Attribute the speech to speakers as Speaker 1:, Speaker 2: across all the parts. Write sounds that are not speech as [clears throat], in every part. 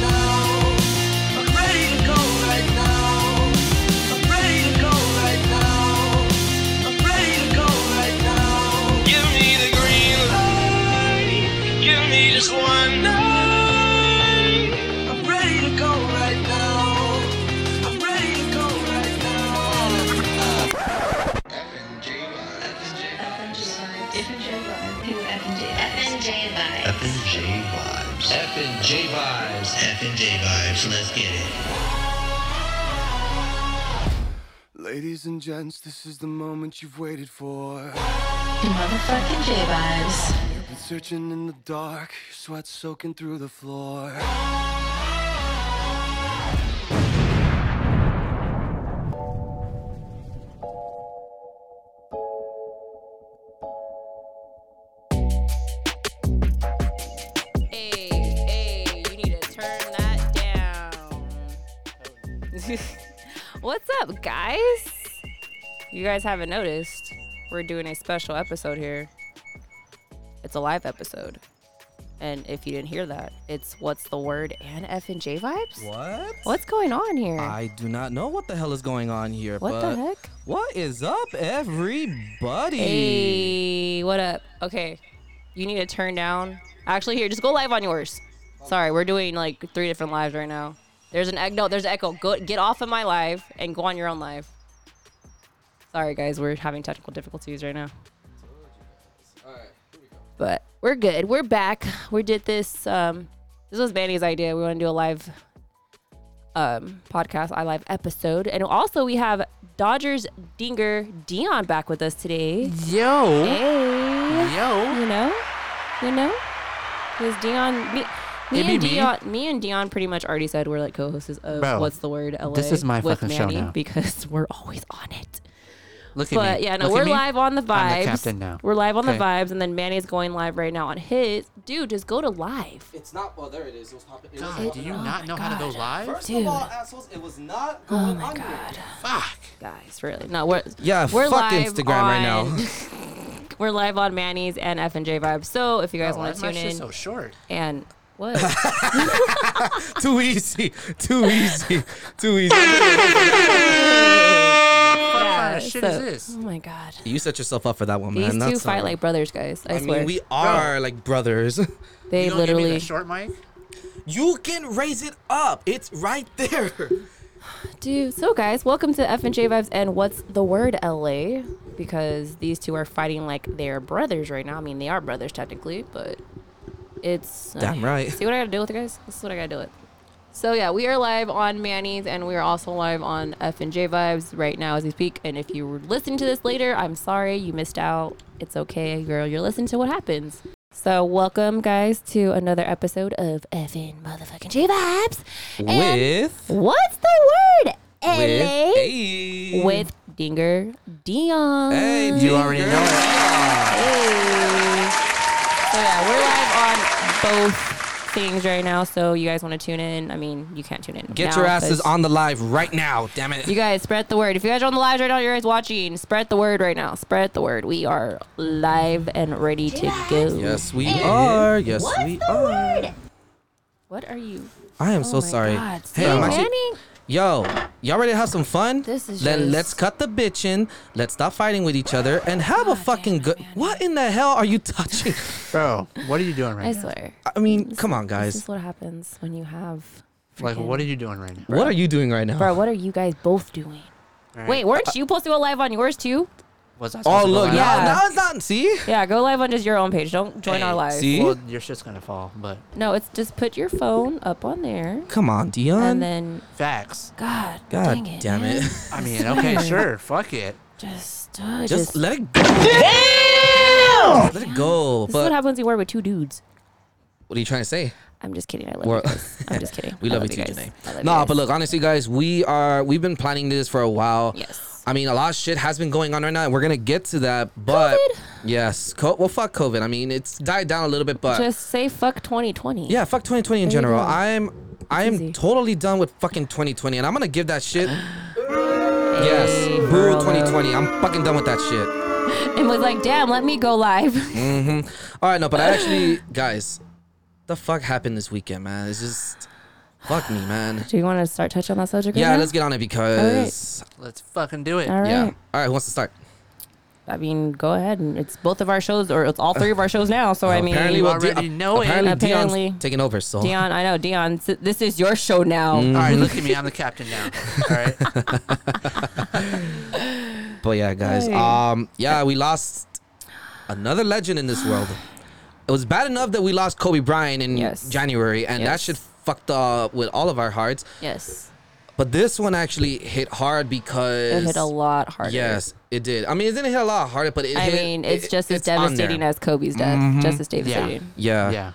Speaker 1: now. I'm ready to go right now. I'm ready to go right now. I'm ready to go right now. Give me the green light. Give me just one night. I'm ready to go right now. I'm ready to go right now.
Speaker 2: F&J
Speaker 3: F&J vibes. F&J vibes. F&J vibes. Let's get it.
Speaker 4: Ladies and gents, this is the moment you've waited for.
Speaker 2: Motherfucking J vibes.
Speaker 4: Been searching in the dark, your sweat soaking through the floor.
Speaker 5: Hey, hey, you need to turn that down. [laughs] What's up, guys? You guys haven't noticed, we're doing a special episode here. It's a live episode. And if you didn't hear that, it's what's the word and F and J vibes?
Speaker 6: What?
Speaker 5: What's going on here?
Speaker 6: I do not know what the hell is going on here.
Speaker 5: What the
Speaker 6: but
Speaker 5: heck?
Speaker 6: What is up, everybody?
Speaker 5: Hey, what up? Okay, you need to turn down. Actually, here, just go live on yours. Sorry, we're doing like three different lives right now. There's an echo. No, there's an echo. Go get off of my live and go on your own live. Sorry, guys, we're having technical difficulties right now. But we're good. We're back. We did this. Um, this was Manny's idea. We want to do a live um, podcast, I live episode, and also we have Dodgers Dinger Dion back with us today.
Speaker 6: Yo.
Speaker 5: Hey.
Speaker 6: Yo.
Speaker 5: You know? You know? Because Dion, me, me
Speaker 6: It be
Speaker 5: and
Speaker 6: me.
Speaker 5: Dion, me. and Dion pretty much already said we're like co-hosts of
Speaker 6: Bro,
Speaker 5: what's the word LA
Speaker 6: this is my
Speaker 5: with
Speaker 6: fucking show
Speaker 5: Manny
Speaker 6: now.
Speaker 5: because [laughs] we're always on it.
Speaker 6: Look at
Speaker 5: But
Speaker 6: me.
Speaker 5: yeah, no,
Speaker 6: Look at
Speaker 5: we're
Speaker 6: me.
Speaker 5: live on the vibes.
Speaker 6: I'm the captain now.
Speaker 5: We're live on
Speaker 6: Okay.
Speaker 5: the vibes, and then Manny's going live right now on his. Dude, just go to live.
Speaker 6: It's not. Well, there it is. It was popping.
Speaker 5: It- oh my God.
Speaker 6: First
Speaker 5: Dude.
Speaker 6: assholes, it was not going oh my on God. Fuck.
Speaker 5: guys, really. No, we're
Speaker 6: Yeah,
Speaker 5: we're
Speaker 6: fuck
Speaker 5: live
Speaker 6: Instagram right now.
Speaker 5: on- [laughs] we're live on Manny's and F and J Vibes. So if you
Speaker 6: Oh,
Speaker 5: guys want to tune in
Speaker 6: short.
Speaker 5: and what?
Speaker 6: [laughs] Too easy. Too easy. Too easy.
Speaker 5: [laughs] yeah,
Speaker 6: shit
Speaker 5: so-
Speaker 6: is this?
Speaker 5: Oh my god.
Speaker 6: You set yourself up for that one,
Speaker 5: These
Speaker 6: man.
Speaker 5: two
Speaker 6: That's um,
Speaker 5: fight
Speaker 6: all.
Speaker 5: like brothers, guys. I,
Speaker 6: I
Speaker 5: swear.
Speaker 6: mean, we are like brothers. [laughs]
Speaker 5: they literally
Speaker 7: short mic.
Speaker 6: you can raise it up. It's right
Speaker 5: [laughs]
Speaker 6: there.
Speaker 5: Dude, so guys, welcome to F and J Vibes and what's the word LA? Because these two are fighting like they are brothers right now. I mean, they are brothers technically, but it's
Speaker 6: Damn right.
Speaker 5: See what I gotta deal with, guys. This is what I gotta deal with. So yeah, we are live on Manny's and we are also live on F and J Vibes right now as we speak. And if you were listening to this later, I'm sorry you missed out. It's okay, girl. You're listening to what happens. So welcome, guys, to another episode of F and Motherfucking J Vibes. And-
Speaker 6: With.
Speaker 5: What's the word? LA
Speaker 6: Hey.
Speaker 5: with, Dinger Dion.
Speaker 6: Hey,
Speaker 5: Hey.
Speaker 6: you already know it.
Speaker 5: So yeah, we're live on both things right now. So you guys want to tune in? I mean, you can't tune in.
Speaker 6: Get
Speaker 5: now
Speaker 6: your asses
Speaker 5: 'cause
Speaker 6: on the live right now, damn it.
Speaker 5: You guys spread the word. If you guys are on the live right now, you're guys watching. Spread the word right now. Spread the word. We are live and ready to go.
Speaker 6: yes, we are. Yes, we are.
Speaker 5: What are you?
Speaker 6: I am so
Speaker 5: oh my
Speaker 6: sorry.
Speaker 5: God.
Speaker 6: Hey,
Speaker 5: See,
Speaker 6: I'm actually-
Speaker 5: Manny?
Speaker 6: Yo, y'all ready to have some fun?
Speaker 5: This is
Speaker 6: Let,
Speaker 5: just-
Speaker 6: Let's cut the bitching. Let's stop fighting with
Speaker 5: [sighs]
Speaker 6: each other and have a fucking good. What in the hell are you touching?
Speaker 7: Bro, what are you doing
Speaker 5: I
Speaker 7: right now?
Speaker 5: swear.
Speaker 6: I mean, come on,
Speaker 5: This is
Speaker 6: guys.
Speaker 5: what happens when you have.
Speaker 7: Like,
Speaker 5: freaking-
Speaker 7: what are you doing right now?
Speaker 6: What are you doing right now?
Speaker 5: Bro, what are you guys both doing? Wait, weren't you supposed to go live on yours too?
Speaker 7: Was that
Speaker 6: Oh
Speaker 7: supposed to go
Speaker 6: look,
Speaker 7: out?
Speaker 6: now,
Speaker 5: Yeah.
Speaker 6: now it's not. See,
Speaker 5: Yeah, go live on just your own page. Don't join our live.
Speaker 6: see.
Speaker 7: Well, your shit's gonna fall, but
Speaker 5: No, it's just put your phone up on there
Speaker 6: Come on, Dion.
Speaker 5: and then
Speaker 7: facts.
Speaker 5: God,
Speaker 6: God
Speaker 5: dang it,
Speaker 6: damn it.
Speaker 5: man.
Speaker 7: I mean, okay, sure, fuck it.
Speaker 5: [laughs] Just, uh,
Speaker 6: Just
Speaker 5: just,
Speaker 6: let it go. Let it go.
Speaker 5: this is what
Speaker 6: But
Speaker 5: happens when you work with two dudes.
Speaker 6: what are you trying to say?
Speaker 5: I'm just kidding. I love
Speaker 6: We're-
Speaker 5: you guys. I'm just kidding.
Speaker 6: [laughs] We
Speaker 5: I
Speaker 6: love, you too,
Speaker 5: guys.
Speaker 6: Janae.
Speaker 5: I love you
Speaker 6: Nah,
Speaker 5: guys.
Speaker 6: but look, honestly, guys, we are we've been planning this for a while.
Speaker 5: Yes.
Speaker 6: I mean, a lot of shit has been going on right now, and we're gonna get to that. But
Speaker 5: COVID.
Speaker 6: yes, co- well, fuck COVID. I mean, it's died down a little bit, but
Speaker 5: just say fuck 2020.
Speaker 6: uh, yeah, fuck 2020 in
Speaker 5: There you
Speaker 6: general.
Speaker 5: go.
Speaker 6: I'm I am
Speaker 5: easy.
Speaker 6: totally done with fucking 2020, and I'm gonna give that
Speaker 5: [gasps]
Speaker 6: shit. yes,
Speaker 5: Hey,
Speaker 6: boo
Speaker 5: Merlo.
Speaker 6: 2020. I'm fucking done with that shit.
Speaker 5: And was like, damn, let me
Speaker 6: [laughs]
Speaker 5: go live.
Speaker 6: All right, no, but I
Speaker 5: [sighs]
Speaker 6: actually, guys, the fuck happened this weekend, man? It's just fuck me, man.
Speaker 5: Do you want to start touching on that subject?
Speaker 6: Yeah,
Speaker 5: right
Speaker 6: let's get on it because
Speaker 7: Let's fucking do it.
Speaker 5: All right.
Speaker 6: yeah. All right, who wants to start?
Speaker 5: I mean, go ahead. and It's both of our shows, or it's all three of our shows now. So, I mean,
Speaker 6: apparently, well, Di-
Speaker 7: already know it.
Speaker 6: apparently Dion's
Speaker 5: Apparently.
Speaker 6: taking over. So
Speaker 5: Dion, I know, Dion, s- this is your show now.
Speaker 6: Mm.
Speaker 5: [laughs]
Speaker 7: All right, look at me. I'm the captain now. All right.
Speaker 6: But yeah, guys.
Speaker 5: Hey.
Speaker 6: Um, yeah, we lost another legend in
Speaker 5: [gasps]
Speaker 6: this world. It was bad enough that we lost Kobe Bryant in
Speaker 5: Yes.
Speaker 6: January, and that
Speaker 5: Yes.
Speaker 6: shit fucked up with all of our hearts.
Speaker 5: Yes.
Speaker 6: But this one actually hit hard because
Speaker 5: It hit a lot harder.
Speaker 6: Yes, it did. I mean, it didn't hit a lot harder, but it.
Speaker 5: I
Speaker 6: hit-
Speaker 5: mean, it's
Speaker 6: it-
Speaker 5: just as
Speaker 6: on there. Mm-hmm.
Speaker 5: devastating as Kobe's death. Just as devastating.
Speaker 6: Yeah.
Speaker 7: Yeah.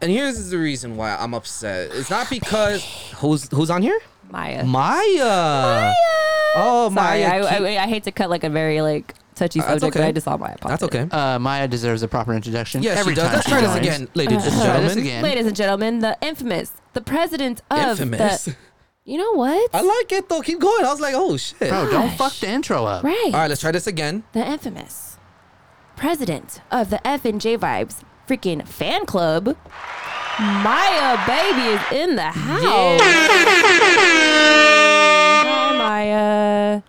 Speaker 6: And here's the reason why I'm upset. It's not because who's who's on here?
Speaker 5: Maya.
Speaker 6: Maya. Oh,
Speaker 5: Sorry,
Speaker 6: Maya.
Speaker 5: I,
Speaker 6: keep- Uh,
Speaker 5: I, I hate to cut like a very like touchy
Speaker 6: That's
Speaker 5: subject, but
Speaker 6: okay.
Speaker 5: I just saw Maya. Pop
Speaker 6: That's
Speaker 5: in.
Speaker 6: okay.
Speaker 7: Uh, Maya deserves a proper introduction.
Speaker 6: Yes,
Speaker 7: every
Speaker 6: she does.
Speaker 7: time
Speaker 6: Let's
Speaker 7: she
Speaker 6: try this
Speaker 7: joins.
Speaker 6: again, ladies and
Speaker 7: Let's try this
Speaker 6: gentlemen.
Speaker 7: again.
Speaker 5: Ladies and gentlemen, the infamous, the president of
Speaker 6: Infamous.
Speaker 5: the. [laughs] You know what?
Speaker 6: I like it though. Keep going. I was like, oh shit.
Speaker 7: Bro, don't
Speaker 5: Gosh.
Speaker 7: fuck the intro up.
Speaker 5: right.
Speaker 6: All right, let's try this again.
Speaker 5: The infamous president of the F and J Vibes freaking fan club. Maya baby is in the house. Hi Maya.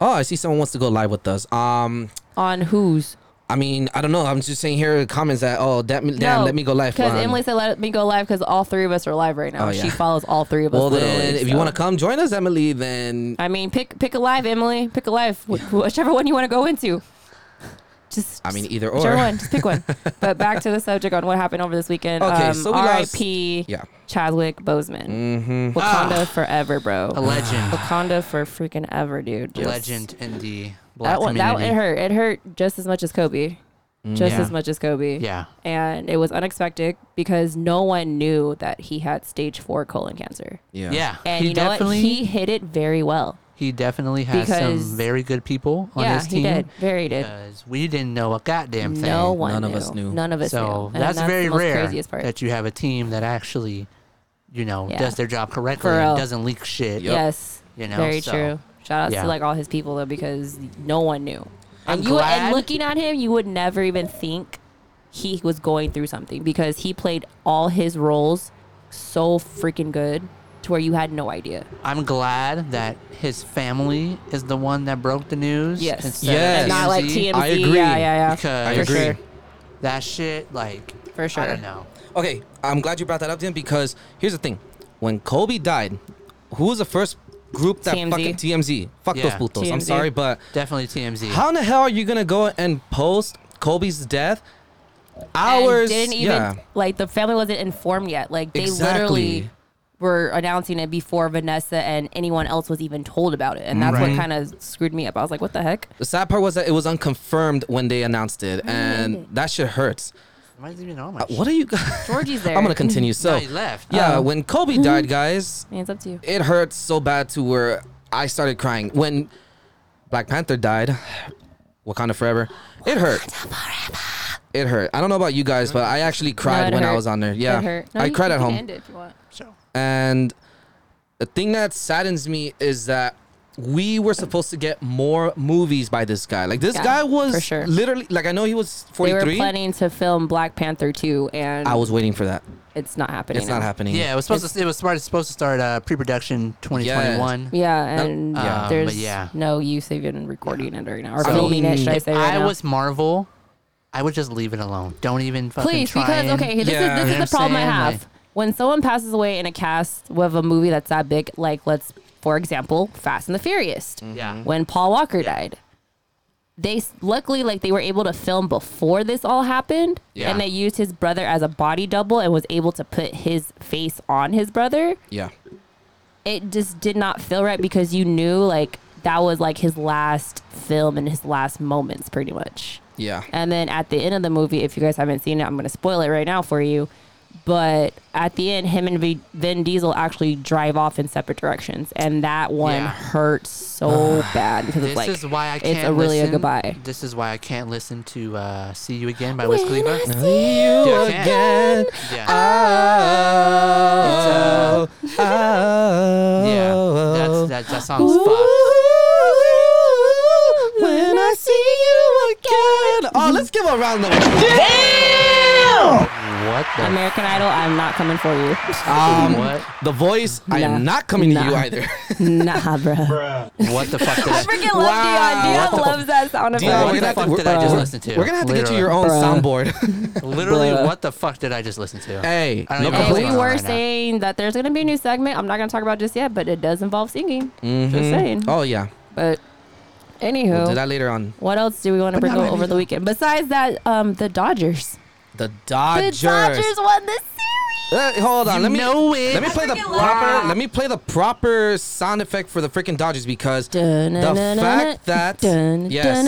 Speaker 6: Oh, I see someone wants to go live with us. Um,
Speaker 5: On whose?
Speaker 6: I mean, I don't know. I'm just saying here in the comments that oh, that me, damn,
Speaker 5: No,
Speaker 6: let me go live.
Speaker 5: Because
Speaker 6: um,
Speaker 5: Emily said let me go live because all three of us are live right now.
Speaker 6: Oh, yeah.
Speaker 5: She follows all three of us.
Speaker 6: Well, then
Speaker 5: literally,
Speaker 6: if you
Speaker 5: so.
Speaker 6: want to come join us, Emily, then
Speaker 5: I mean, pick pick a live, Emily. Pick a live, wh- whichever one you want to go into. Just
Speaker 6: I mean
Speaker 5: just
Speaker 6: either
Speaker 5: whichever
Speaker 6: or.
Speaker 5: one. Just
Speaker 6: [laughs]
Speaker 5: pick one. but back to the subject on what happened over this weekend. Um,
Speaker 6: Okay, so we lost-
Speaker 5: R.I.P.
Speaker 6: Yeah. Ah.
Speaker 5: Chadwick Boseman. Mm-hmm. Wakanda forever, bro.
Speaker 7: A legend.
Speaker 5: Wakanda for freaking ever, dude. Just-
Speaker 7: legend in the black
Speaker 5: That one, that one,
Speaker 7: community.
Speaker 5: it hurt. It hurt just as much as Kobe. Just
Speaker 6: Mm.
Speaker 7: Yeah.
Speaker 5: as much as Kobe.
Speaker 7: Yeah.
Speaker 5: And it was unexpected because no one knew that he had stage four colon cancer.
Speaker 6: yeah,
Speaker 7: Yeah.
Speaker 5: And
Speaker 7: he
Speaker 5: you know what?
Speaker 7: definitely
Speaker 5: He hit it very well.
Speaker 7: he definitely has some
Speaker 5: because-
Speaker 7: very good people on
Speaker 5: yeah,
Speaker 7: his team.
Speaker 5: he did. Very did.
Speaker 7: Because we didn't know a goddamn thing.
Speaker 5: No one.
Speaker 6: None
Speaker 5: knew.
Speaker 6: of us knew.
Speaker 5: None of us
Speaker 7: So
Speaker 5: knew. And
Speaker 7: that's, very
Speaker 5: the most
Speaker 7: rare
Speaker 5: Craziest part.
Speaker 7: that you have a team that actually, you know,
Speaker 5: Yeah.
Speaker 7: does their job correctly
Speaker 5: For
Speaker 7: and
Speaker 5: real.
Speaker 7: doesn't leak shit.
Speaker 5: Yes.
Speaker 7: You know,
Speaker 5: very
Speaker 7: so,
Speaker 5: true. Shout out
Speaker 7: yeah.
Speaker 5: to like all his people though because no one knew.
Speaker 7: I'm
Speaker 5: and you would-
Speaker 7: glad-
Speaker 5: and looking at him, you would never even think he was going through something because he played all his roles so freaking good to where you had no idea.
Speaker 7: I'm glad that his family is the one that broke the news.
Speaker 5: Yes.
Speaker 7: instead of
Speaker 6: Yes.
Speaker 5: And not like
Speaker 7: TMZ.
Speaker 5: TMZ.
Speaker 6: I agree.
Speaker 5: Yeah, yeah, yeah.
Speaker 7: Because- I
Speaker 5: For
Speaker 6: agree.
Speaker 5: sure.
Speaker 7: That shit, like,
Speaker 5: For sure.
Speaker 7: I don't know.
Speaker 6: Okay, I'm glad you brought that up, then, because here's the thing: when Kobe died, who was the first group that
Speaker 5: TMZ.
Speaker 6: fucking TMZ? Fuck
Speaker 7: Yeah.
Speaker 6: those putos. I'm
Speaker 5: TMZ.
Speaker 6: sorry, but
Speaker 7: Definitely TMZ.
Speaker 6: how in the hell are you gonna go and post Kobe's death hours?
Speaker 5: And didn't even
Speaker 6: yeah,
Speaker 5: like the family wasn't informed yet. Like they
Speaker 6: Exactly.
Speaker 5: literally were announcing it before Vanessa and anyone else was even told about it, and that's
Speaker 7: Right.
Speaker 5: what kind of screwed me up. I was like, what the heck?
Speaker 6: the sad part was that it was unconfirmed when they announced it, and that shit hurts.
Speaker 7: Why is he even on my shit?
Speaker 6: Uh, What are you? guys? [laughs]
Speaker 5: Georgie's there. Um.
Speaker 6: I'm gonna continue. So
Speaker 7: No, he left.
Speaker 6: yeah, when Kobe died, guys,
Speaker 5: Man, it's up to you.
Speaker 6: it hurt so bad to where I started crying when Black Panther died. Wakanda forever. It hurt. It hurt. I don't know about you guys, but I actually cried
Speaker 5: it
Speaker 6: when I
Speaker 5: hurt.
Speaker 6: was on there. Yeah,
Speaker 5: It hurt. No,
Speaker 6: I
Speaker 5: you-
Speaker 6: cried
Speaker 5: you
Speaker 6: at
Speaker 5: can
Speaker 6: home.
Speaker 5: End it if you want.
Speaker 7: So,
Speaker 6: And the thing that saddens me is that we were supposed to get more movies by this guy. Like this
Speaker 5: Yeah,
Speaker 6: guy
Speaker 5: for
Speaker 6: was
Speaker 5: sure.
Speaker 6: literally like I know he was
Speaker 5: They were
Speaker 6: 43.
Speaker 5: planning to film Black Panther 2, and
Speaker 6: I was waiting for that.
Speaker 5: it's not happening.
Speaker 6: It's not
Speaker 5: now.
Speaker 6: happening.
Speaker 7: yeah, it was supposed to. It was smart- it's supposed to start uh, pre-production 2021.
Speaker 5: Yeah, and
Speaker 7: Yeah. Um, but
Speaker 5: there's
Speaker 7: yeah.
Speaker 5: no use even recording it right now or
Speaker 6: So-
Speaker 5: filming it. Should I
Speaker 7: If
Speaker 5: say right
Speaker 7: I
Speaker 5: now?
Speaker 7: was Marvel, I would just leave it alone. Don't even fucking
Speaker 5: please
Speaker 7: try
Speaker 5: because
Speaker 7: and-
Speaker 5: okay
Speaker 6: Yeah.
Speaker 5: this is
Speaker 7: You
Speaker 5: this
Speaker 7: know
Speaker 5: is the problem
Speaker 7: what I'm
Speaker 5: i
Speaker 7: saying?
Speaker 5: have when someone passes away in a cast with a movie that's that big like let's for example fast and the furious
Speaker 7: Mm-hmm. Yeah.
Speaker 5: when paul walker died they s- luckily like they were able to film before this all happened
Speaker 7: Yeah.
Speaker 5: and they used his brother as a body double and was able to put his face on his brother
Speaker 6: Yeah.
Speaker 5: it just did not feel right because you knew like that was like his last film and his last moments pretty much
Speaker 6: Yeah.
Speaker 7: [laughs]
Speaker 5: and then at the end of the movie, if you guys haven't seen it, I'm going to spoil it right now for you. But at the end, him and V- Vin Diesel actually drive off in separate directions, and that one
Speaker 7: Yeah.
Speaker 5: hurts so bad because
Speaker 7: This
Speaker 5: it's like
Speaker 7: is why I can't
Speaker 5: it's a really
Speaker 7: listen.
Speaker 5: a goodbye.
Speaker 7: This is why I can't listen to uh, "See You Again" by Wiz Khalifa.
Speaker 6: You
Speaker 7: Dude, I can't.
Speaker 6: again.
Speaker 7: Yeah,
Speaker 6: Oh, oh,
Speaker 7: yeah.
Speaker 6: oh.
Speaker 7: That's that, that song's fucked.
Speaker 6: When I see you again. Oh, let's give a round of applause.
Speaker 7: What the?
Speaker 5: American Idol, I'm not coming
Speaker 6: [laughs]
Speaker 5: for you.
Speaker 7: what?
Speaker 6: Um, The voice, I am
Speaker 5: Nah.
Speaker 6: not coming to you
Speaker 5: Nah.
Speaker 7: [laughs]
Speaker 6: either.
Speaker 5: nah, bro.
Speaker 7: What the fuck? Did I,
Speaker 5: [laughs] Freaking love
Speaker 6: Wow. What
Speaker 5: Dion.
Speaker 6: the
Speaker 5: Dion loves that sound
Speaker 6: Dion,
Speaker 7: what
Speaker 6: we're gonna
Speaker 7: the
Speaker 5: effect.
Speaker 6: have to-
Speaker 7: fuck did I
Speaker 5: we're-
Speaker 7: just listen to?
Speaker 6: We're going to have to get you
Speaker 7: Literally.
Speaker 6: your own soundboard. [laughs]
Speaker 7: Literally,
Speaker 5: Bruh.
Speaker 7: what the fuck did I just listen to?
Speaker 6: Hey, no
Speaker 7: I don't even
Speaker 5: And
Speaker 7: know what's
Speaker 6: complaints.
Speaker 5: we
Speaker 7: going on
Speaker 5: were
Speaker 7: right now.
Speaker 5: saying that there's gonna be a new segment. I'm not gonna talk about just yet, but it does involve singing.
Speaker 7: Mm-hmm.
Speaker 5: Just saying.
Speaker 6: oh, yeah.
Speaker 5: But anywho,
Speaker 6: We'll do that later on.
Speaker 5: what else do we want to bring
Speaker 6: not
Speaker 5: up over the weekend besides that? Um, the Dodgers.
Speaker 6: The
Speaker 5: The
Speaker 6: Dodgers.
Speaker 5: Dodgers won the series.
Speaker 6: Uh, hold on.
Speaker 7: You
Speaker 6: let me
Speaker 7: know it.
Speaker 6: Let me play the
Speaker 5: freaking love
Speaker 6: proper.
Speaker 5: it.
Speaker 6: Let me play the proper sound effect for the freaking Dodgers because the fact that yes,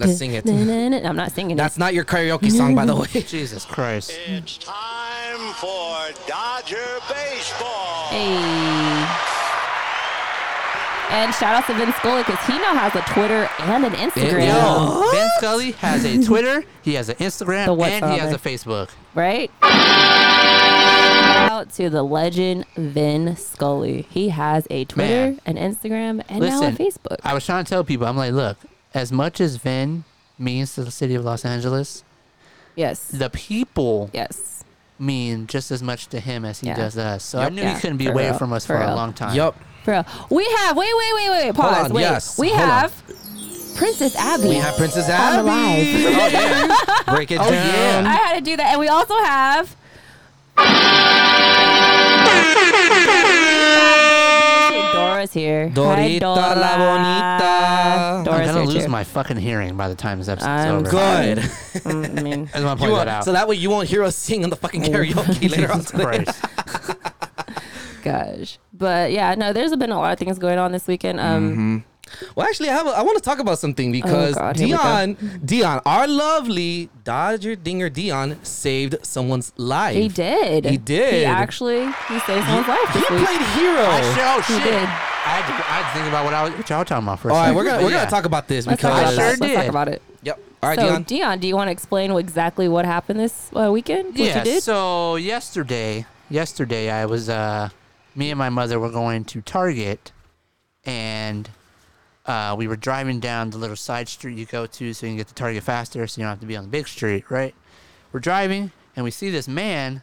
Speaker 5: Let's
Speaker 6: sing it.
Speaker 5: I'm not singing
Speaker 6: that's
Speaker 5: it.
Speaker 6: not your karaoke song by the way.
Speaker 7: [laughs] Jesus Christ.
Speaker 1: It's time for Dodger baseball.
Speaker 5: Hey. And shout out to Vince Scully because he now has a Twitter and an Instagram.
Speaker 7: Yo, Ben Scully has a Twitter, he has an Instagram,
Speaker 5: The what's
Speaker 7: and he
Speaker 5: on
Speaker 7: has a
Speaker 5: there?
Speaker 7: Facebook.
Speaker 5: right? Shout out to the legend Vin Scully. He has a Twitter,
Speaker 7: Man.
Speaker 5: an Instagram, and now a
Speaker 7: Listen,
Speaker 5: Facebook.
Speaker 7: I was trying to tell people, I'm like, look, as much as Vin means to the city of Los Angeles,
Speaker 5: yes.
Speaker 7: the people
Speaker 5: Yes.
Speaker 7: mean just as much to him as he
Speaker 5: Yeah.
Speaker 7: does us. So I
Speaker 6: Yep.
Speaker 7: knew
Speaker 5: Yeah,
Speaker 7: he couldn't be
Speaker 5: for
Speaker 7: away
Speaker 5: real,
Speaker 7: from us
Speaker 5: for
Speaker 7: for, a
Speaker 5: real.
Speaker 7: long time.
Speaker 6: Yup.
Speaker 5: Bro, we have, wait, wait, wait, wait, pause.
Speaker 6: on,
Speaker 5: wait.
Speaker 6: yes,
Speaker 5: We
Speaker 6: hold on.
Speaker 5: have Princess Abby.
Speaker 6: We have Princess
Speaker 5: I'm
Speaker 6: Abby.
Speaker 5: alive.
Speaker 6: Oh, yeah. Break it down.
Speaker 7: yeah.
Speaker 5: I had to do that. And we also have. Dora's here. Hi,
Speaker 6: Dorita
Speaker 5: Dora.
Speaker 6: la bonita.
Speaker 5: Dora's
Speaker 7: I'm gonna
Speaker 5: here
Speaker 7: lose
Speaker 5: too.
Speaker 7: my fucking hearing by the time this episode's
Speaker 5: I'm
Speaker 7: over.
Speaker 6: Good.
Speaker 5: [laughs] Mm,
Speaker 6: [laughs]
Speaker 5: I mean,
Speaker 7: I just want to
Speaker 6: You
Speaker 7: point
Speaker 6: won't-
Speaker 7: that out. [laughs] Oh
Speaker 6: so that way you won't hear us sing on the fucking karaoke later on
Speaker 7: Jesus
Speaker 6: today. [laughs]
Speaker 7: Christ.
Speaker 5: gosh. But yeah, no, there's been a lot of things going on this weekend. Um,
Speaker 6: Mm-hmm. Well, actually, I, have a, I want to talk about something because
Speaker 5: Oh, God, here we go.
Speaker 6: Dion, Dion, our lovely Dodger Dinger Dion saved someone's life.
Speaker 5: He did.
Speaker 6: He did.
Speaker 5: He actually he saved someone's life
Speaker 6: He
Speaker 5: this week.
Speaker 6: played hero.
Speaker 7: I should, oh
Speaker 5: He
Speaker 7: shit!
Speaker 5: did.
Speaker 7: I had, to, I had to think about what I was, what y'all were talking about for a
Speaker 6: All right,
Speaker 7: second,
Speaker 6: we're gonna
Speaker 7: but
Speaker 6: we're
Speaker 7: yeah.
Speaker 6: gonna talk about this
Speaker 5: Let's talk
Speaker 6: because
Speaker 5: about that.
Speaker 7: sure
Speaker 5: Let's talk
Speaker 7: did.
Speaker 5: about it.
Speaker 6: Yep. All right,
Speaker 5: so,
Speaker 6: Dion.
Speaker 5: do you want to explain what- exactly what happened this uh, weekend? What
Speaker 7: yeah,
Speaker 5: you did?
Speaker 7: So yesterday, yesterday I was uh, me and my mother were going to Target, and uh, we were driving down the little side street you go to so you can get to Target faster, so you don't have to be on the big street, right? We're driving and we see this man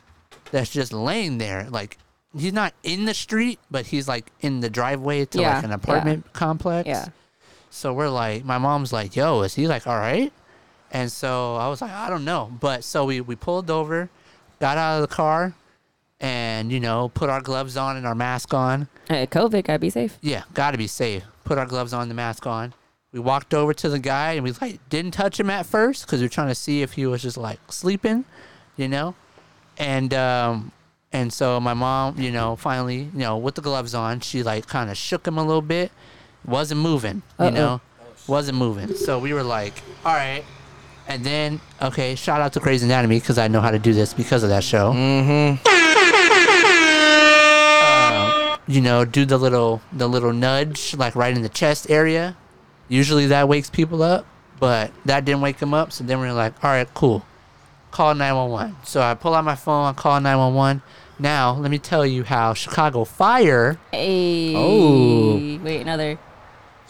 Speaker 7: that's just laying there, like he's not in the street, but he's like in the driveway to
Speaker 5: Yeah,
Speaker 7: like an
Speaker 5: yeah.
Speaker 7: apartment complex.
Speaker 5: yeah.
Speaker 7: So we're like, my mom's like, yo, is he like all right? And so I was like, I don't know. But so we, we pulled over, got out of the car, and, you know, put our gloves on and our mask on.
Speaker 5: Hey, Uh, COVID, gotta be safe.
Speaker 7: Yeah, gotta be safe. Put our gloves on, the mask on. We walked over to the guy and we like didn't touch him at first because we were trying to see if he was just like sleeping, you know. And um, and so my mom, you know, finally, you know, with the gloves on, she like kind of shook him a little bit. Wasn't moving, you know, wasn't moving. So we were like, all right. And then okay, shout out to Crazy Anatomy because I know how to do this because of that show. you know, do the little the little nudge like right in the chest area. Usually that wakes people up, but that didn't wake them up. So then we are like, all right, cool, call 911. So I pull out my phone, I call 911. Now let me tell you how Chicago Fire.
Speaker 5: Hey.
Speaker 6: Oh.
Speaker 5: Wait, another.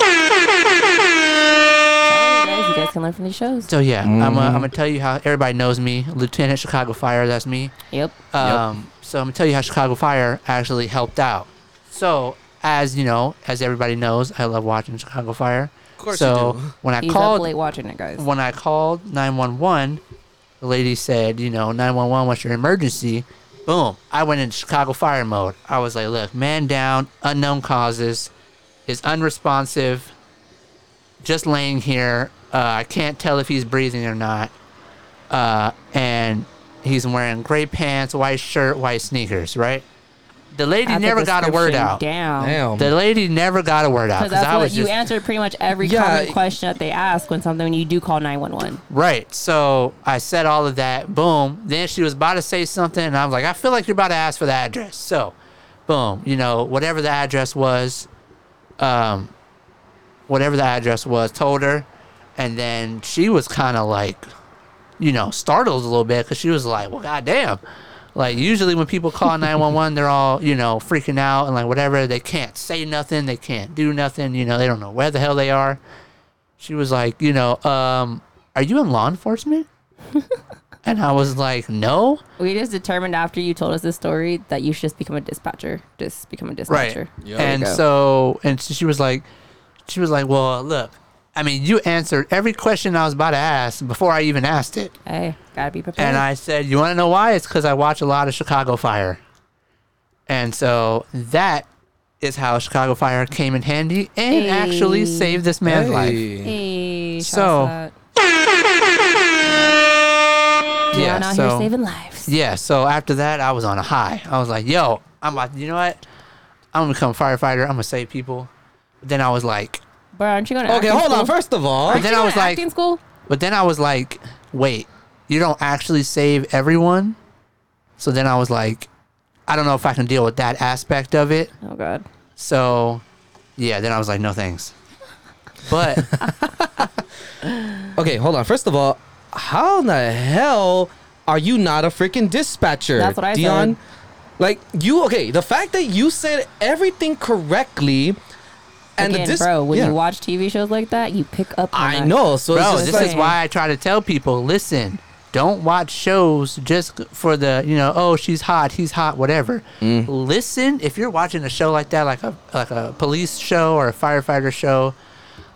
Speaker 5: Oh, guys, you guys can learn from these shows.
Speaker 7: So yeah, I'm
Speaker 6: Mm-hmm.
Speaker 7: uh, I'm gonna tell you how everybody knows me, Lieutenant Chicago Fire. That's me.
Speaker 5: Yep.
Speaker 7: Um, So I'm gonna tell you how Chicago Fire actually helped out. So as you know, as everybody knows, I love watching Chicago Fire. Of
Speaker 6: course you
Speaker 7: so
Speaker 6: do.
Speaker 7: when I
Speaker 5: He's up
Speaker 7: called
Speaker 5: late watching it, guys.
Speaker 7: when I called 911, the lady said, you know, 911, what's your emergency? Boom. I went into Chicago fire mode. I was like, look, man down, unknown causes, is unresponsive, just laying here. Uh, I can't tell if he's breathing or not. Uh, and he's wearing gray pants, white shirt, white sneakers, right? The lady
Speaker 8: At the
Speaker 7: never got a word
Speaker 8: description
Speaker 7: out.
Speaker 5: Down.
Speaker 6: Damn.
Speaker 7: The lady never got a word out
Speaker 5: Because
Speaker 7: because
Speaker 5: that's
Speaker 7: I
Speaker 5: what
Speaker 7: was
Speaker 5: you
Speaker 7: just
Speaker 5: answered pretty much every
Speaker 6: Yeah,
Speaker 5: common
Speaker 6: it-
Speaker 5: question that they ask when something when you do call 911.
Speaker 7: right. So I said all of that. Boom. Then she was about to say something, and I was like, I feel like you're about to ask for the address. So, boom. You know, whatever the address was, um, whatever the address was, told her, and then she was kind of like, you know, startled a little bit because she was like, well, goddamn. Like usually when people call 911, they're all you know freaking out and like whatever. They can't say nothing. They can't do nothing. You know, they don't know where the hell they are. she was like, you know, um, are you in law
Speaker 5: [laughs]
Speaker 7: enforcement? and I was like, no.
Speaker 5: We just determined after you told us this story that you should just become a dispatcher. Just become a dispatcher.
Speaker 7: and
Speaker 6: There you
Speaker 7: so, and so she was like, she was like, well, look, I mean, you answered every question I was about to ask before I even asked it.
Speaker 5: Hey, gotta be prepared.
Speaker 7: And I said, you want to know why? It's because I watch a lot of Chicago Fire. And so that is how Chicago Fire came in handy and actually saved this man's life.
Speaker 6: Hey.
Speaker 5: Hey, shout
Speaker 7: So-
Speaker 5: out to that.
Speaker 7: Yeah,
Speaker 5: Y'all out
Speaker 7: so-
Speaker 5: here saving lives.
Speaker 7: Yeah, so after that, I was on a high. I was like, yo, I'm about, you know what? I'm gonna become a firefighter. I'm gonna save people. But then I was like,
Speaker 5: Bro, aren't you going to
Speaker 6: Okay, hold on. First of all,
Speaker 7: But then I was like-
Speaker 5: acting school?
Speaker 7: but then I was like, wait, you don't actually save everyone? So then I was like, I don't know if I can deal with that aspect of it.
Speaker 5: Oh, God.
Speaker 7: So yeah, then I was like, no thanks. But
Speaker 6: okay, hold on. First of all, how in the hell are you not a freaking dispatcher,
Speaker 5: That's what I said.
Speaker 6: Dion? Like you, okay? The fact that you said everything correctly, and
Speaker 5: Again,
Speaker 6: the dis-
Speaker 5: bro, when
Speaker 6: yeah.
Speaker 5: you watch TV shows like that, you pick up on
Speaker 6: I
Speaker 5: that.
Speaker 6: know. So it's
Speaker 7: bro,
Speaker 6: just
Speaker 7: this
Speaker 6: like,
Speaker 7: is why I try to tell people: listen, don't watch shows just for the you know, oh she's hot, he's hot, whatever.
Speaker 6: Mm.
Speaker 7: Listen, if you're watching a show like that, like a like a police show or a firefighter show,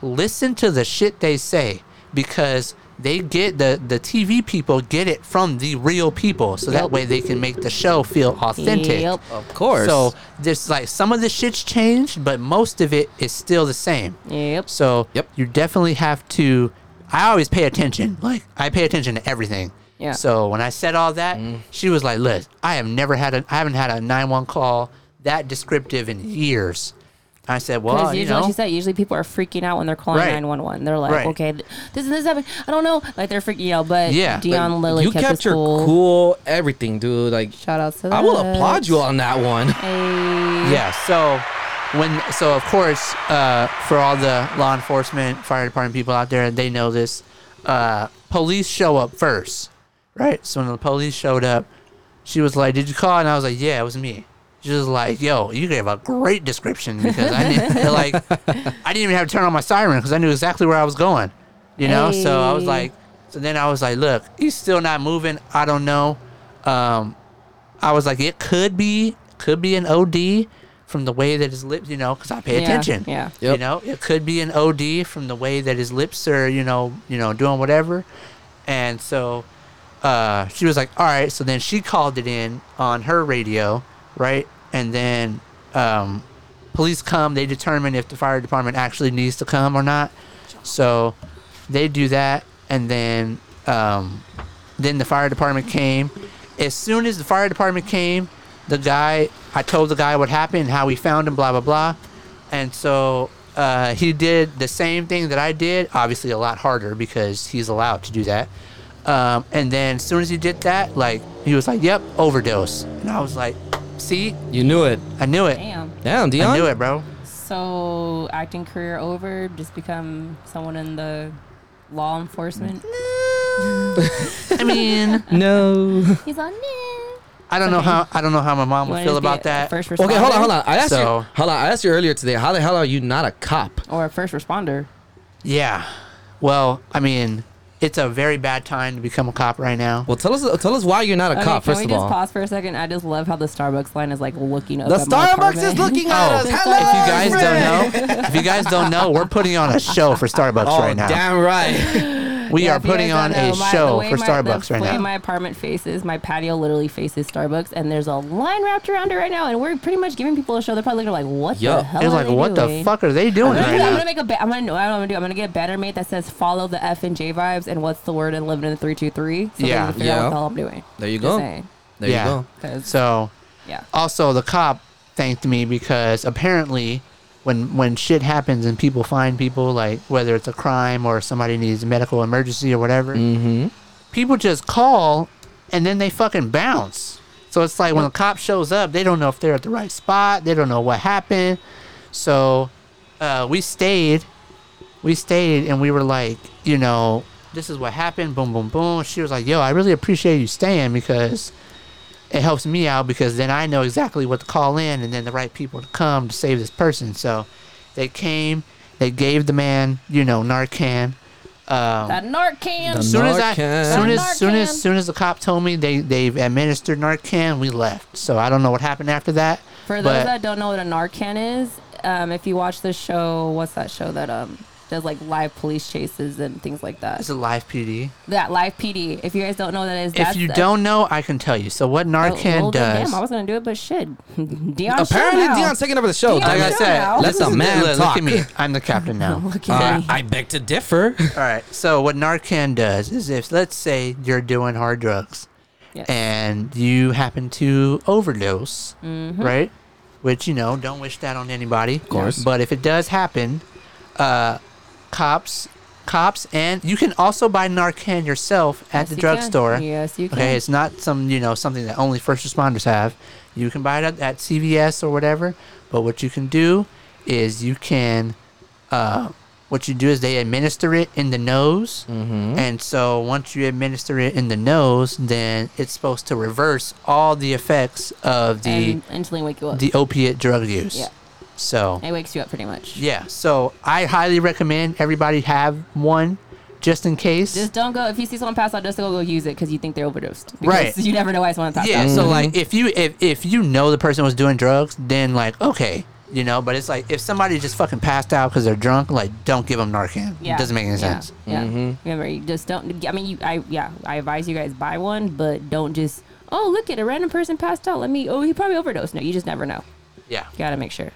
Speaker 7: listen to the shit they say because they get the the TV people get it from the real people, so that
Speaker 5: Yep.
Speaker 7: way they can make the show feel authentic.
Speaker 5: Yep.
Speaker 6: of course.
Speaker 7: So there's like some of the shit's changed, but most of it is still the same.
Speaker 5: Yep.
Speaker 7: So
Speaker 6: Yep.
Speaker 7: you definitely have to. I always pay attention. Like I pay attention to everything.
Speaker 5: Yeah. Mm-hmm.
Speaker 7: So when I said all that, she was like, "Look, I have never had a, I haven't had a nine one call that descriptive in years." I said, "Well,
Speaker 5: Because
Speaker 7: you
Speaker 5: usually, like
Speaker 7: know,
Speaker 5: you said, usually people are freaking out when they're calling
Speaker 7: Right.
Speaker 5: 911. They're like,
Speaker 7: Right.
Speaker 5: okay, th- this and this happened. I don't know. Like, they're freaking out. But
Speaker 7: Yeah.
Speaker 5: Dion Lily
Speaker 6: you
Speaker 5: kept,
Speaker 6: kept
Speaker 5: his
Speaker 6: your
Speaker 5: cool.
Speaker 6: cool everything, dude. Like
Speaker 5: Shout out to that.
Speaker 6: I will applaud you on that
Speaker 5: [laughs]
Speaker 6: one.
Speaker 5: Hey.
Speaker 7: yeah." So when so of course uh, for all the law enforcement, fire department people out there, they know this. Uh, police show up first, right? So when the police showed up, she was like, "Did you call?" And I was like, "Yeah, it was me." She was like, "Yo, you gave a great description because I didn't [laughs] like I didn't even have to turn on my siren because I knew exactly where I was going, you know." So I was
Speaker 5: Hey.
Speaker 7: like, so then I was like, "Look, he's still not moving. I don't know." Um, I was like, "It could be, could be an OD from the way that his lips, you know, because I pay
Speaker 5: Yeah,
Speaker 7: attention.
Speaker 5: yeah.
Speaker 6: Yep.
Speaker 7: You know, it could be an OD from the way that his lips are, you know, you know, doing whatever. And so uh, she was like, all right. So then she called it in on her radio, right? And then um, police come. They determine if the fire department actually needs to come or not. So they do that. And then um, then the fire department came. As soon as the fire department came, the guy, I told the guy what happened, how we found him, blah, blah, blah. And so uh, he did the same thing that I did, obviously a lot harder because he's allowed to do that. Um, and then as soon as he did that, like, he was like, yep, overdose. And I was like, see,
Speaker 6: You knew it.
Speaker 7: I knew it.
Speaker 5: Damn.
Speaker 6: Damn, Dion.
Speaker 7: I knew it, bro.
Speaker 5: So, acting career over, just become someone in the law enforcement.
Speaker 7: I mean,
Speaker 6: No.
Speaker 5: He's on there.
Speaker 7: I don't know
Speaker 5: Okay.
Speaker 7: how I don't know how my mom would feel about that.
Speaker 5: First responder.
Speaker 6: Okay, hold on, hold on. I asked
Speaker 7: So-
Speaker 6: you. Hold on. I asked you earlier today. How the hell are you not a cop?
Speaker 5: Or a first responder.
Speaker 7: yeah. Well, I mean, it's a very bad time to become a cop right now.
Speaker 6: Well, tell us. Tell us why you're not a
Speaker 5: Okay,
Speaker 6: cop.
Speaker 5: can
Speaker 6: First
Speaker 5: we
Speaker 6: of
Speaker 5: just
Speaker 6: all,
Speaker 5: pause for a second? I just love how the Starbucks line is like looking up.
Speaker 6: the
Speaker 5: at my
Speaker 6: Starbucks is
Speaker 5: apartment.
Speaker 6: looking at
Speaker 7: Oh,
Speaker 6: us.
Speaker 7: if you
Speaker 6: Hello,
Speaker 7: guys
Speaker 6: friend.
Speaker 7: don't know, if you guys don't know, we're putting on a show for Starbucks
Speaker 6: Oh,
Speaker 7: right now.
Speaker 6: damn right.
Speaker 7: [laughs] We
Speaker 5: Yeah,
Speaker 7: are
Speaker 5: if you
Speaker 7: putting
Speaker 5: guys
Speaker 7: on
Speaker 5: don't
Speaker 7: a
Speaker 5: know, my- the
Speaker 7: show
Speaker 5: way
Speaker 7: for
Speaker 5: my-
Speaker 7: Starbucks
Speaker 5: the
Speaker 7: right
Speaker 5: way
Speaker 7: now.
Speaker 5: My apartment faces, my patio literally faces Starbucks, and there's a line wrapped around it right now, and we're pretty much giving people a show. They're probably looking like, "What
Speaker 6: Yup.
Speaker 5: the hell?"
Speaker 7: It's
Speaker 5: are
Speaker 7: like,
Speaker 5: they
Speaker 7: what the
Speaker 5: doing?"
Speaker 7: fuck are they
Speaker 5: I'm
Speaker 7: doing
Speaker 5: gonna,
Speaker 7: right
Speaker 5: I'm
Speaker 7: now?
Speaker 5: gonna make a. Ba- I'm gonna know what I'm gonna do. I'm gonna get a banner made that says "Follow the F and J vibes" and what's the word and living in the three two three. So they
Speaker 7: Yeah.
Speaker 5: can figure out
Speaker 6: Yeah.
Speaker 5: what the hell I'm doing.
Speaker 6: There you
Speaker 5: Just
Speaker 6: go.
Speaker 5: saying.
Speaker 6: There
Speaker 7: Yeah.
Speaker 6: you go.
Speaker 5: 'Cause
Speaker 7: So,
Speaker 5: Yeah.
Speaker 7: Also, the cop thanked me because apparently, when when shit happens and people find people, like whether it's a crime or somebody needs a medical emergency or whatever, people just call and then they fucking bounce. So it's like when the cop shows up, they don't know if they're at the right spot. They don't know what happened. So uh, we stayed. We stayed and we were like, you know, this is what happened. Boom, boom, boom. She was like, yo, I really appreciate you staying because it helps me out because then I know exactly what to call in and then the right people to come to save this person. So they came, they gave the man, you know, Narcan. Um,
Speaker 5: That Narcan.
Speaker 6: The
Speaker 7: soon as I,
Speaker 6: Narcan.
Speaker 7: soon as, soon
Speaker 5: Narcan.
Speaker 7: as, soon as the cop told me they they've administered Narcan, we left. So I don't know what happened after that.
Speaker 5: For those
Speaker 7: but
Speaker 5: that don't know what a Narcan is, um, if you watch the show, what's that show that um does like live police chases and things like that?
Speaker 7: it's a live PD.
Speaker 5: That live PD. If you guys don't know what that is,
Speaker 7: If
Speaker 5: that's
Speaker 7: you
Speaker 5: the-
Speaker 7: don't know, I can tell you. So what
Speaker 5: Oh,
Speaker 7: Narcan
Speaker 5: well, then,
Speaker 7: does?
Speaker 5: Damn, I was gonna do it, but shit, [laughs] Dion.
Speaker 6: Apparently,
Speaker 5: Dion.
Speaker 6: Dion's taking over the show.
Speaker 5: Dion,
Speaker 7: like
Speaker 6: dog.
Speaker 7: I
Speaker 5: Shut
Speaker 7: said,
Speaker 6: Let
Speaker 5: out.
Speaker 6: the
Speaker 7: listen to-
Speaker 6: man
Speaker 7: look,
Speaker 6: talk.
Speaker 7: Look at me. I'm
Speaker 5: [laughs]
Speaker 7: the captain now.
Speaker 5: Look at
Speaker 6: Uh,
Speaker 5: me.
Speaker 6: I beg to differ.
Speaker 7: All right. So what Narcan does is if let's say you're doing hard drugs
Speaker 5: Yes.
Speaker 7: and you happen to overdose,
Speaker 5: Mm-hmm.
Speaker 7: right? Which you know, don't wish that on anybody. Of
Speaker 6: course.
Speaker 7: But if it does happen, uh, cops, cops, and you can also buy Narcan yourself at
Speaker 5: Yes,
Speaker 7: the
Speaker 5: you
Speaker 7: drugstore.
Speaker 5: can. Yes, you
Speaker 7: Okay,
Speaker 5: can.
Speaker 7: it's not some you know something that only first responders have. You can buy it at, at CVS or whatever. But what you can do is you can uh, what you do is they administer it in the nose, and so once you administer it in the nose, then it's supposed to reverse all the effects of the
Speaker 5: and instantly wake you up.
Speaker 7: the opiate drug use.
Speaker 5: Yeah.
Speaker 7: So
Speaker 5: it wakes you up pretty much.
Speaker 7: yeah, so I highly recommend everybody have one, just in case.
Speaker 5: Just don't go if you see someone pass out. Just go go use it because you think they're overdosed.
Speaker 7: Right.
Speaker 5: Because [laughs] You never know why someone passed
Speaker 7: yeah.
Speaker 5: out.
Speaker 7: So like, if you if if you know the person was doing drugs, then like okay, you know. But it's like if somebody just fucking passed out because they're drunk, like don't give them Narcan. It doesn't make any
Speaker 5: yeah,
Speaker 7: sense.
Speaker 5: Yeah.
Speaker 6: Mm-hmm.
Speaker 5: Remember, you just don't. I mean, you. I yeah. I advise you guys buy one, but don't just. Oh, look at a random person passed out. Let me. Oh, he probably overdosed. No, you just never know.
Speaker 7: Yeah.
Speaker 5: Gotta make sure.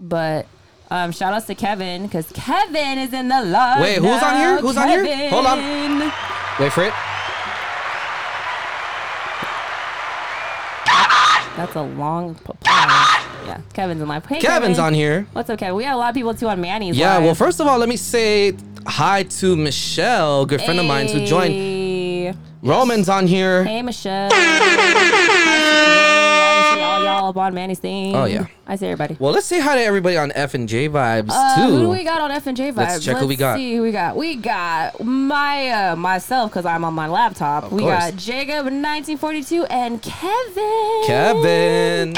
Speaker 5: But um, shout outs to Kevin because Kevin is in the live.
Speaker 6: Wait, who's on here?
Speaker 5: now.
Speaker 6: Who's on here?
Speaker 5: Kevin.
Speaker 6: Hold on. [laughs] Wait for it.
Speaker 5: That's a long p- pause. Yeah, Kevin's in live. Hey,
Speaker 6: Kevin's
Speaker 5: Kevin.
Speaker 6: on here.
Speaker 5: What's okay? We have a lot of people too on Manny's.
Speaker 6: Yeah,
Speaker 5: live.
Speaker 6: well, first of all, let me say hi to Michelle, good friend of mine who joined.
Speaker 5: Hey.
Speaker 6: Roman's on here.
Speaker 5: Hey, Michelle. I see all y'all up on Manny's thing.
Speaker 6: Oh, yeah.
Speaker 5: I see everybody.
Speaker 6: Well, let's say hi to everybody on F and J Vibes
Speaker 5: Uh,
Speaker 6: too.
Speaker 5: who do we got on F and J vibes?
Speaker 6: Let's check who we got.
Speaker 5: See who we got. We got Maya myself because I'm on my laptop. we
Speaker 6: course.
Speaker 5: got Jacob 1942 and Kevin.
Speaker 6: Kevin.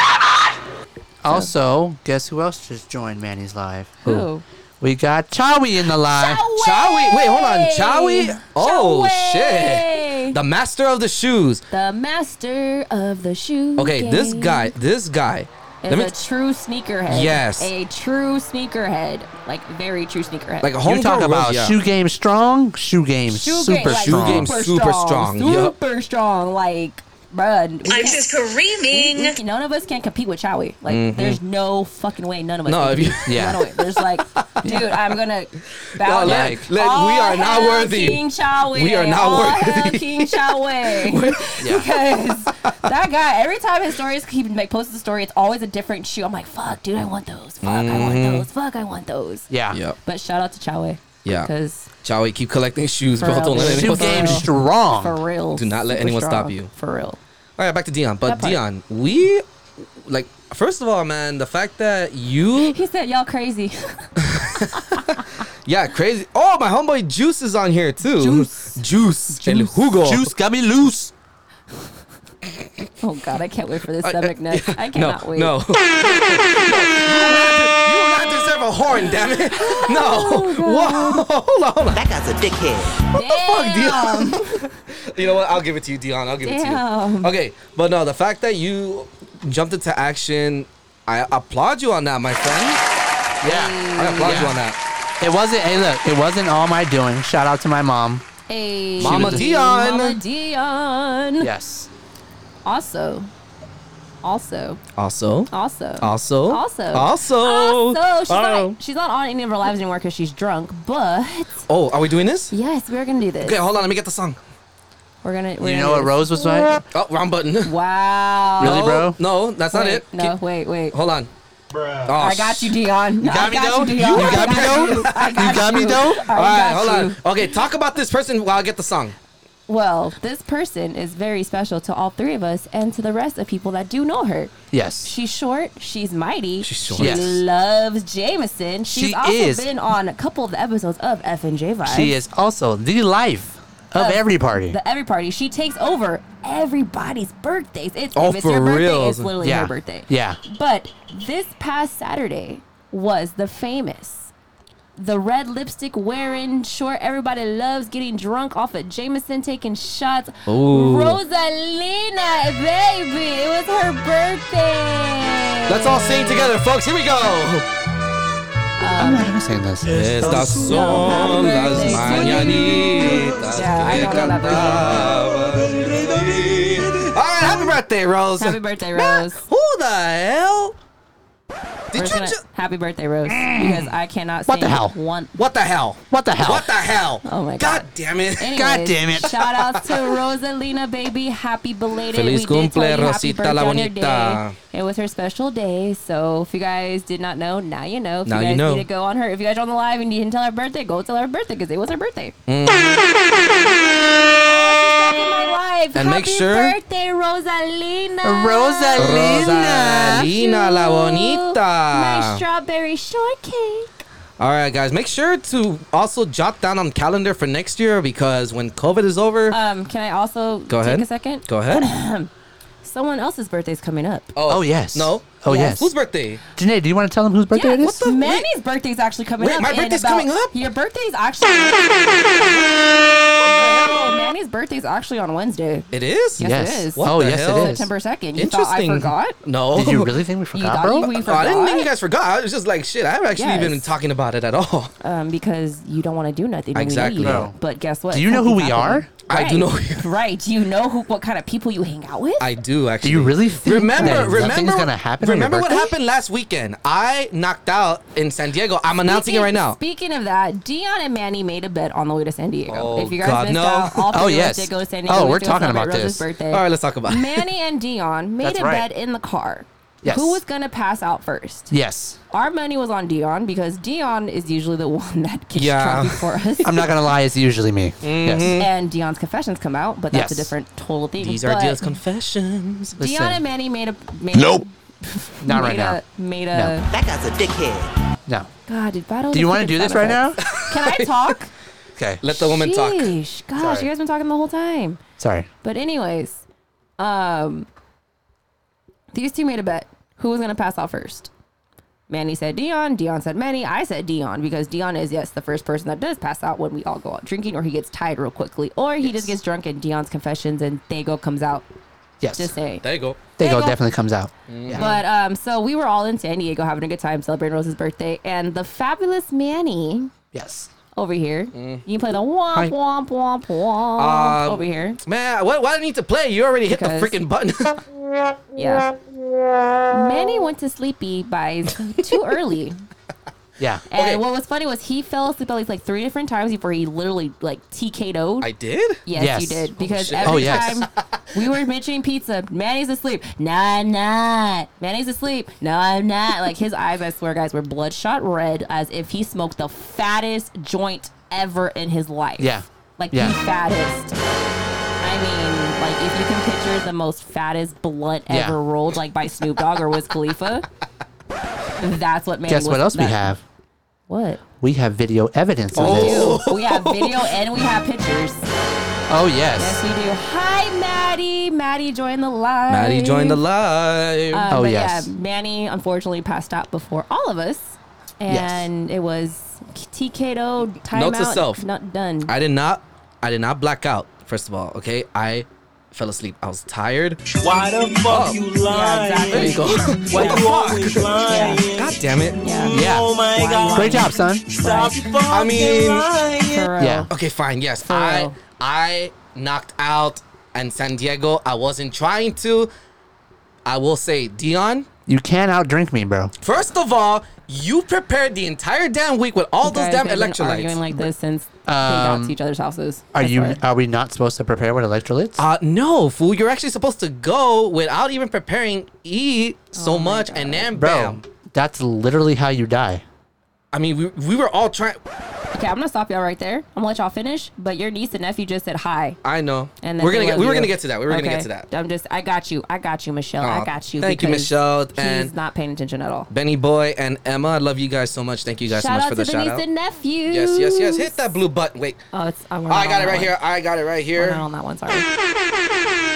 Speaker 7: Also, guess who else just joined Manny's live?
Speaker 5: Who?
Speaker 7: We got Chawi in the live.
Speaker 6: Chawi. Wait, hold on. Chawi. Oh
Speaker 5: Chawi.
Speaker 6: shit. The master of the shoes.
Speaker 5: The master of the shoe.
Speaker 6: Okay,
Speaker 5: game
Speaker 6: this guy. This guy.
Speaker 5: is
Speaker 6: Let me
Speaker 5: a true sneakerhead.
Speaker 6: Yes.
Speaker 5: a true sneakerhead, like very true sneakerhead.
Speaker 6: like a
Speaker 7: You
Speaker 6: home
Speaker 7: talk about shoe game strong, shoe game
Speaker 5: Shoe
Speaker 7: super
Speaker 5: game, like,
Speaker 7: strong.
Speaker 6: Shoe game super strong, yup.
Speaker 5: super strong. Like, bruh, we
Speaker 1: I'm
Speaker 5: can't-
Speaker 1: just
Speaker 5: we-
Speaker 1: screaming.
Speaker 5: we- none of us can compete with Chawi. Like, there's no fucking way. None of us.
Speaker 6: Mm-hmm. No,
Speaker 5: can
Speaker 6: if you-
Speaker 5: compete.
Speaker 7: yeah.
Speaker 5: None of it. There's
Speaker 6: [laughs]
Speaker 5: like, dude, I'm gonna.
Speaker 6: No,
Speaker 5: Bow
Speaker 6: let-
Speaker 5: down.
Speaker 6: let- we
Speaker 5: All
Speaker 6: are not
Speaker 5: hail
Speaker 6: worthy.
Speaker 5: King Chawi.
Speaker 6: We are not
Speaker 5: All hail
Speaker 6: worthy. [laughs]
Speaker 5: King Chawi. Because that guy, every time his stories he like posts a story, it's always a different shoe. I'm like, fuck, dude, I want those. Fuck, I want
Speaker 6: Mm-hmm.
Speaker 5: those. Fuck, I want those.
Speaker 7: Yeah.
Speaker 6: Yep.
Speaker 5: But shout out to Chawi.
Speaker 6: Yeah.
Speaker 5: Because
Speaker 6: Chawi, keep collecting shoes,
Speaker 5: For
Speaker 6: bro. Don't
Speaker 5: real.
Speaker 6: let
Speaker 7: Shoe
Speaker 6: anyone
Speaker 5: For
Speaker 7: game
Speaker 5: real.
Speaker 7: strong.
Speaker 5: for real,
Speaker 6: Do not let
Speaker 5: super
Speaker 6: anyone stop
Speaker 5: strong.
Speaker 6: you.
Speaker 5: For real.
Speaker 6: All right, back to Dion.
Speaker 5: That
Speaker 6: But
Speaker 5: part.
Speaker 6: Dion, we like first of all, man, the fact that you
Speaker 5: He said, "Y'all crazy." [laughs]
Speaker 6: yeah, crazy. Oh, my homeboy Juice is on here too.
Speaker 5: Juice.
Speaker 6: Juice. El Hugo.
Speaker 7: Juice got me loose.
Speaker 5: oh God, I can't wait for this
Speaker 6: Uh,
Speaker 5: stomach nut. I
Speaker 6: No,
Speaker 5: cannot wait. [laughs]
Speaker 6: no. you, don't have to, you don't have to deserve a horn, damn
Speaker 5: [laughs]
Speaker 6: it.
Speaker 5: Oh,
Speaker 6: No. Whoa. Hold on, hold on.
Speaker 3: That guy's a dickhead.
Speaker 5: Damn.
Speaker 6: [laughs] You know what? I'll give it to you, Dion. I'll give it to
Speaker 5: Damn.
Speaker 6: you. Okay, but no, the fact that you jumped into action, I applaud you on that, my friend.
Speaker 7: Yeah.
Speaker 6: I applaud you
Speaker 7: Yeah.
Speaker 6: on that.
Speaker 7: It wasn't. Hey, look. It wasn't all my doing. Shout out to my mom.
Speaker 5: Hey,
Speaker 6: Mama Dion.
Speaker 5: Mama Dion.
Speaker 7: Yes.
Speaker 5: Also, also,
Speaker 6: Also,
Speaker 5: also,
Speaker 6: also,
Speaker 5: also,
Speaker 6: also,
Speaker 5: also. She's,
Speaker 6: Oh.
Speaker 5: not, she's not on any of our lives anymore because she's drunk. But
Speaker 6: Oh, are we doing this?
Speaker 5: yes, we're gonna do this.
Speaker 6: Okay, hold on. Let me get the song.
Speaker 8: We're gonna. We're
Speaker 7: You
Speaker 8: gonna
Speaker 7: know what
Speaker 8: do
Speaker 7: Rose was like?
Speaker 6: Oh, wrong button.
Speaker 5: Wow.
Speaker 7: Really,
Speaker 6: [laughs] no,
Speaker 7: bro?
Speaker 6: No, that's not
Speaker 5: Wait,
Speaker 6: it.
Speaker 5: No,
Speaker 6: Keep-
Speaker 5: wait, wait.
Speaker 6: hold on. Oh,
Speaker 5: I got you, Dion. You [laughs]
Speaker 7: got
Speaker 5: I
Speaker 7: me,
Speaker 5: got
Speaker 7: though?
Speaker 5: you, Dion.
Speaker 7: You
Speaker 5: I
Speaker 7: got me, though?
Speaker 5: you. I got
Speaker 7: You got me, though?
Speaker 5: I
Speaker 6: All right,
Speaker 5: got
Speaker 6: hold
Speaker 5: you.
Speaker 6: on. Okay, talk about this person while I get the song.
Speaker 5: Well, this person is very special to all three of us and to the rest of people that do know her.
Speaker 7: Yes.
Speaker 5: She's short. She's mighty.
Speaker 6: She's short.
Speaker 5: She
Speaker 7: Yes.
Speaker 5: loves Jameson. She's
Speaker 7: She
Speaker 5: also
Speaker 7: is.
Speaker 5: been on a couple of the episodes of F and J Vibes.
Speaker 7: She is also the life of
Speaker 5: Of
Speaker 7: every party.
Speaker 5: The every party. She takes over everybody's birthdays. It's,
Speaker 6: Oh,
Speaker 5: if it's
Speaker 6: for
Speaker 5: your birthday,
Speaker 6: reals?
Speaker 5: it's literally
Speaker 7: yeah.
Speaker 5: her birthday.
Speaker 7: Yeah.
Speaker 5: But this past Saturday was the famous, the red lipstick wearing, short, everybody loves getting drunk off of Jameson, taking shots.
Speaker 6: Ooh.
Speaker 5: Rosalina, baby. It was her birthday.
Speaker 6: Let's all sing together, folks. Here we go.
Speaker 7: I'm not gonna sing this.
Speaker 6: Estas
Speaker 5: son
Speaker 6: son
Speaker 5: las
Speaker 6: las mañanitas
Speaker 5: mañanitas Yeah, I que know that
Speaker 6: All right, happy birthday, Rose.
Speaker 5: Happy birthday, Rose.
Speaker 6: Who the hell? Did
Speaker 5: We're
Speaker 6: you?
Speaker 5: just gonna-
Speaker 6: ju- Mm.
Speaker 5: happy birthday, Rose. Because I cannot
Speaker 7: What
Speaker 5: sing
Speaker 7: the hell?
Speaker 5: one.
Speaker 6: what the hell?
Speaker 7: What the hell?
Speaker 6: What the hell?
Speaker 5: Oh my
Speaker 6: God
Speaker 5: God.
Speaker 6: damn it!
Speaker 7: God damn it.
Speaker 5: Shout outs to Rosalina, baby. Happy belated.
Speaker 6: Feliz
Speaker 5: we did tell
Speaker 6: cumple,
Speaker 5: you happy
Speaker 6: Rosita
Speaker 5: birthday
Speaker 6: la
Speaker 5: on your
Speaker 6: bonita.
Speaker 5: day. It was her special day. So if you guys did not know, now you know. If
Speaker 6: Now you
Speaker 5: you guys
Speaker 6: know.
Speaker 5: need to go on her, if you guys are on the live and you didn't tell her birthday, go tell her birthday because it was her birthday.
Speaker 6: Mm.
Speaker 5: Back in my life.
Speaker 6: And
Speaker 5: Happy
Speaker 6: make sure-
Speaker 5: birthday, Rosalina.
Speaker 6: Rosalina la
Speaker 5: My
Speaker 6: bonita.
Speaker 5: strawberry shortcake.
Speaker 6: All right, guys, make sure to also jot down on calendar for next year because when COVID is over,
Speaker 5: Um, can I also
Speaker 6: go
Speaker 5: take
Speaker 6: ahead.
Speaker 5: a second?
Speaker 6: Go
Speaker 5: [clears throat]
Speaker 6: ahead.
Speaker 5: Someone else's birthday's coming up.
Speaker 7: Oh, yes.
Speaker 6: No.
Speaker 7: Oh, yes.
Speaker 6: Whose birthday?
Speaker 7: Janae, do you want to tell them whose birthday
Speaker 5: Yeah,
Speaker 7: Oh, it is?
Speaker 6: the-
Speaker 5: Manny's birthday's actually coming
Speaker 6: Wait,
Speaker 5: up.
Speaker 6: my
Speaker 5: in
Speaker 6: birthday's
Speaker 5: about-
Speaker 6: coming up?
Speaker 5: Your birthday's actually.
Speaker 6: [laughs]
Speaker 5: Oh, Manny's birthday's actually on Wednesday.
Speaker 6: It is.
Speaker 5: Yes,
Speaker 7: Yes.
Speaker 5: it is.
Speaker 6: What
Speaker 7: Oh,
Speaker 6: the
Speaker 7: yes,
Speaker 6: hell?
Speaker 7: it is.
Speaker 5: September second. You thought I
Speaker 6: Interesting.
Speaker 5: forgot?
Speaker 6: No.
Speaker 7: Did
Speaker 6: [laughs]
Speaker 7: you really think we
Speaker 5: You
Speaker 7: forgot,
Speaker 5: thought
Speaker 7: bro?
Speaker 5: you- we
Speaker 6: Oh, I
Speaker 5: forgot?
Speaker 6: didn't think you guys forgot. I was just like, shit, I haven't actually
Speaker 5: Yes.
Speaker 6: been talking about it at all.
Speaker 5: Um, because you don't want to do nothing. when we know
Speaker 6: Exactly.
Speaker 5: you.
Speaker 7: No.
Speaker 5: But guess what?
Speaker 7: Do you know who we are?
Speaker 6: I do know.
Speaker 5: right. Do you know who? What kind of people you hang out with?
Speaker 6: [laughs] I do
Speaker 7: Do
Speaker 6: actually.
Speaker 7: you really think
Speaker 6: [laughs] remember?
Speaker 7: that
Speaker 6: remember?
Speaker 7: nothing's gonna happen? on your
Speaker 6: Remember what
Speaker 7: birthday?
Speaker 6: happened last weekend? I knocked out in San Diego. I'm announcing it
Speaker 5: Speaking-
Speaker 6: right now.
Speaker 5: Speaking of that, Dion and Manny made a bet on the way to San Diego.
Speaker 6: Oh,
Speaker 5: if you guys
Speaker 6: God,
Speaker 5: missed
Speaker 6: no.
Speaker 5: out, all three
Speaker 7: Oh,
Speaker 5: of us
Speaker 7: yes.
Speaker 5: did go to San Diego.
Speaker 7: Oh,
Speaker 5: We
Speaker 7: we're
Speaker 5: still
Speaker 7: talking
Speaker 5: celebrate
Speaker 7: about
Speaker 5: Rose's
Speaker 7: this.
Speaker 5: Birthday.
Speaker 6: All right, let's talk about it.
Speaker 5: Manny and Dion made
Speaker 7: That's
Speaker 5: a
Speaker 7: right.
Speaker 5: bet in the car.
Speaker 7: Yes.
Speaker 5: Who was going to pass out first?
Speaker 7: Yes.
Speaker 5: Our money was on Dion because Dion is usually the [laughs] one that gets
Speaker 6: Yeah.
Speaker 5: drunk before us.
Speaker 7: I'm not gonna lie, it's usually me.
Speaker 6: Mm-hmm.
Speaker 7: Yes.
Speaker 5: [laughs] and Dion's confessions come out, but that's a
Speaker 7: Yes.
Speaker 5: different total thing.
Speaker 6: These
Speaker 5: but
Speaker 6: are Dion's confessions.
Speaker 5: Dion
Speaker 7: Listen.
Speaker 5: and Manny made a made
Speaker 9: Nope.
Speaker 7: Not right
Speaker 5: made
Speaker 7: now.
Speaker 5: a, made a
Speaker 7: No.
Speaker 5: God. Did battle?
Speaker 7: Do you want to do this right now?
Speaker 5: [laughs]
Speaker 7: [laughs]
Speaker 5: Can I talk?
Speaker 7: Okay.
Speaker 6: Let the woman talk.
Speaker 5: Sheesh. Gosh, you guys been talking the whole time.
Speaker 7: Sorry.
Speaker 5: But anyways, um, these two made a bet. Who was gonna pass out first? Manny said Dion. Dion said Manny. I said Dion because Dion is yes the first person that does pass out when we all go out drinking, or he gets tired real quickly, or he just gets drunk and Dion's confessions and Dago comes out.
Speaker 7: Yes.
Speaker 5: Just
Speaker 7: There
Speaker 5: saying.
Speaker 6: There you go.
Speaker 7: you go.
Speaker 5: Dago.
Speaker 7: Definitely comes out.
Speaker 6: Mm-hmm.
Speaker 5: But um, so we were all in San Diego having a good time celebrating Rose's birthday, and the fabulous Manny
Speaker 7: Yes.
Speaker 5: over here. You play the womp
Speaker 7: Hi.
Speaker 5: womp womp womp
Speaker 6: Mm. Um,
Speaker 5: over here.
Speaker 6: Man, what? Why do I need to play? You already hit
Speaker 5: Because-
Speaker 6: the freaking button. [laughs]
Speaker 5: Yeah. Manny went to sleepy by too early.
Speaker 7: Yeah.
Speaker 5: And
Speaker 6: Okay.
Speaker 5: what was funny was he fell asleep at least like three different times before he literally like TK'd.
Speaker 6: I did.
Speaker 5: yes,
Speaker 7: Yes.
Speaker 5: you did. Because
Speaker 6: shit.
Speaker 5: every
Speaker 7: Oh, yes.
Speaker 5: time we were mentioning pizza, Manny's asleep. No, I'm not. Manny's asleep. No, I'm not. Like his eyes, I swear, guys, were bloodshot red as if he smoked the fattest joint ever in his life.
Speaker 7: Yeah.
Speaker 5: Like
Speaker 7: Yeah.
Speaker 5: the fattest. I mean, like if you can picture the most fattest blunt
Speaker 7: Yeah.
Speaker 5: ever rolled, like by Snoop Dogg or Wiz Khalifa, that's what Manny
Speaker 7: Guess
Speaker 5: was-
Speaker 7: what else we
Speaker 5: that-
Speaker 7: have?
Speaker 5: What?
Speaker 7: We have video evidence of this.
Speaker 6: Oh.
Speaker 5: We have video and we have pictures.
Speaker 7: Oh
Speaker 5: Yes,
Speaker 7: yes.
Speaker 5: we do. Hi, Maddie. Maddie joined the live.
Speaker 6: Maddie joined the live.
Speaker 5: Um,
Speaker 7: Oh,
Speaker 5: but
Speaker 7: yes.
Speaker 5: Yeah, Manny unfortunately passed out before all of us, and it was TKO timeout.
Speaker 6: Note to self.
Speaker 5: Not done.
Speaker 6: I did not. I did not black out. First of all, okay, I fell asleep. I was tired. Oh,
Speaker 10: Why the fuck you
Speaker 5: yeah,
Speaker 10: lying?
Speaker 6: There you go.
Speaker 5: exactly.
Speaker 6: [laughs]
Speaker 10: Why you always lying?
Speaker 6: God damn it.
Speaker 5: Yeah.
Speaker 10: Oh
Speaker 7: Yeah.
Speaker 10: my god.
Speaker 7: Great job, son.
Speaker 10: Stop fucking I
Speaker 6: mean-
Speaker 10: mean, lying.
Speaker 5: For real.
Speaker 7: Yeah.
Speaker 6: Okay, fine. Yes,
Speaker 5: For
Speaker 6: I
Speaker 5: real.
Speaker 6: I knocked out in San Diego. I wasn't trying to. I will say, Dion.
Speaker 7: You can outdrink me, bro.
Speaker 6: First of all, you prepared the entire damn week with all
Speaker 5: You
Speaker 6: those
Speaker 5: guys
Speaker 6: damn
Speaker 5: have been arguing
Speaker 6: electrolytes.
Speaker 5: like this since out
Speaker 7: Um,
Speaker 5: to each other's houses.
Speaker 7: Are
Speaker 5: That's
Speaker 7: you?
Speaker 5: why.
Speaker 7: Are we not supposed to prepare with electrolytes?
Speaker 6: Uh, no, fool. You're actually supposed to go without even preparing, eat
Speaker 5: Oh
Speaker 6: so much, and then
Speaker 7: Bro,
Speaker 6: bam.
Speaker 7: that's literally how you die.
Speaker 6: I mean, we, we were all trying. uh,
Speaker 5: Okay, I'm gonna stop y'all right there. I'm gonna let y'all finish. But your niece and nephew just said hi.
Speaker 6: I know.
Speaker 5: And then
Speaker 6: we're
Speaker 5: they
Speaker 6: gonna get,
Speaker 5: love
Speaker 6: we were
Speaker 5: you.
Speaker 6: gonna get to that. We were gonna get
Speaker 5: Okay.
Speaker 6: to that.
Speaker 5: I'm just. I got you. I got you, Michelle.
Speaker 6: Aw,
Speaker 5: I got you.
Speaker 6: thank you,
Speaker 5: because
Speaker 6: Michelle,
Speaker 5: She's
Speaker 6: and-
Speaker 5: not paying attention at all.
Speaker 6: Benny Boy and Emma, I love you guys so much. Thank you guys so
Speaker 5: shout
Speaker 6: much
Speaker 5: out
Speaker 6: for
Speaker 5: to
Speaker 6: the
Speaker 5: the
Speaker 6: shout
Speaker 5: niece
Speaker 6: out.
Speaker 5: and nephew.
Speaker 6: Yes, yes, yes. Hit that blue button. Wait.
Speaker 5: Oh, it's. Oh,
Speaker 6: I got it right here. I got it right here.
Speaker 5: We're
Speaker 6: [laughs]
Speaker 5: not on that one. Sorry.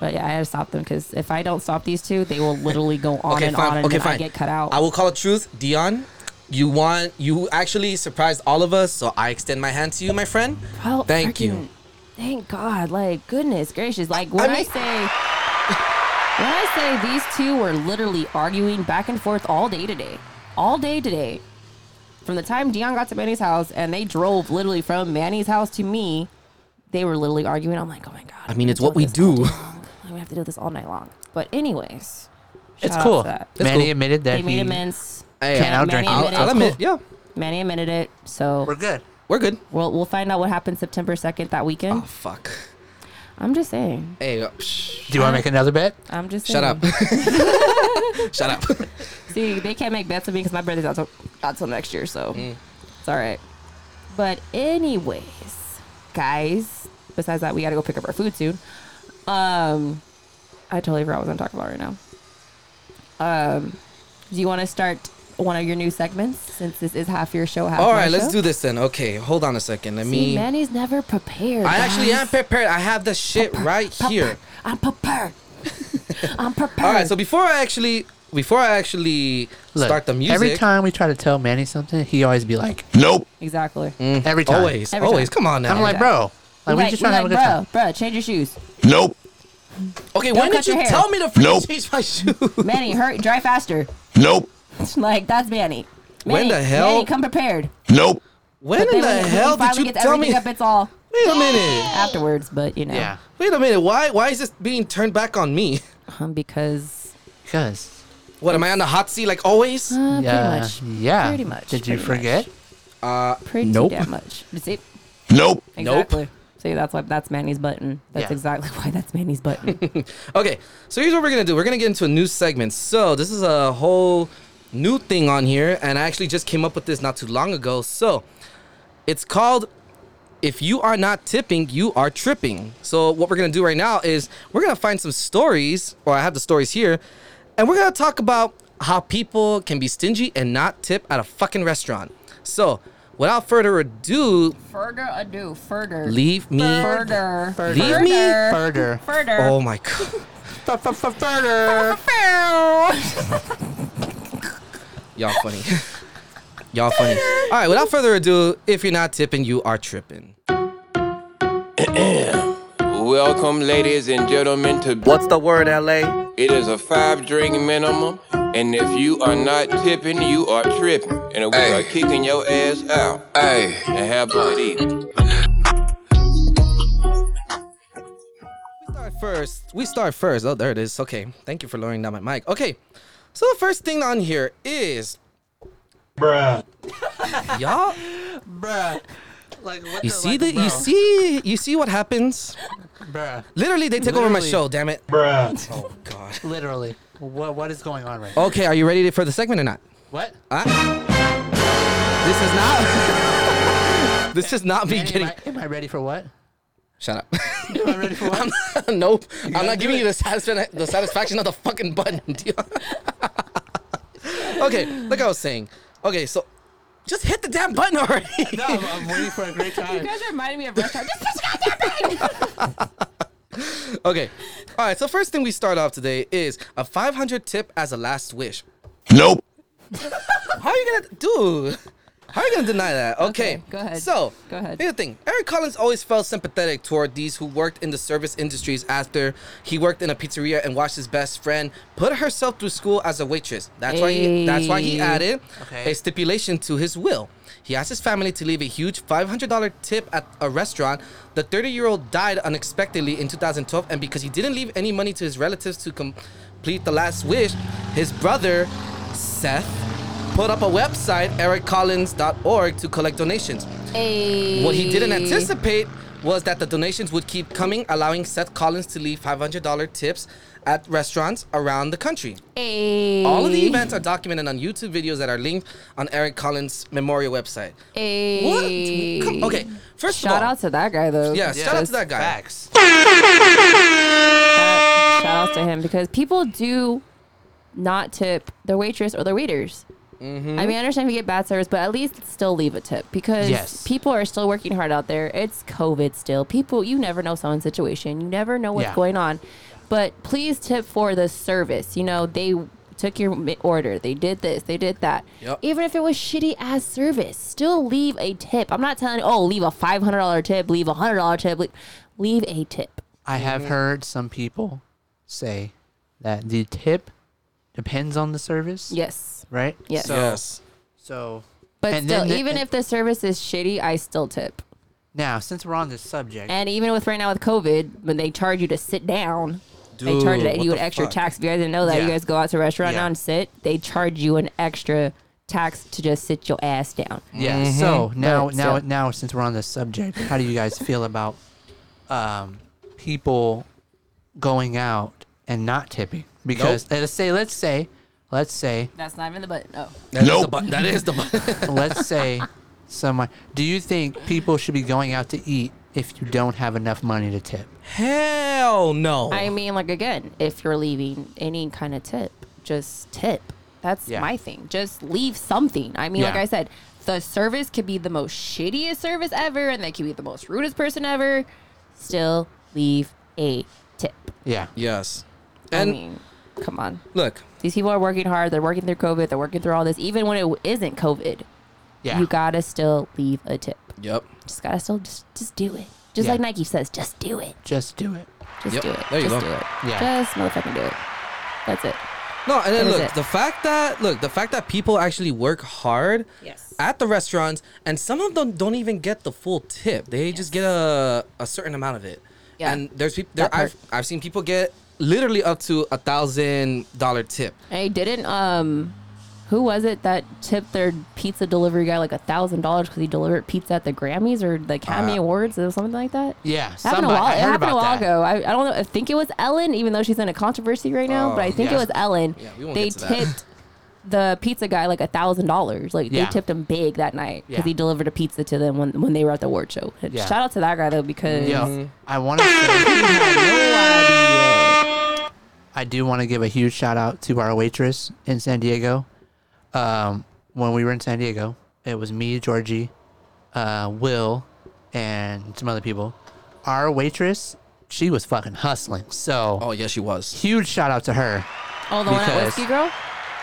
Speaker 5: But yeah, I had to stop them because if I don't stop these two, they will literally go on and on and then I get cut out.
Speaker 6: I will call it truth, Dion. You want you actually surprised all of us, so I extend my hand to you, my friend.
Speaker 5: Well,
Speaker 6: Thank you.
Speaker 5: freaking- Thank God. Like, goodness gracious. Like, when I, say. When I say these two were literally arguing back and forth all day today, all day today, from the time Dion got to Manny's house and they drove literally from Manny's house to me, they were literally arguing. I'm like, oh my god,
Speaker 6: I mean, it's what we do.
Speaker 5: I'm gonna have to do this all night long. But anyways,
Speaker 7: It's
Speaker 5: shout out
Speaker 7: cool.
Speaker 5: to that.
Speaker 6: It's
Speaker 7: Manny
Speaker 6: cool.
Speaker 7: admitted that
Speaker 5: They made
Speaker 7: he-
Speaker 5: amends.
Speaker 6: Hey,
Speaker 7: Can't
Speaker 5: Manny
Speaker 7: outdrink it.
Speaker 5: admitted
Speaker 6: I'll
Speaker 5: it.
Speaker 6: admit, yeah.
Speaker 5: Manny admitted it. So
Speaker 7: We're good.
Speaker 6: We're good.
Speaker 5: We'll we'll find out what happened September second that [laughs]
Speaker 6: Oh
Speaker 5: weekend.
Speaker 6: fuck.
Speaker 5: I'm just saying.
Speaker 6: Hey, uh, psh,
Speaker 7: Do you want to make another bet?
Speaker 5: I'm just
Speaker 6: shut
Speaker 5: saying.
Speaker 6: up. shut
Speaker 5: [laughs]
Speaker 6: up. [laughs]
Speaker 5: See, they can't make bets with me because my birthday's not till, not till next year, so
Speaker 6: Mm.
Speaker 5: it's all right. But anyways, guys. Besides that, we got to go pick up our food soon. Um, I totally forgot what I'm talking about right now. Um, do you want to start one of your new segments since this is half your show? Half
Speaker 6: All
Speaker 5: my
Speaker 6: right, let's
Speaker 5: show?
Speaker 6: do this then. Okay, hold on a second. Let
Speaker 5: See,
Speaker 6: me.
Speaker 5: Manny's never prepared.
Speaker 6: I actually
Speaker 5: guys.
Speaker 6: am prepared. I have the shit right here. [laughs]
Speaker 5: I'm prepared. I'm prepared.
Speaker 6: All right, so before I actually before I actually
Speaker 7: Look,
Speaker 6: start the music,
Speaker 7: Every time we try to tell Manny something, he always be like,
Speaker 9: Nope.
Speaker 5: exactly.
Speaker 7: every time.
Speaker 6: always,
Speaker 5: Every
Speaker 6: always,
Speaker 5: time.
Speaker 6: come on now.
Speaker 7: I'm like, bro, like, we just trying to have a
Speaker 5: like,
Speaker 7: good
Speaker 5: bro,
Speaker 7: time.
Speaker 5: bro, change your shoes.
Speaker 9: Nope.
Speaker 6: okay,
Speaker 5: Don't
Speaker 6: when
Speaker 5: cut
Speaker 6: did you
Speaker 5: your hair.
Speaker 6: tell me to freaking
Speaker 9: Nope.
Speaker 6: change my [laughs] shoe?
Speaker 5: Manny, hurry, drive faster. [laughs]
Speaker 9: Nope.
Speaker 5: like that's Manny.
Speaker 6: When
Speaker 5: Manny,
Speaker 6: the hell-
Speaker 5: Manny, come prepared.
Speaker 9: Nope.
Speaker 6: When
Speaker 5: But
Speaker 6: in
Speaker 5: then
Speaker 6: the
Speaker 5: when he
Speaker 6: hell did
Speaker 5: finally
Speaker 6: you
Speaker 5: gets
Speaker 6: tell
Speaker 5: everything
Speaker 6: me?
Speaker 5: Up, it's all
Speaker 6: Wait a
Speaker 5: [laughs]
Speaker 6: minute.
Speaker 5: afterwards, but you know,
Speaker 7: Yeah,
Speaker 6: Wait a minute. Why why is this being turned back on me?
Speaker 5: um, because
Speaker 7: because
Speaker 6: What am I on the hot seat like always?
Speaker 5: uh,
Speaker 7: yeah,
Speaker 5: pretty much,
Speaker 7: yeah.
Speaker 5: pretty much.
Speaker 7: Did you
Speaker 5: pretty
Speaker 7: forget?
Speaker 5: Much, pretty damn much. See,
Speaker 9: Nope.
Speaker 5: exactly. See, that's what that's Manny's button. That's
Speaker 7: Yeah.
Speaker 5: exactly [laughs] why that's Manny's button.
Speaker 7: [laughs]
Speaker 6: Okay, so here's what we're gonna do. We're gonna get into a new segment. So this is a whole new thing on here, and I actually just came up with this not too long ago. So it's called "If You Are Not Tipping, You Are Tripping." So what we're gonna do right now is we're gonna find some stories, or I have the stories here, and we're gonna talk about how people can be stingy and not tip at a fucking restaurant. So without further ado,
Speaker 5: further ado, further.
Speaker 6: leave me.
Speaker 5: Further. Further.
Speaker 6: Leave me.
Speaker 7: Further.
Speaker 5: Further.
Speaker 6: Oh my god. [laughs]
Speaker 7: Further.
Speaker 6: Y'all funny. Y'all funny. All right, without further ado, if you're not tipping, you are tripping.
Speaker 11: Welcome, ladies and gentlemen, to
Speaker 6: What's the word, LA?
Speaker 11: It is a five drink minimum, and if you are not tipping, you are tripping, and we
Speaker 12: Hey.
Speaker 11: are kicking your ass out.
Speaker 12: Hey,
Speaker 11: And have a good evening.
Speaker 6: We start first. We start first. Oh, there it is. Okay. Thank you for lowering down my mic. Okay. So the first thing on here is
Speaker 10: Bruh.
Speaker 6: y'all
Speaker 7: Bruh. Like, what
Speaker 6: you
Speaker 7: the-
Speaker 6: see
Speaker 7: like,
Speaker 6: the
Speaker 7: bro,
Speaker 6: you see you see what happens?
Speaker 7: Bruh.
Speaker 6: Literally they take over my
Speaker 7: Literally.
Speaker 6: show, damn it.
Speaker 10: Bruh.
Speaker 6: Oh god.
Speaker 7: Literally. What, what is going on right now?
Speaker 6: Okay, are you ready for the segment or not?
Speaker 7: What?
Speaker 6: Huh? This is not This is not [laughs] me
Speaker 7: Manny,
Speaker 6: getting
Speaker 7: am, I, am I ready for what?
Speaker 6: Shut up. [laughs]
Speaker 7: Am I [laughs] ready for what?
Speaker 6: nope. I'm
Speaker 7: gotta
Speaker 6: not
Speaker 7: do
Speaker 6: giving
Speaker 7: it.
Speaker 6: you the satisfaction the satisfaction of the fucking button, [laughs] dude. okay, like I was saying. Okay, so just hit the damn button [laughs] already.
Speaker 7: no, I'm, I'm waiting for a [laughs] great
Speaker 5: [laughs] You
Speaker 7: time.
Speaker 5: guys reminded me of restaurant. Just push it out
Speaker 6: okay. All right, so first thing we start off today is a 500 tip as a last wish.
Speaker 9: Nope.
Speaker 6: How are you going to do? How are you going to deny that? Okay.
Speaker 5: go ahead.
Speaker 6: So,
Speaker 5: Go ahead.
Speaker 6: here's the thing. Eric Collins always felt sympathetic toward these who worked in the service industries after he worked in a pizzeria and watched his best friend put herself through school as a waitress. That's why he that's why he
Speaker 5: Hey.
Speaker 6: added
Speaker 7: Okay.
Speaker 6: a stipulation to his will. He asked his family to leave a huge $500 tip at a restaurant. The 30-year-old died unexpectedly in 2012 and because he didn't leave any money to his relatives to complete the last wish, his brother Seth put up a website, ericcollins.org, to collect donations. What he didn't anticipate was that the donations would keep coming, allowing Seth Collins to leave $500 tips at restaurants around the country.
Speaker 8: Hey.
Speaker 6: All of the events are documented on YouTube videos that are linked on Eric Collins' memorial website.
Speaker 5: Hey.
Speaker 6: What? Come- okay, first of
Speaker 5: shout
Speaker 6: all-
Speaker 5: out to that guy though.
Speaker 6: Yeah, shout out
Speaker 5: Because-
Speaker 6: to that guy.
Speaker 5: Shout out to him because people do not tip their waitress or their waiters.
Speaker 6: Mhm.
Speaker 5: I mean, I understand if you get bad service, but at least still leave a tip because
Speaker 6: Yes.
Speaker 5: people are still working hard out there. It's COVID still. People, you never know someone's situation. You never know what's
Speaker 8: Yeah.
Speaker 5: going on. But please tip for the service. You know, they took your mi- order, they did this, they did that.
Speaker 8: Yep.
Speaker 5: Even if it was shitty ass service, still leave a tip. I'm not telling you, oh, leave a $500 tip, leave a $100 tip, leave, leave a tip.
Speaker 7: I have
Speaker 5: Mhm.
Speaker 7: heard some people say that the tip depends on the service.
Speaker 5: Yes.
Speaker 7: Right?
Speaker 5: Yes.
Speaker 7: So,
Speaker 5: Yes.
Speaker 7: So,
Speaker 5: But
Speaker 7: and
Speaker 5: still,
Speaker 7: then the-
Speaker 5: even if the service is shitty, I still tip.
Speaker 7: now, since we're on this subject,
Speaker 5: And even with right now with COVID, when they charge you to sit down, they charge
Speaker 7: Dude,
Speaker 5: that-
Speaker 7: what
Speaker 5: you an
Speaker 7: the
Speaker 5: extra
Speaker 7: fuck?
Speaker 5: tax. If you guys didn't know that, you
Speaker 7: Yeah.
Speaker 5: guys go out to a restaurant
Speaker 7: Yeah.
Speaker 5: now and sit, they charge you an extra tax to just sit your ass down.
Speaker 7: Yeah. So now,
Speaker 5: But
Speaker 7: now,
Speaker 5: still.
Speaker 7: now, since we're on this subject, how do you guys feel about um, people going out and not tipping? Because let's say, let's say, let's say,
Speaker 5: that's not even the button. Oh,
Speaker 7: That is
Speaker 6: the button. That is the button.
Speaker 7: let's
Speaker 5: [laughs]
Speaker 7: say, someone. Do you think people should be going out to eat if you don't have enough money to tip?
Speaker 6: [laughs] Hell no.
Speaker 5: I mean, like again, if you're leaving any kind of tip, just tip. That's my thing. Just leave something. I mean, like
Speaker 8: Yeah.
Speaker 5: I said, the service could be the most shittiest service ever, and they could be the most rudest person ever. Still leave a tip.
Speaker 7: Yeah.
Speaker 6: Yes.
Speaker 5: I
Speaker 6: And
Speaker 5: mean, come on.
Speaker 6: Look.
Speaker 5: These people are working hard. They're working through COVID. They're working through all this, even when it isn't COVID.
Speaker 6: Yeah.
Speaker 5: You gotta still leave a tip.
Speaker 6: Yep.
Speaker 5: Just gotta still just just do it. Just
Speaker 7: Yeah.
Speaker 5: like Nike says, just do it.
Speaker 7: Just do it.
Speaker 5: Just
Speaker 6: Yep.
Speaker 5: do it.
Speaker 6: There you
Speaker 5: just
Speaker 6: go.
Speaker 5: do it.
Speaker 6: Yeah.
Speaker 5: Just motherfucking do it. That's it.
Speaker 6: No, and then
Speaker 5: That is
Speaker 6: look,
Speaker 5: it.
Speaker 6: the fact that look, the fact that people actually work hard at the restaurants and some of them don't even get the full tip. They just get a, a certain amount of it.
Speaker 5: Yeah.
Speaker 6: And there's people there
Speaker 5: That part.
Speaker 6: I've I've seen people get literally up to a thousand dollar
Speaker 5: [laughs]
Speaker 6: tip.
Speaker 5: I didn't um who was it that tipped their pizza delivery guy like a thousand dollars because he delivered pizza at the Grammys or the Academy
Speaker 7: Uh,
Speaker 5: Awards or something like that?
Speaker 7: Yeah,
Speaker 5: happened a
Speaker 7: somebody-
Speaker 5: while.
Speaker 7: I
Speaker 5: It
Speaker 7: heard
Speaker 5: happened a
Speaker 7: about
Speaker 5: while
Speaker 7: that.
Speaker 5: ago. I, I don't know. I think it was Ellen, even though she's in a controversy right now.
Speaker 7: Oh,
Speaker 5: but I think
Speaker 7: yeah.
Speaker 5: it was Ellen.
Speaker 7: Yeah, we won't
Speaker 5: they
Speaker 7: get to that.
Speaker 5: tipped the pizza guy like a thousand dollars. Like
Speaker 7: Yeah.
Speaker 5: they tipped him big that night because
Speaker 7: Yeah.
Speaker 5: he delivered a pizza to them when when they were at the award show.
Speaker 7: Yeah.
Speaker 5: Shout out to that guy though because
Speaker 7: Yo,
Speaker 5: Mm-hmm.
Speaker 7: I want to
Speaker 5: uh,
Speaker 7: I do want to give a huge shout out to our waitress in San Diego. Um, when we were in San Diego, it was me, Georgie, uh, Will, and some other people. Our waitress, she was fucking hustling. So,
Speaker 6: oh yeah, she was.
Speaker 7: Huge shout out to her.
Speaker 5: Oh, the one at Whiskey Girl?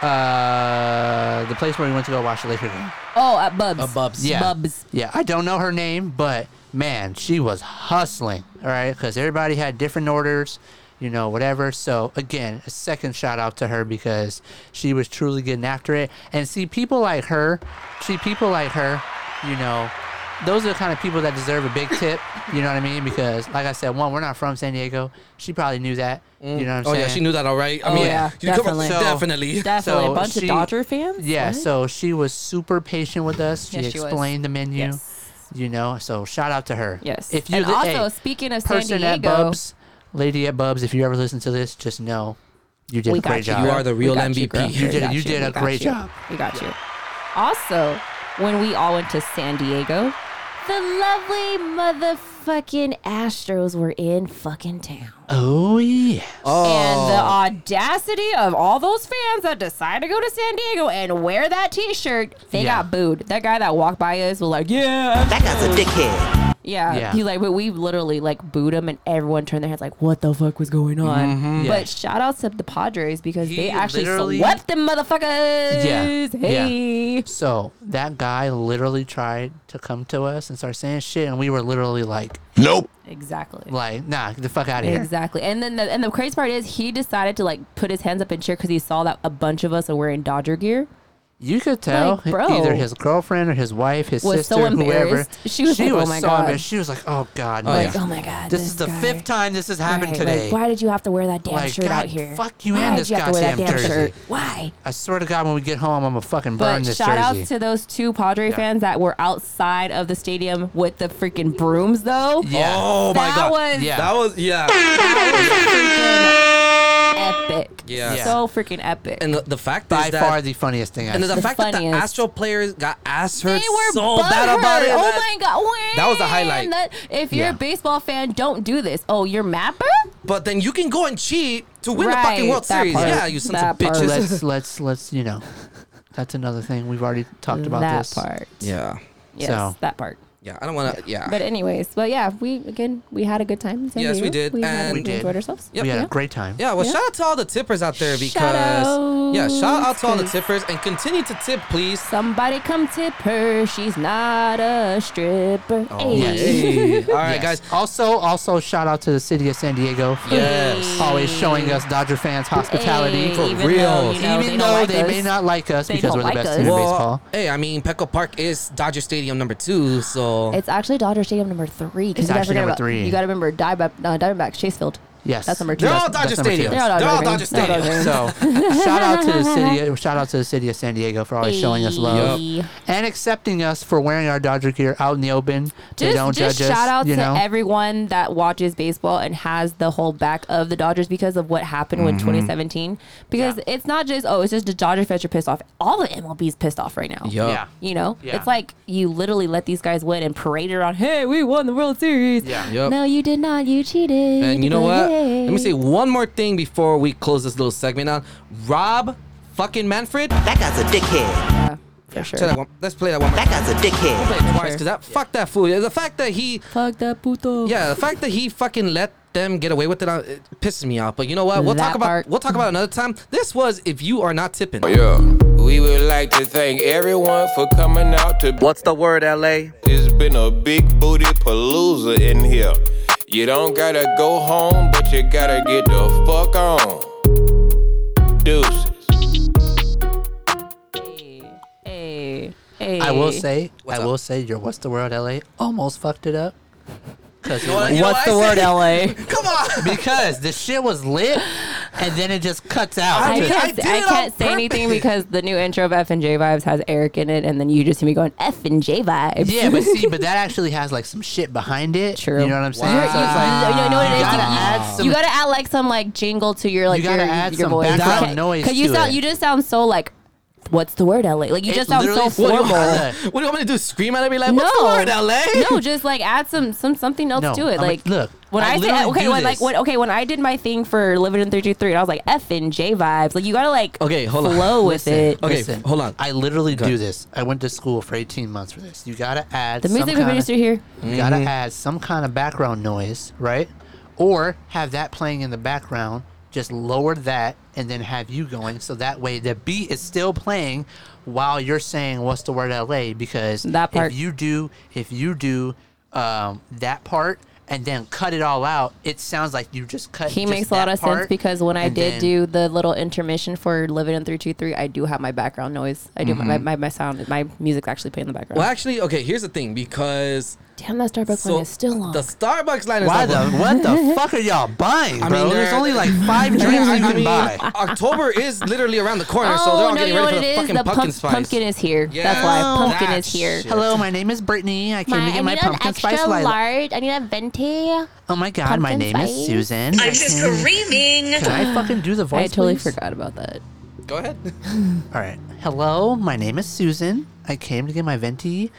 Speaker 7: Uh, the place where we went to go watch the Laker game.
Speaker 5: oh at Bubs.
Speaker 7: Yeah.
Speaker 5: Bubs.
Speaker 7: Yeah. I don't know her name, but man, she was hustling. All right. Because everybody had different orders, you know, whatever. So, again, a second shout out to her because she was truly getting after it. And see, people like her, see, people like her, you know, those are the kind of people that deserve a big tip. You know what I mean? Because, like I said, one, we're not from San Diego. She probably knew that. You know what I'm
Speaker 6: Oh,
Speaker 7: saying?
Speaker 6: yeah, she knew that, all right. I Oh, mean, yeah, you come from- definitely. definitely.
Speaker 5: [laughs] Definitely. A bunch of Dodger fans?
Speaker 7: Yeah,
Speaker 5: What?
Speaker 7: so she was super patient with us. She
Speaker 5: Yes, she was.
Speaker 7: explained the menu. You know, so shout out to her.
Speaker 5: Yes.
Speaker 7: If you
Speaker 5: and
Speaker 7: li-
Speaker 5: also
Speaker 7: hey,
Speaker 5: speaking of San
Speaker 7: person
Speaker 5: Diego,
Speaker 7: at Bubs, lady at Bubs, if you ever listen to this, just know you did
Speaker 5: We
Speaker 7: a
Speaker 5: got
Speaker 7: great
Speaker 5: you,
Speaker 7: job.
Speaker 5: girl. You are the We real got you,
Speaker 7: You,
Speaker 5: MVP. girl. We
Speaker 7: did.
Speaker 5: got
Speaker 7: You,
Speaker 5: you,
Speaker 7: did
Speaker 5: we
Speaker 7: a
Speaker 5: got
Speaker 7: great
Speaker 5: you.
Speaker 7: job.
Speaker 5: We got you. Also, when we all went to San Diego, the lovely motherfucking Astros were in fucking town.
Speaker 7: Oh yeah.
Speaker 5: And
Speaker 7: Oh.
Speaker 5: the audacity of all those fans that decide to go to San Diego and wear that t shirt, they
Speaker 8: Yeah.
Speaker 5: got booed. That guy that walked by us was like, Yeah. That guy's a dickhead. Yeah.
Speaker 8: Yeah.
Speaker 5: He's like, but we literally like booed him and everyone turned their heads like, What the fuck was going on?
Speaker 8: Mhm. Yeah.
Speaker 5: But shout out to the Padres because they actually
Speaker 7: Mm-hmm. literally-
Speaker 5: swept them motherfuckers.
Speaker 7: yeah.
Speaker 5: Hey.
Speaker 7: Yeah. So that guy literally tried to come to us and start saying shit, and we were literally like, "Nope."
Speaker 5: Exactly.
Speaker 7: Like, nah, get the fuck out of here.
Speaker 5: Exactly. And then the and the crazy part is he decided to like put his hands up and cheer because he saw that a bunch of us are wearing Dodger gear.
Speaker 7: You could tell
Speaker 5: Like, bro.
Speaker 7: either his girlfriend or his wife, his
Speaker 5: Was so
Speaker 7: sister, whoever.
Speaker 5: embarrassed. She was like, "Oh my
Speaker 7: so
Speaker 5: God."
Speaker 7: embarrassed. She was like, "Oh God,
Speaker 5: Oh,
Speaker 7: man.
Speaker 5: yeah. Like, "Oh my God,
Speaker 7: This,
Speaker 5: this
Speaker 7: is the
Speaker 5: guy."
Speaker 7: fifth time this has happened
Speaker 5: Right, like,
Speaker 7: today.
Speaker 5: why did you have to wear that damn
Speaker 7: Like,
Speaker 5: shirt
Speaker 7: God,
Speaker 5: out here?
Speaker 7: Fuck you
Speaker 5: why
Speaker 7: and
Speaker 5: did
Speaker 7: this
Speaker 5: you have to wear
Speaker 7: goddamn
Speaker 5: that damn
Speaker 7: jersey.
Speaker 5: shirt? Why?
Speaker 7: I swear to God, when we get home, I'm gonna fucking burn
Speaker 5: But
Speaker 7: this
Speaker 5: shout
Speaker 7: jersey.
Speaker 5: outs to those two Padre
Speaker 7: Yeah.
Speaker 5: fans that were outside of the stadium with the freaking brooms, though.
Speaker 7: Yeah. Oh, my
Speaker 5: that
Speaker 7: God.
Speaker 5: Was
Speaker 7: Yeah.
Speaker 6: That was yeah.
Speaker 5: epic.
Speaker 6: Yeah. Yeah.
Speaker 5: So freaking epic.
Speaker 6: And the, the fact
Speaker 7: By
Speaker 6: is that
Speaker 7: far the funniest thing. I've
Speaker 6: and the,
Speaker 7: seen.
Speaker 6: fact that the
Speaker 5: funniest.
Speaker 6: Astro players got ass hurt
Speaker 5: they were
Speaker 6: so bad about it.
Speaker 5: butthurt. Oh
Speaker 6: that-
Speaker 5: my god!
Speaker 6: That was the
Speaker 5: Wait,
Speaker 6: highlight.
Speaker 5: that- if you're
Speaker 6: Yeah.
Speaker 5: a baseball fan, don't do this. Oh, you're mapper.
Speaker 6: But then you can go and cheat to win the
Speaker 5: Right,
Speaker 6: fucking World
Speaker 5: that
Speaker 6: Series.
Speaker 5: part.
Speaker 6: Yeah, you sons
Speaker 5: That
Speaker 6: of
Speaker 5: part.
Speaker 6: bitches.
Speaker 7: let's let's let's you know, that's another thing we've already talked about.
Speaker 5: That
Speaker 7: this
Speaker 5: part.
Speaker 6: [laughs] Yeah.
Speaker 5: Yes,
Speaker 7: So-
Speaker 5: that part.
Speaker 6: Yeah, I don't want to. Yeah.
Speaker 5: But anyways, well, yeah, we again we had a good time. in San
Speaker 6: Yes, we
Speaker 5: Diego.
Speaker 6: did,
Speaker 5: We, had-
Speaker 6: and-
Speaker 5: we
Speaker 6: We did.
Speaker 5: enjoyed ourselves.
Speaker 6: Yep.
Speaker 7: We had
Speaker 6: Yeah.
Speaker 7: a great time.
Speaker 6: Yeah, well,
Speaker 5: Yeah.
Speaker 6: shout out to all the tippers out there because yeah, shout out to all the tippers and continue to tip, please.
Speaker 5: Somebody come tip her. She's not a stripper.
Speaker 6: Oh,
Speaker 5: Hey.
Speaker 6: yay.
Speaker 5: [laughs]
Speaker 6: all right, guys.
Speaker 7: Yes. Also, also shout out to the city of San Diego for
Speaker 6: Yes.
Speaker 7: always showing us Dodger fans hospitality.
Speaker 5: Hey, For even real. though, you know, they
Speaker 7: even
Speaker 5: don't
Speaker 7: though
Speaker 5: like
Speaker 7: they
Speaker 5: us,
Speaker 7: may not like us
Speaker 5: they
Speaker 7: because
Speaker 5: don't
Speaker 7: we're
Speaker 5: like
Speaker 7: the best
Speaker 5: us.
Speaker 7: team in
Speaker 5: Well,
Speaker 7: baseball.
Speaker 6: Hey, I mean, Petco Park is Dodger Stadium number two, so
Speaker 5: It's actually Dodger Stadium number three. 'cause you
Speaker 7: It's
Speaker 5: gotta
Speaker 7: actually
Speaker 5: forget
Speaker 7: number
Speaker 5: about-
Speaker 7: three.
Speaker 5: You got to remember Diamondback, uh, Diamondbacks, Chasefield.
Speaker 7: Yes.
Speaker 5: that's number two.
Speaker 6: they're all
Speaker 7: that's
Speaker 6: Dodger
Speaker 7: number two.
Speaker 6: Stadiums.
Speaker 5: They're all
Speaker 6: They're all Dodger
Speaker 5: Dodger Stadiums. They're all
Speaker 6: Stadiums.
Speaker 5: Dodger
Speaker 7: So shout out to the city. Shout out to the city of San Diego for always showing us love
Speaker 5: Hey.
Speaker 7: and accepting us for wearing our Dodger gear out in the open. they
Speaker 5: just,
Speaker 7: don't
Speaker 5: just
Speaker 7: judge us.
Speaker 5: shout out
Speaker 7: you know?
Speaker 5: to everyone that watches baseball and has the whole back of the Dodgers because of what happened
Speaker 7: Mm-hmm.
Speaker 5: with 2017. Because it's not just oh, it's just the Dodgers fans are pissed off. All the MLB's pissed off right now.
Speaker 6: Yup.
Speaker 7: Yeah.
Speaker 5: You know,
Speaker 7: Yeah.
Speaker 5: it's like you literally let these guys win and parade around. Hey, we won the World Series.
Speaker 7: Yeah.
Speaker 6: Yup.
Speaker 5: No, you did not. You cheated.
Speaker 6: And you know what?
Speaker 5: But
Speaker 6: Let me
Speaker 5: hey.
Speaker 6: say one more thing before we close this little segment out. Rob fucking Manfred. That
Speaker 12: guy's a dickhead.
Speaker 5: for
Speaker 6: Say that
Speaker 5: sure.
Speaker 6: one- Let's play that one more
Speaker 12: That guy's a dickhead.
Speaker 6: play it twice because that fuck that fool. The fact that he
Speaker 5: Fuck that puto.
Speaker 6: yeah, the fact that he fucking let them get away with it, uh, it pisses me off. But you know what? We'll
Speaker 5: That
Speaker 6: talk about
Speaker 5: part.
Speaker 6: we'll talk about it another time. This was if you are not tipping.
Speaker 11: Yeah. We would like to thank everyone for coming out to.
Speaker 12: What's the word, LA?
Speaker 11: It's been a big booty palooza in here. You don't gotta go home, but you gotta get the fuck on. Deuces.
Speaker 5: Hey, hey.
Speaker 7: I will say,
Speaker 6: What's
Speaker 7: I
Speaker 6: up?
Speaker 7: will say, your what's the word LA almost fucked it up. Cause it
Speaker 6: what-
Speaker 7: went-
Speaker 6: You know
Speaker 5: What's
Speaker 6: what
Speaker 5: the
Speaker 6: I
Speaker 5: word, LA?
Speaker 6: Come on.
Speaker 7: because the shit was lit, and then it just cuts out.
Speaker 5: I
Speaker 7: Just-
Speaker 5: can't,
Speaker 6: did
Speaker 5: I
Speaker 6: it on
Speaker 5: can't say anything
Speaker 6: purpose.
Speaker 5: because the new intro of F and J vibes has Eric in it, and then you just hear me going F and J vibes.
Speaker 7: yeah,
Speaker 5: [laughs]
Speaker 7: but see, but that actually has like some shit behind it.
Speaker 5: True.
Speaker 7: You know what I'm saying?
Speaker 6: Wow.
Speaker 7: So it's
Speaker 5: You know-
Speaker 7: like
Speaker 5: you know what it
Speaker 7: you
Speaker 5: is?
Speaker 7: gotta
Speaker 5: You-
Speaker 7: add some.
Speaker 5: you gotta add like some like jingle to your like
Speaker 7: You gotta
Speaker 5: your,
Speaker 7: add
Speaker 5: your
Speaker 7: some
Speaker 5: voice.
Speaker 7: background noise
Speaker 5: Cause you
Speaker 7: to
Speaker 5: sound
Speaker 7: it.
Speaker 5: you just sound so like what's the word LA? Like you
Speaker 7: It
Speaker 5: just sound so
Speaker 7: literally- what do you
Speaker 5: formal.
Speaker 7: want?
Speaker 6: What do you want me to do? Scream at it? Be like, what's the word, LA?
Speaker 5: No, just like add some some something else
Speaker 7: No,
Speaker 5: to it.
Speaker 7: I'm
Speaker 5: like
Speaker 7: like, look,
Speaker 5: when
Speaker 7: I
Speaker 5: I, say
Speaker 7: literally
Speaker 5: okay,
Speaker 7: do
Speaker 5: when like
Speaker 7: this.
Speaker 5: when okay when I did my thing for living in three two three, I was like F and J vibes. Like you gotta like
Speaker 6: Okay, hold on.
Speaker 5: flow with it.
Speaker 6: Okay,
Speaker 7: Listen,
Speaker 6: hold on.
Speaker 7: I literally do this. I went to school for 18 months for this. You gotta add
Speaker 5: The
Speaker 7: some
Speaker 5: music we
Speaker 7: kinda-
Speaker 5: minister here. Mm-hmm.
Speaker 7: You gotta add some kind of background noise, right? Or have that playing in the background. Just lower that and then have you going, so that way the beat is still playing while you're saying "What's the word, LA?" Because
Speaker 5: That part.
Speaker 7: if you do, if you do um, that part and then cut it all out, it sounds like you just cut.
Speaker 5: He
Speaker 7: just
Speaker 5: makes a lot
Speaker 7: that
Speaker 5: of sense
Speaker 7: part,
Speaker 5: because when I
Speaker 7: and
Speaker 5: did
Speaker 7: then-
Speaker 5: do the little intermission for Living in 323, I do have my background noise. I do my, my, my sound, my music's actually playing in the background.
Speaker 6: Well, actually, okay. Here's the thing because
Speaker 5: Damn, that Starbucks
Speaker 6: so
Speaker 5: one is still on.
Speaker 6: the Starbucks line is
Speaker 7: Why
Speaker 6: up.
Speaker 7: the
Speaker 6: [laughs]
Speaker 7: what the fuck are y'all buying,
Speaker 6: I
Speaker 7: bro?
Speaker 6: mean,
Speaker 7: There's
Speaker 6: they're- [laughs]
Speaker 7: only like five
Speaker 6: I
Speaker 7: drinks you
Speaker 6: mean,
Speaker 7: can buy. Oh,
Speaker 6: October is literally around the
Speaker 5: Oh,
Speaker 6: corner, so they're all getting ready for the fucking
Speaker 5: The
Speaker 6: pumpkin
Speaker 5: pump-
Speaker 6: spice.
Speaker 5: pumpkin is here. That's
Speaker 6: Yeah,
Speaker 5: why pumpkin
Speaker 6: that
Speaker 5: is here.
Speaker 6: shit.
Speaker 7: Hello, my name is Brittany. I came to get my pumpkin spice lilac.
Speaker 5: large. I need a venti.
Speaker 7: Oh my god, my
Speaker 5: pumpkin
Speaker 7: name
Speaker 5: spice.
Speaker 7: is Susan. I can-
Speaker 12: screaming.
Speaker 7: Can I fucking do the
Speaker 5: I
Speaker 7: voice?
Speaker 5: totally
Speaker 7: please?
Speaker 5: forgot about that.
Speaker 6: Go ahead.
Speaker 7: All right. Hello, my name is Susan. I came to get my venti,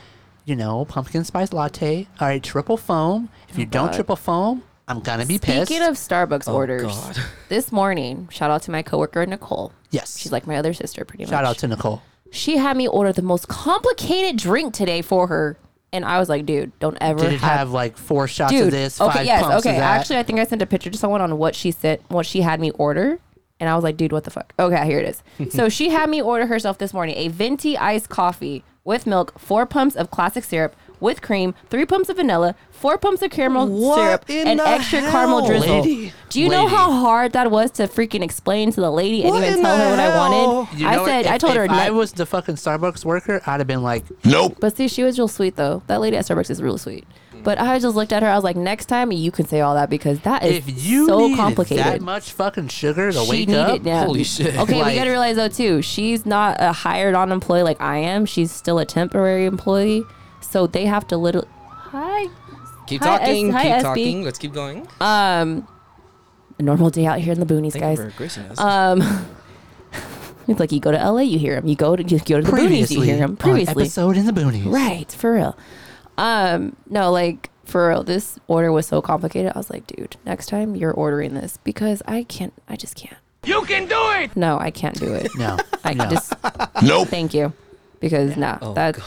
Speaker 7: you know, pumpkin spice latte. All right, triple foam. If you don't
Speaker 5: Oh God.
Speaker 7: triple foam, I'm gonna be pissed.
Speaker 5: Speaking of Starbucks
Speaker 6: Oh,
Speaker 5: orders,
Speaker 6: God.
Speaker 5: this morning, shout out to my coworker Nicole.
Speaker 7: yes,
Speaker 5: She's like my other sister, pretty much.
Speaker 7: shout out to Nicole.
Speaker 5: she had me order the most complicated drink today for her, and I was like, dude, don't ever
Speaker 7: Did it
Speaker 5: have.
Speaker 7: have like four shots
Speaker 5: Dude,
Speaker 7: of this,
Speaker 5: okay,
Speaker 7: five
Speaker 5: yes,
Speaker 7: pumps
Speaker 5: okay.
Speaker 7: of that?
Speaker 5: Actually, I think I sent a picture to someone on what she sent, what she had me order, and I was like, "Dude, what the fuck?" Okay, here it is. so she had me order herself this morning a venti iced coffee with milk, four pumps of classic syrup, with cream, three pumps of vanilla, four pumps of caramel
Speaker 1: What
Speaker 5: syrup,
Speaker 1: in
Speaker 5: and
Speaker 1: the
Speaker 5: extra
Speaker 1: hell?
Speaker 5: caramel drizzle.
Speaker 1: Lady.
Speaker 5: Do you know
Speaker 1: Lady.
Speaker 5: how hard that was to freaking explain to the lady and
Speaker 1: What
Speaker 5: even
Speaker 1: in
Speaker 5: tell
Speaker 1: the
Speaker 5: her what I wanted?
Speaker 7: You know
Speaker 5: Oh, I
Speaker 7: what?
Speaker 5: said,
Speaker 7: If-
Speaker 5: I told her,
Speaker 7: if I
Speaker 5: no.
Speaker 7: was the fucking Starbucks worker, I'd have been like,
Speaker 11: nope.
Speaker 5: But see, she was real sweet though. That lady at Starbucks is real sweet. But I just looked at her. I was like, next time you can say all that because that is
Speaker 7: If you
Speaker 5: so
Speaker 7: needed
Speaker 5: complicated.
Speaker 7: that much fucking sugar to
Speaker 5: She
Speaker 7: wake
Speaker 5: needed-
Speaker 7: up,
Speaker 5: yeah.
Speaker 7: holy shit!
Speaker 5: Okay, we
Speaker 7: Like,
Speaker 5: gotta realize though too, she's not a hired on employee like I am. She's still a temporary employee, so they have to little. Hi.
Speaker 6: Keep
Speaker 5: Hi, S-
Speaker 6: talking.
Speaker 5: hi,
Speaker 6: keep
Speaker 5: SB.
Speaker 6: talking. Let's keep going.
Speaker 5: Um, a normal day out here in the boonies,
Speaker 6: Thank you
Speaker 5: guys.
Speaker 6: for gracing us.
Speaker 5: Um, it's like you go to LA, you hear him. You go to you go to the boonies, you
Speaker 7: Previously
Speaker 5: hear him.
Speaker 7: on
Speaker 5: Previously,
Speaker 7: episode in the boonies.
Speaker 5: Right, for real. Um, no, like for real, this order was so complicated. I was like, dude, next time you're ordering this because I can't. I just can't.
Speaker 1: You can do it!
Speaker 5: No, I can't do it.
Speaker 7: [laughs] No,
Speaker 5: I
Speaker 1: no.
Speaker 5: just
Speaker 1: Nope.
Speaker 5: Thank you, because nah,
Speaker 7: Oh,
Speaker 5: that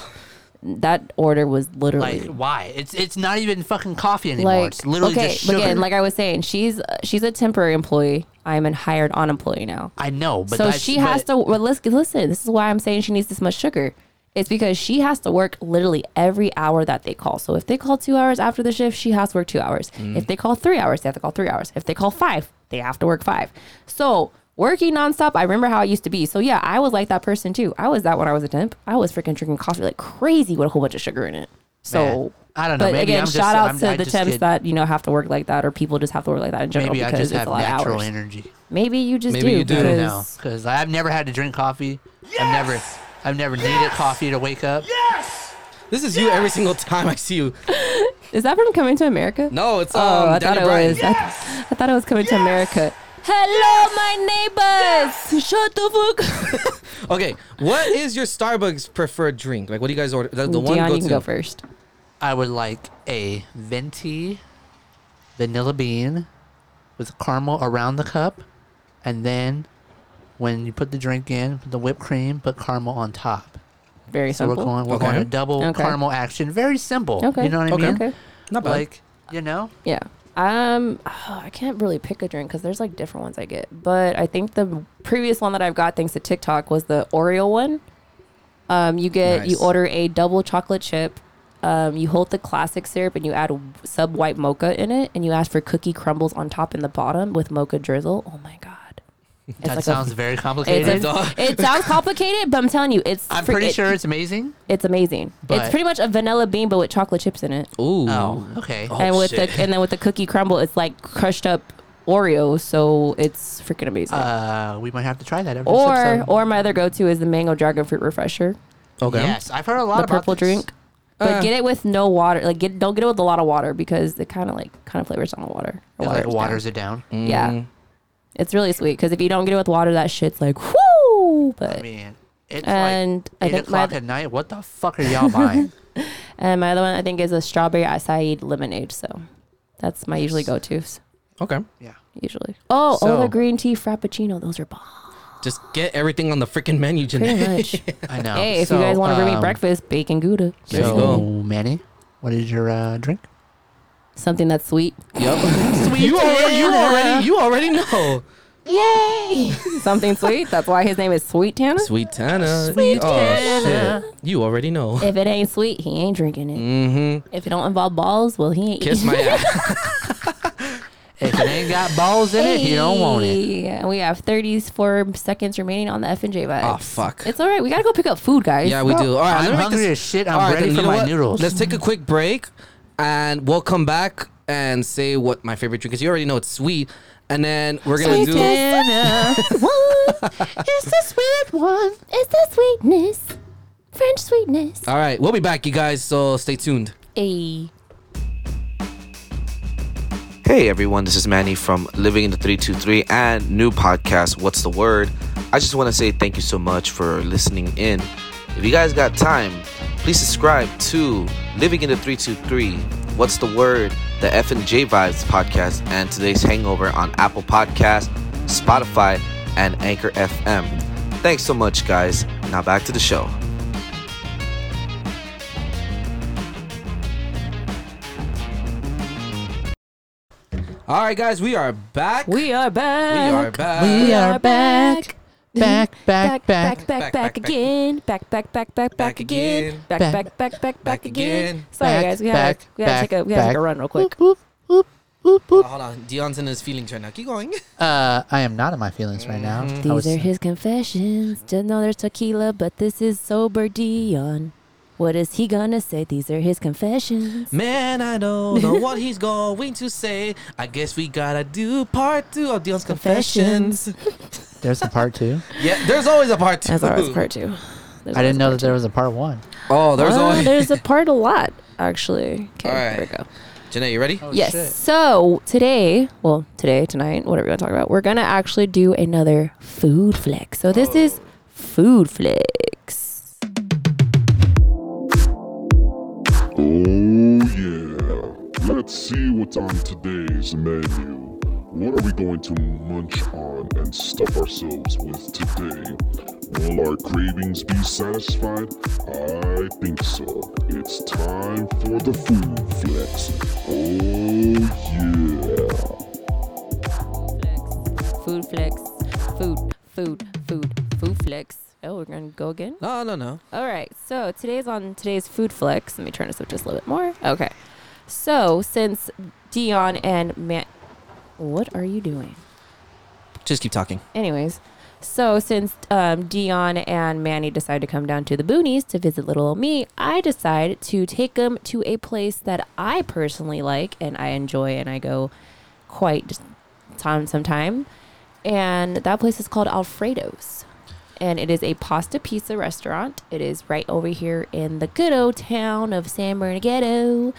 Speaker 5: that order was literally
Speaker 7: like, why? It's it's not even fucking coffee anymore.
Speaker 5: like
Speaker 7: it's literally
Speaker 5: okay
Speaker 7: just sugar.
Speaker 5: again like i was saying she's she's a temporary employee i'm a hired on employee now
Speaker 7: I know, but
Speaker 5: so
Speaker 7: that's-
Speaker 5: she has
Speaker 7: but-
Speaker 5: to well, let's listen this is why i'm saying she needs this much sugar it's because she has to work literally every hour that they call so if they call two hours after the shift she has to work two hours
Speaker 1: Mm.
Speaker 5: if they call three hours they have to call three hours if they call five they have to work five so Working nonstop, I remember how it used to be. So yeah, I was like that person too. I was that when I was a temp. I was freaking drinking coffee like crazy with a whole bunch of sugar in it. So
Speaker 7: Man, I don't know.
Speaker 5: But
Speaker 7: Maybe
Speaker 5: again,
Speaker 7: I'm just-
Speaker 5: shout out
Speaker 7: I'm-
Speaker 5: to
Speaker 7: I
Speaker 5: the
Speaker 7: just
Speaker 5: temps
Speaker 7: get-
Speaker 5: that you know have to work like that, or people just have to work like that in general
Speaker 7: Maybe I
Speaker 5: because
Speaker 7: just
Speaker 5: it's
Speaker 7: have
Speaker 5: a lot
Speaker 7: natural
Speaker 5: of hours.
Speaker 7: energy.
Speaker 5: Maybe you just do.
Speaker 7: I don't
Speaker 5: because-
Speaker 7: know because I've never had to drink coffee. I've never I've never needed coffee to wake up.
Speaker 5: Yes!
Speaker 6: This is you every single time I see you.
Speaker 5: Is that from Coming to America?
Speaker 6: No, it's,
Speaker 5: oh,
Speaker 6: um,
Speaker 5: I thought
Speaker 6: Danny
Speaker 5: it
Speaker 6: Bryan.
Speaker 5: was. I- I, thought it was Coming to America. Hello, my neighbors. Shut the fuck.
Speaker 6: Okay, what is your Starbucks preferred drink? Like, what do you guys order? The, the one
Speaker 5: Dion,
Speaker 6: go
Speaker 5: you can
Speaker 6: to.
Speaker 5: go first.
Speaker 7: I would like a venti vanilla bean with caramel around the cup, and then when you put the drink in, put the whipped cream, put caramel on top.
Speaker 5: Very
Speaker 7: so
Speaker 5: simple.
Speaker 7: We're going, we're
Speaker 5: Okay.
Speaker 7: going to double
Speaker 5: Okay.
Speaker 7: caramel action. Very simple.
Speaker 5: Okay.
Speaker 7: You know what I
Speaker 5: Okay.
Speaker 7: mean?
Speaker 5: Okay. Not bad.
Speaker 7: Like you know.
Speaker 5: Yeah. Um, oh, I can't really pick a drink because there's like different ones I get. But I think the previous one that I've got thanks to TikTok was the Oreo one. Um, you get you
Speaker 1: Nice.
Speaker 5: order a double chocolate chip. Um, you hold the classic syrup and you add sub white mocha in it, and you ask for cookie crumbles on top and the bottom with mocha drizzle. Oh my god!
Speaker 7: [laughs]
Speaker 5: It's
Speaker 7: that
Speaker 5: like a-
Speaker 7: sounds very complicated.
Speaker 5: It's a- [laughs] it sounds complicated, but I'm telling you, it's.
Speaker 7: [laughs] I'm
Speaker 5: freak-
Speaker 7: pretty
Speaker 5: it-
Speaker 7: sure it's amazing.
Speaker 5: It's amazing.
Speaker 7: But-
Speaker 5: it's pretty much a vanilla bean, but with chocolate chips in it.
Speaker 6: Ooh.
Speaker 7: Oh, okay.
Speaker 5: and with the and then with the cookie crumble, it's like crushed up Oreo, so it's freaking amazing.
Speaker 7: uh, we might have to try that. After this
Speaker 5: or
Speaker 7: episode.
Speaker 5: or my other go-to is the mango dragon fruit refresher.
Speaker 6: Okay.
Speaker 7: Yes, I've heard a lot
Speaker 5: the
Speaker 7: about
Speaker 5: purple
Speaker 7: this.
Speaker 5: drink, but
Speaker 7: Uh.
Speaker 5: get it with no water. Like get don't get it with a lot of water because it kind of like kind of flavors on the water. mm.
Speaker 7: It, like, waters it down.
Speaker 5: Yeah, it's really sweet because if you don't get it with water, that shit's like whoo. But
Speaker 7: I mean, it's
Speaker 5: and I
Speaker 7: like eight
Speaker 5: think my
Speaker 7: o'clock at night. What the fuck are
Speaker 5: [laughs]
Speaker 7: y'all buying?
Speaker 5: and my other one I think is a strawberry acai lemonade. So that's my usually go-to's.
Speaker 6: Okay.
Speaker 7: Yeah.
Speaker 5: Usually. Oh,
Speaker 6: So-
Speaker 5: all the green tea frappuccino. Those are bomb.
Speaker 6: Just get everything on the freaking menu,
Speaker 5: Pretty
Speaker 6: Janae.
Speaker 5: much.
Speaker 7: I know.
Speaker 5: Hey, if you guys want to bring me
Speaker 7: um,
Speaker 5: breakfast, bacon gouda.
Speaker 6: There you
Speaker 7: so,
Speaker 6: go.
Speaker 7: Manny, what is your uh, drink?
Speaker 5: Something that's sweet.
Speaker 6: Yep. [laughs] you already, you already, you already know.
Speaker 5: Yay!
Speaker 6: [laughs]
Speaker 5: Something sweet. That's why his name is Sweet Tanner.
Speaker 6: Sweet Tana.
Speaker 5: Sweet
Speaker 6: oh,
Speaker 5: Tana.
Speaker 6: Shit. You already
Speaker 5: [laughs]
Speaker 6: know.
Speaker 5: If it ain't sweet, he ain't drinking it.
Speaker 6: Mm-hmm.
Speaker 5: If it don't involve balls, well, he ain't. [laughs]
Speaker 6: Kiss my ass. [laughs]
Speaker 7: If it ain't got balls in it, you don't want it.
Speaker 5: Yeah, we have 34 seconds remaining on the F and J vibes.
Speaker 6: Oh, fuck.
Speaker 5: It's all right. We gotta go pick up food, guys.
Speaker 6: Yeah, we do. All right, let me make this-
Speaker 7: I'm
Speaker 6: All right,
Speaker 7: ready
Speaker 6: then, you
Speaker 7: for
Speaker 6: know
Speaker 7: my
Speaker 6: what?
Speaker 7: noodles.
Speaker 6: Let's take a quick break, and we'll come back and say what my favorite drink is. You already know it's sweet, and then we're gonna
Speaker 1: Sweet
Speaker 6: do. [laughs]
Speaker 1: Tana.
Speaker 5: It's the sweet one. It's the sweetness. French sweetness.
Speaker 6: All right, we'll be back, you guys. So stay tuned.
Speaker 5: Ayy.
Speaker 13: Hey everyone, this is Manny from Living in the 323 and new podcast, What's the Word? I just want to say thank you so much for listening in. If you guys got time, please subscribe to Living in the 323, What's the Word, the F and J Vibes podcast, and today's hangover on Apple Podcasts, Spotify, and Anchor FM. Thanks so much, guys. Now back to the show.
Speaker 6: All right, guys, we are back.
Speaker 5: We are back.
Speaker 6: We are back.
Speaker 5: We are back.
Speaker 7: [laughs] back, back, back,
Speaker 5: back, back, back again. Back, back, back, back, back again. Back,
Speaker 7: Back,
Speaker 5: back, back, back, back again.
Speaker 6: again.
Speaker 5: Sorry,
Speaker 6: Back,
Speaker 5: guys. We gotta
Speaker 6: back,
Speaker 5: we gotta
Speaker 6: back,
Speaker 5: take a we gotta take a
Speaker 6: back.
Speaker 5: run real quick.
Speaker 6: Uh, hold on, Dion's in his feelings right now. Keep going. [laughs]
Speaker 7: Uh, I am not in my feelings right now. I
Speaker 5: Mm-hmm. These
Speaker 7: was-
Speaker 5: are his confessions. Didn't know there's tequila, but this is sober Dion. What is he gonna say? These are his confessions.
Speaker 6: Man, I don't know what [laughs] he's going to say. I guess we gotta do part two of Dion's confessions.
Speaker 7: [laughs] There's a part two.
Speaker 6: Yeah, there's always a part two.
Speaker 5: There's always part two.
Speaker 7: I didn't know that there was a part one.
Speaker 6: Oh, there's
Speaker 5: Well,
Speaker 6: always.
Speaker 5: Ah, there's a part a lot actually. Okay,
Speaker 6: All right.
Speaker 5: there we go.
Speaker 6: [laughs] Janae, you ready?
Speaker 5: yes. So today, well, today, tonight, whatever you want to talk about, we're gonna actually do another food flex. So this is food flex.
Speaker 14: Oh, yeah. Let's see what's on today's menu. What are we going to munch on and stuff ourselves with today? Will our cravings be satisfied? I think so. It's time for the food flex. Oh, yeah.
Speaker 5: Food flex. Food. Food. Food. Food flex. Oh, we're gonna go again.
Speaker 6: No, no, no.
Speaker 5: All right. So today's on today's food flex. Let me turn this up just a little bit more. Okay. So since Dion and Matt, what are you doing?
Speaker 6: Just keep talking.
Speaker 5: Anyways, so since um, Dion and Manny decided to come down to the boonies to visit little old me, I decided to take them to a place that I personally like and I enjoy and I go quite time sometime. And that place is called Alfredo's. And it is a pasta pizza restaurant. It is right over here in the good old town of San Bernardino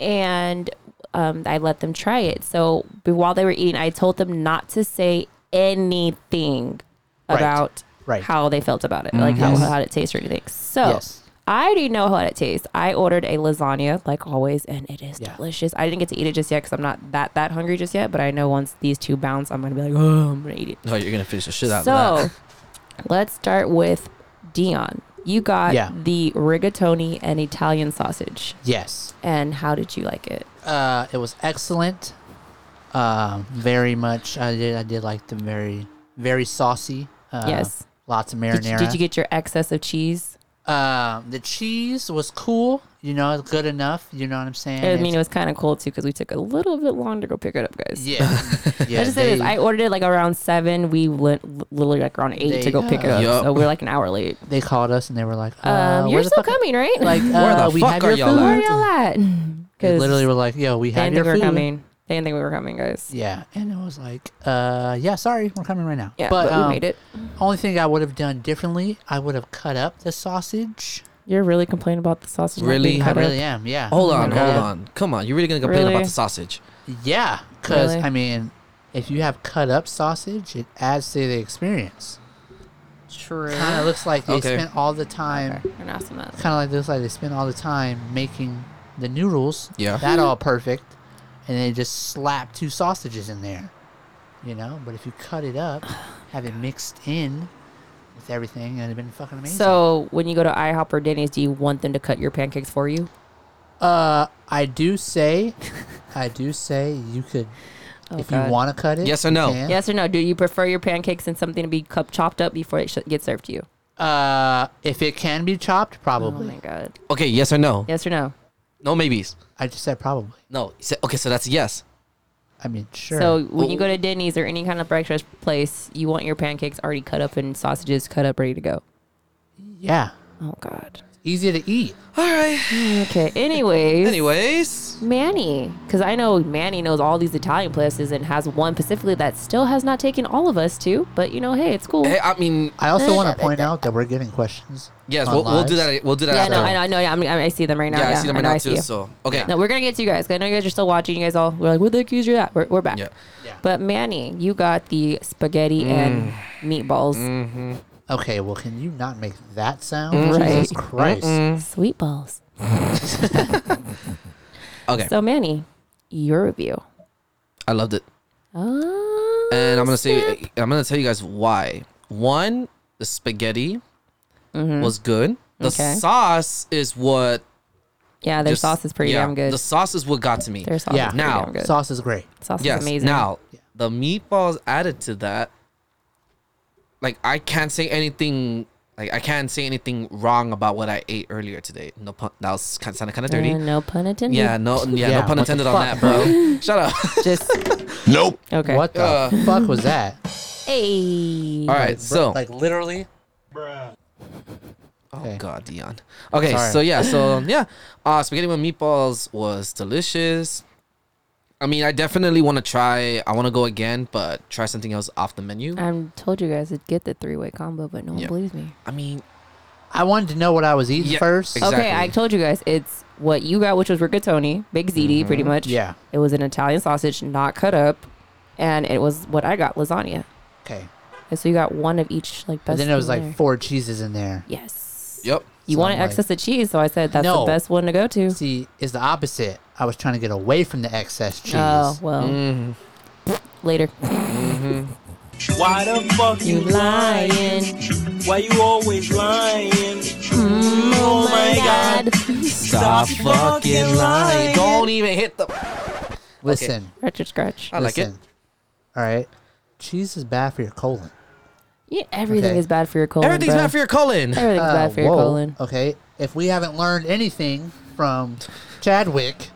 Speaker 5: and um, I let them try it. So b- while they were eating, I told them not to say anything
Speaker 7: Right.
Speaker 5: about
Speaker 7: Right.
Speaker 5: how they felt about it, like how,
Speaker 7: Mhm.
Speaker 5: how it tastes or anything. So
Speaker 7: Yes.
Speaker 5: I didn't know how it tastes. I ordered a lasagna, like always, and it is delicious. I didn't get to eat it just yet because I'm not that that hungry just yet. But I know once these two bounce, I'm gonna be like, oh, I'm gonna eat it.
Speaker 6: No, you're gonna finish the shit out of
Speaker 5: So
Speaker 6: that.
Speaker 5: let's start with Dion. You got
Speaker 7: Yeah.
Speaker 5: the rigatoni and Italian sausage.
Speaker 7: Yes.
Speaker 5: And how did you like it?
Speaker 7: Uh, it was excellent. Uh, very much. I did. I did like the very, very saucy. Uh,
Speaker 5: Yes.
Speaker 7: Lots of
Speaker 5: Did you-
Speaker 7: marinara.
Speaker 5: Did, you get your excess of cheese?
Speaker 7: Um, the cheese was cool. You know, it's good enough. You know what I'm saying?
Speaker 5: I mean, it was kind of cold too because we took a little bit long to go pick it up, guys.
Speaker 7: Yeah.
Speaker 5: I [laughs]
Speaker 7: Yeah,
Speaker 5: just say this.
Speaker 7: they-
Speaker 5: I ordered it like around seven. We went l- literally like around eight to
Speaker 7: They-
Speaker 5: go pick it up.
Speaker 7: Yup.
Speaker 5: So we're like an hour late.
Speaker 7: They called us and they were like, uh,
Speaker 5: Um,
Speaker 7: where
Speaker 5: you're
Speaker 7: the
Speaker 5: still
Speaker 7: fuck-
Speaker 5: coming, right?
Speaker 7: [laughs] Like,
Speaker 5: Where
Speaker 7: uh,
Speaker 5: the
Speaker 7: we
Speaker 5: fuck
Speaker 7: have
Speaker 5: are
Speaker 7: your
Speaker 5: y'all
Speaker 7: food.
Speaker 5: at? [laughs] Where y'all
Speaker 7: [laughs]
Speaker 5: at?
Speaker 7: They
Speaker 5: 'Cause
Speaker 7: literally were like, yo, we
Speaker 5: they
Speaker 7: had
Speaker 5: didn't
Speaker 7: your
Speaker 5: think we
Speaker 7: food.
Speaker 5: were coming. They didn't think we were coming, guys.
Speaker 7: Yeah, and it was like, uh, yeah, sorry, we're coming right now. um,
Speaker 5: Yeah, but we made it.
Speaker 7: Only thing I would have done differently, I would have cut up the sausage.
Speaker 5: You're really complaining about the sausage. not
Speaker 6: Really?
Speaker 5: being
Speaker 7: I
Speaker 5: cut up?
Speaker 7: really am. Yeah.
Speaker 6: Hold
Speaker 7: Oh my
Speaker 6: on, hold
Speaker 7: God.
Speaker 6: on. Come on, you're really gonna complain
Speaker 7: Really?
Speaker 6: about the sausage?
Speaker 7: Yeah, because
Speaker 6: Really?
Speaker 7: I mean, if you have cut up sausage, it adds to the experience.
Speaker 5: True.
Speaker 7: Kind of looks like they
Speaker 6: Okay.
Speaker 7: spent all the time.
Speaker 5: You're not saying that.
Speaker 7: Kind of like looks like they spent all the time making the noodles.
Speaker 6: Yeah.
Speaker 7: That all perfect, and they just slap two sausages in there. You know, but if you cut it up, have it mixed in with everything, and it'd been fucking amazing.
Speaker 5: So when you go to IHOP or Denny's, do you want them to cut your pancakes for you?
Speaker 7: Uh, I do say, I do say you could,
Speaker 6: Oh,
Speaker 7: if you want to cut it. you can.
Speaker 5: Yes or no? Do you prefer your pancakes and something to be cup chopped up before it sh- gets served to you?
Speaker 7: Uh, if it can be chopped, probably.
Speaker 5: Oh my god.
Speaker 6: Okay, yes or no?
Speaker 5: Yes or no?
Speaker 6: No maybes.
Speaker 7: I just said probably.
Speaker 6: No. you said- Okay, so that's a yes.
Speaker 7: I mean, sure.
Speaker 5: So when you go to Denny's or any kind of breakfast place, you want your pancakes already cut up and sausages cut up, ready to go.
Speaker 7: Yeah.
Speaker 5: Oh God.
Speaker 7: Easy to eat.
Speaker 6: All right.
Speaker 5: Okay.
Speaker 6: [laughs]
Speaker 5: Anyways.
Speaker 6: Anyways.
Speaker 5: Manny, because I know Manny knows all these Italian places and has one specifically that still has not taken all of us to. But you know, hey, it's cool.
Speaker 6: Hey, I mean,
Speaker 7: I also want to point out that we're getting questions.
Speaker 6: Yes,
Speaker 7: on
Speaker 6: we'll, we'll do
Speaker 7: lives.
Speaker 6: that. We'll do that.
Speaker 5: Yeah,
Speaker 6: after.
Speaker 5: no, I know, I know. Yeah, I'm, I see them right now.
Speaker 6: Yeah, I see them right
Speaker 5: know,
Speaker 6: now
Speaker 5: I
Speaker 6: too,
Speaker 5: see you.
Speaker 6: so, okay.
Speaker 5: No, we're gonna get to you guys. 'cause I know you guys are still watching. You guys all we're like, where the accused you at? We're, we're back.
Speaker 6: Yeah. Mm.
Speaker 5: But Manny, you got the spaghetti and meatballs.
Speaker 7: Okay, well, can you not make that sound?
Speaker 5: Mm-hmm. Right.
Speaker 7: Jesus Christ.
Speaker 5: Sweet balls.
Speaker 6: Okay.
Speaker 5: So Manny, your review.
Speaker 6: I loved it.
Speaker 5: Oh,
Speaker 6: and I'm gonna say I'm gonna tell you guys why. One, the spaghetti
Speaker 5: Mhm.
Speaker 6: was good. The
Speaker 5: Okay.
Speaker 6: sauce is what.
Speaker 5: Yeah, their
Speaker 6: just-
Speaker 5: sauce is pretty
Speaker 6: yeah,
Speaker 5: damn good.
Speaker 6: The sauce is what got to me.
Speaker 5: Their sauce is Yeah. pretty
Speaker 6: now
Speaker 5: damn good.
Speaker 7: Sauce is great.
Speaker 5: Sauce is
Speaker 6: yes,
Speaker 5: amazing.
Speaker 6: Now the meatballs added to that. like I can't say anything. Like I can't say anything wrong about what I ate earlier today. No pun. That was kind of, sounded kind of dirty.
Speaker 8: Uh, no pun intended.
Speaker 6: Yeah, no, yeah,
Speaker 7: Yeah,
Speaker 6: no pun
Speaker 7: what the
Speaker 6: intended on that,
Speaker 7: fuck,
Speaker 6: bro. [laughs] Shut
Speaker 7: [laughs]
Speaker 6: up.
Speaker 5: [laughs] Just
Speaker 6: nope.
Speaker 8: Okay.
Speaker 7: What the
Speaker 6: Uh,
Speaker 7: fuck was that?
Speaker 8: Hey.
Speaker 6: All right, [laughs]
Speaker 7: Like,
Speaker 6: so
Speaker 7: bro- like literally.
Speaker 6: Oh God, Dion. Okay,
Speaker 7: Sorry.
Speaker 6: so yeah, so yeah, uh, spaghetti with meatballs was delicious. I mean, I definitely want to try. I want to go again, but try something else off the menu.
Speaker 5: I told you guys I'd get the three way combo, but no one
Speaker 6: Yeah.
Speaker 5: believes me.
Speaker 6: I mean,
Speaker 7: I wanted to know what I was eating
Speaker 6: Yeah,
Speaker 7: first.
Speaker 5: Okay, I told you guys it's what you got, which was rigatoni, big ziti, pretty
Speaker 6: Mm-hmm.
Speaker 7: Mhm.
Speaker 5: much.
Speaker 7: Yeah.
Speaker 5: It was an Italian sausage, not cut up, and it was what I got, lasagna.
Speaker 7: Okay.
Speaker 5: And so you got one of each, like
Speaker 7: But
Speaker 5: best.
Speaker 7: then it was
Speaker 5: thing
Speaker 7: like
Speaker 5: there.
Speaker 7: four cheeses in there.
Speaker 5: Yes.
Speaker 6: Yep.
Speaker 5: You
Speaker 7: So
Speaker 5: wanted
Speaker 7: I'm like-
Speaker 5: excess of cheese, so I said that's
Speaker 7: No.
Speaker 5: the best one to go to.
Speaker 7: See, it's the opposite. I was trying to get away from the excess cheese.
Speaker 5: Oh well.
Speaker 7: Mm-hmm.
Speaker 5: Later.
Speaker 15: Why the fuck you lying? Why you always lying?
Speaker 5: Mm,
Speaker 15: oh my god.
Speaker 6: Stop fucking lying. Don't even hit the.
Speaker 7: Listen.
Speaker 5: Scratch your scratch.
Speaker 7: Oh,
Speaker 6: I like it.
Speaker 7: All right. Cheese is bad for your colon.
Speaker 5: Yeah, everything is bad for your colon.
Speaker 6: Everything's
Speaker 5: bro.
Speaker 6: bad for your colon.
Speaker 5: Everything's
Speaker 7: Uh,
Speaker 5: bad for your
Speaker 7: whoa.
Speaker 5: colon.
Speaker 7: Okay. If we haven't learned anything from Chadwick,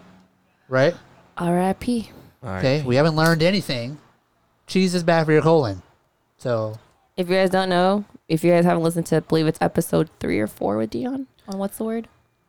Speaker 7: right?
Speaker 5: R.I.P.
Speaker 7: Okay. We haven't learned anything. Cheese is bad for your colon. So
Speaker 5: If you guys don't know, if you guys haven't listened to, I believe it's episode three or four with Dion on what's the word?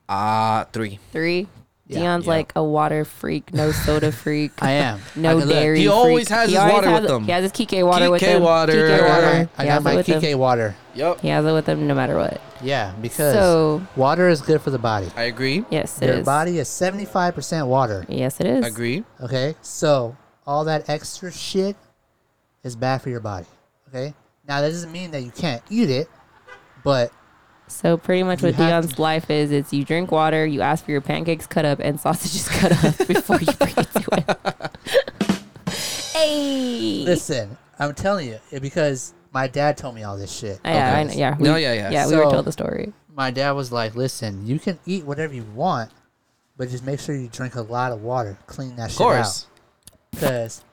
Speaker 6: Ah, three.
Speaker 5: Three. Dion's like a water freak, no
Speaker 7: [laughs]
Speaker 5: soda freak.
Speaker 7: I am. I
Speaker 5: No
Speaker 7: can look.
Speaker 5: dairy.
Speaker 7: He
Speaker 5: freak.
Speaker 7: always has his
Speaker 5: always
Speaker 7: water
Speaker 5: has
Speaker 7: with
Speaker 5: it-
Speaker 7: him.
Speaker 5: He has his Kike water with
Speaker 7: Kike
Speaker 5: him.
Speaker 7: water.
Speaker 5: Kike water.
Speaker 7: I
Speaker 5: He
Speaker 7: got
Speaker 5: has it
Speaker 7: my
Speaker 5: with him.
Speaker 7: Kike water.
Speaker 6: Yep.
Speaker 5: He has it with him no matter what.
Speaker 7: yeah, because
Speaker 5: So-
Speaker 7: water is good for the body.
Speaker 6: I agree.
Speaker 5: Yes, it
Speaker 7: Your
Speaker 5: is.
Speaker 7: body is 75% water.
Speaker 5: Yes, it is.
Speaker 6: Agree.
Speaker 7: Okay, so all that extra shit is bad for your body. Okay, now that doesn't mean that you can't eat it, but
Speaker 5: So pretty much
Speaker 7: You
Speaker 5: what
Speaker 7: have
Speaker 5: Dion's life is, it's you drink water, you ask for your pancakes cut up and [laughs] sausages cut up before you bring it to
Speaker 7: [laughs]
Speaker 5: him. hey.
Speaker 7: listen, I'm telling you, it, because my dad told me all this shit.
Speaker 5: Yeah, I know, yeah, we- No, yeah, yeah. yeah, we were told the story.
Speaker 7: My dad was like, listen, you can eat whatever you want, but just make sure you drink a lot of water. Clean that
Speaker 6: Of
Speaker 7: shit
Speaker 6: course.
Speaker 7: out. Because,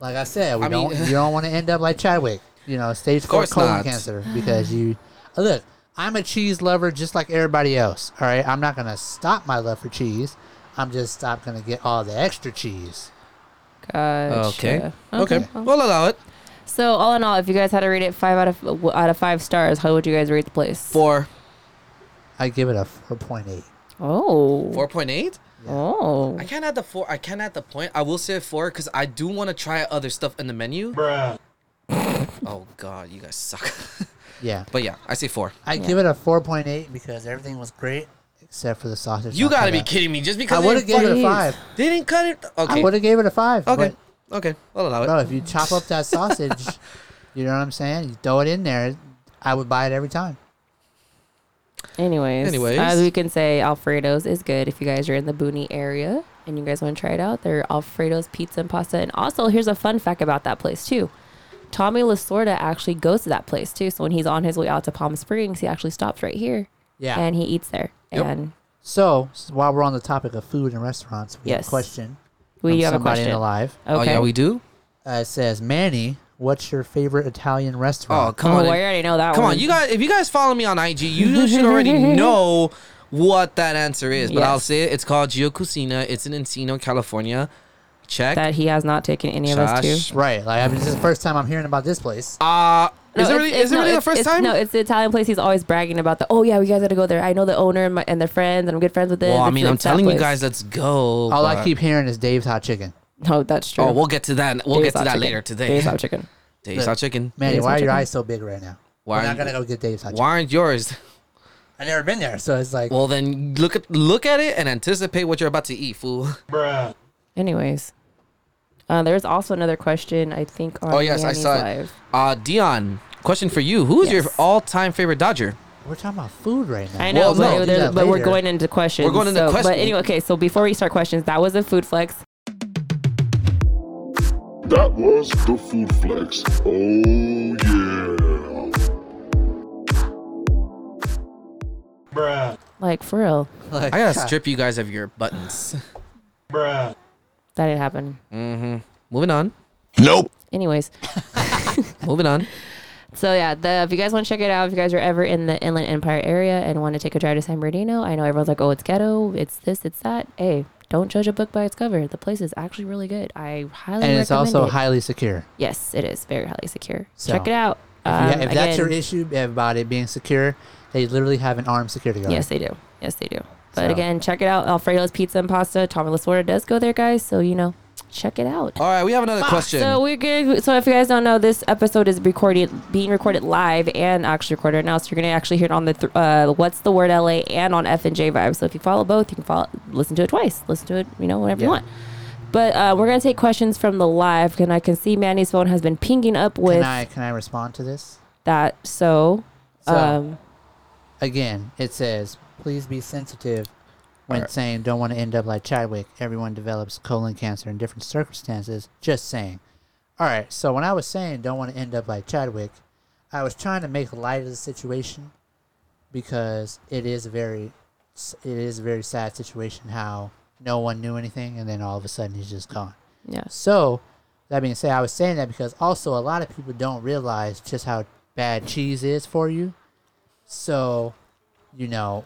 Speaker 7: like I said, we
Speaker 6: I mean-
Speaker 7: don't, you don't want to end up like Chadwick, you know, stage four
Speaker 6: course
Speaker 7: colon
Speaker 6: not.
Speaker 7: cancer because you. uh, Look, I'm a cheese lover just like everybody else. All right, I'm not gonna stop my love for cheese. I'm just not gonna get all the extra cheese.
Speaker 5: Oh,
Speaker 6: Okay. Okay. We'll allow it.
Speaker 5: Uh, So all in all, if you guys had to rate it five out of w- out of five stars, how would you guys rate the place?
Speaker 6: Four.
Speaker 7: I give it a 4.8.
Speaker 5: Oh.
Speaker 6: Four point eight.
Speaker 5: Oh.
Speaker 6: I can't add the four. I can't add the point. I will say four because I do want to try other stuff in the menu.
Speaker 10: Bruh.
Speaker 6: Oh God, you guys suck.
Speaker 7: Yeah.
Speaker 6: But yeah, I say four.
Speaker 7: I give it a 4.8 because everything was great except for the sausage.
Speaker 6: You
Speaker 7: not
Speaker 6: gotta
Speaker 7: cut
Speaker 6: be
Speaker 7: up.
Speaker 6: kidding me! Just because
Speaker 7: I would have
Speaker 6: they
Speaker 7: gave it a
Speaker 6: fucking-
Speaker 7: five.
Speaker 6: They didn't cut it. Okay.
Speaker 7: I would have gave it a five.
Speaker 6: Okay.
Speaker 7: but-
Speaker 6: Okay. I'll allow it.
Speaker 7: No, if you chop up that sausage, [laughs] you know what I'm saying? You throw it in there, I would buy it every time.
Speaker 5: Anyways,
Speaker 7: Anyways.
Speaker 5: as we can say, Alfredo's is good if you guys are in the Booney area and you guys want to try it out. They're Alfredo's Pizza and Pasta. And also, here's a fun fact about that place too. Tommy Lasorda actually goes to that place too. So when he's on his way out to Palm Springs, he actually stops right here.
Speaker 7: Yeah.
Speaker 5: And he eats there. And
Speaker 7: So, s- while we're on the topic of food and restaurants, we have
Speaker 5: Yes.
Speaker 7: a question.
Speaker 5: We
Speaker 7: from
Speaker 5: do have a
Speaker 7: somebody in
Speaker 5: question.
Speaker 7: the live.
Speaker 5: Oh, yeah, Okay. we
Speaker 6: do?
Speaker 7: Uh, it says, Manny, what's your favorite Italian restaurant?
Speaker 6: Oh come on!
Speaker 5: I already know that
Speaker 6: Come
Speaker 5: one.
Speaker 6: on, you guys. If you guys follow me on IG, you should
Speaker 5: [laughs]
Speaker 6: already know what that answer is. But I'll
Speaker 5: Yes.
Speaker 6: say it. It's called Gio Cucina. It's in Encino, California. Check.
Speaker 5: that he has not taken any of us
Speaker 6: Josh.
Speaker 5: to.
Speaker 7: Right. Like, I mean, this is the first time I'm hearing about this place.
Speaker 6: Uh,
Speaker 5: No,
Speaker 6: is it
Speaker 5: it's-
Speaker 6: really?
Speaker 5: it's-
Speaker 6: Is it
Speaker 5: no,
Speaker 6: really the
Speaker 5: it's-
Speaker 6: first
Speaker 5: it's-
Speaker 6: time?
Speaker 5: No, it's the Italian place he's always bragging about. The oh yeah, we guys got to go there. I know the owner and, my, and their friends, and I'm good friends with them.
Speaker 6: Well, I
Speaker 5: It's-
Speaker 6: mean, I'm
Speaker 5: it's that
Speaker 6: telling you
Speaker 5: place.
Speaker 6: guys, let's go.
Speaker 7: All I
Speaker 6: but-
Speaker 7: keep hearing is Dave's Hot Chicken.
Speaker 5: No, that's true.
Speaker 6: Oh, we'll get to that. We'll
Speaker 7: Dave's
Speaker 6: get
Speaker 7: Hot
Speaker 6: to that
Speaker 7: Chicken.
Speaker 6: later today.
Speaker 7: Dave's Hot Chicken.
Speaker 6: Dave's hot chicken.
Speaker 7: Manny, why are your eyes so big right now?
Speaker 6: Why
Speaker 7: We're
Speaker 6: are
Speaker 7: not
Speaker 6: you-
Speaker 7: going to go get Dave's Hot
Speaker 6: Why aren't yours?
Speaker 7: Chicken. I've never been there, so it's like,
Speaker 6: Well, then look at look at it and anticipate what you're about to eat, fool.
Speaker 10: Bruh.
Speaker 5: Anyways, uh, there's also another question I think on.
Speaker 6: Oh yes, I
Speaker 5: Manny's
Speaker 6: saw it.
Speaker 5: Live.
Speaker 6: Uh, Dion, question for you: Who is your all-time favorite Dodger?
Speaker 7: we're talking about food right now.
Speaker 5: I know,
Speaker 6: Well,
Speaker 5: but,
Speaker 6: no,
Speaker 5: there's-
Speaker 6: do that
Speaker 5: but we're
Speaker 6: later.
Speaker 5: going into questions.
Speaker 6: We're going into
Speaker 5: so-
Speaker 6: questions.
Speaker 5: But anyway, okay. So before we start questions, that was a food flex.
Speaker 14: That was the food flex. Oh yeah.
Speaker 10: Bruh.
Speaker 5: Like for real,
Speaker 6: I [laughs] gotta strip you guys of your buttons.
Speaker 10: Bruh.
Speaker 5: that didn't happen.
Speaker 6: Mm-hmm. Moving on.
Speaker 5: Anyways,
Speaker 6: Moving on.
Speaker 5: So yeah, the, if you guys want to check it out, if you guys are ever in the Inland Empire area and want to take a drive to San Bernardino, I know everyone's like, "Oh, it's ghetto, it's this, it's that." Hey, don't judge a book by its cover. The place is actually really good. I highly
Speaker 7: and it's
Speaker 5: recommend
Speaker 7: also
Speaker 5: it.
Speaker 7: highly secure.
Speaker 5: Yes, it is very highly secure.
Speaker 7: So,
Speaker 5: check it out. Um,
Speaker 7: If, you ha- if that's your
Speaker 5: again-
Speaker 7: issue about it being secure, they literally have an armed security guard.
Speaker 5: Yes, they do. Yes, they do. But
Speaker 7: So-
Speaker 5: again, check it out. Alfredo's Pizza and Pasta. Tommy Lasorda does go there, guys. So you know, check it out.
Speaker 6: All right, we have another question.
Speaker 5: So we're good. So if you guys don't know, this episode is recorded, being recorded live and actually recorded right now. So you're gonna actually hear it on the th- uh, what's the word LA and on F and J Vibe. So if you follow both, you can follow, listen to it twice. Listen to it, you know, whenever you
Speaker 16: Yeah.
Speaker 5: want. But uh, we're gonna take questions from the live, and I can see Manny's phone has been pinging up with
Speaker 7: Can I can I respond to this?
Speaker 5: that. So,
Speaker 7: So,
Speaker 5: um,
Speaker 7: again, it says, please be sensitive when
Speaker 5: Alright.
Speaker 7: saying don't want to end up like Chadwick. Everyone develops colon cancer in different circumstances. Just saying. All right, so when I was saying don't want to end up like Chadwick, I was trying to make light of the situation because it is a very it is a very sad situation how no one knew anything and then all of a sudden he's just gone.
Speaker 5: Yeah.
Speaker 7: So that being said, I was saying that because also a lot of people don't realize just how bad cheese is for you. So, you know,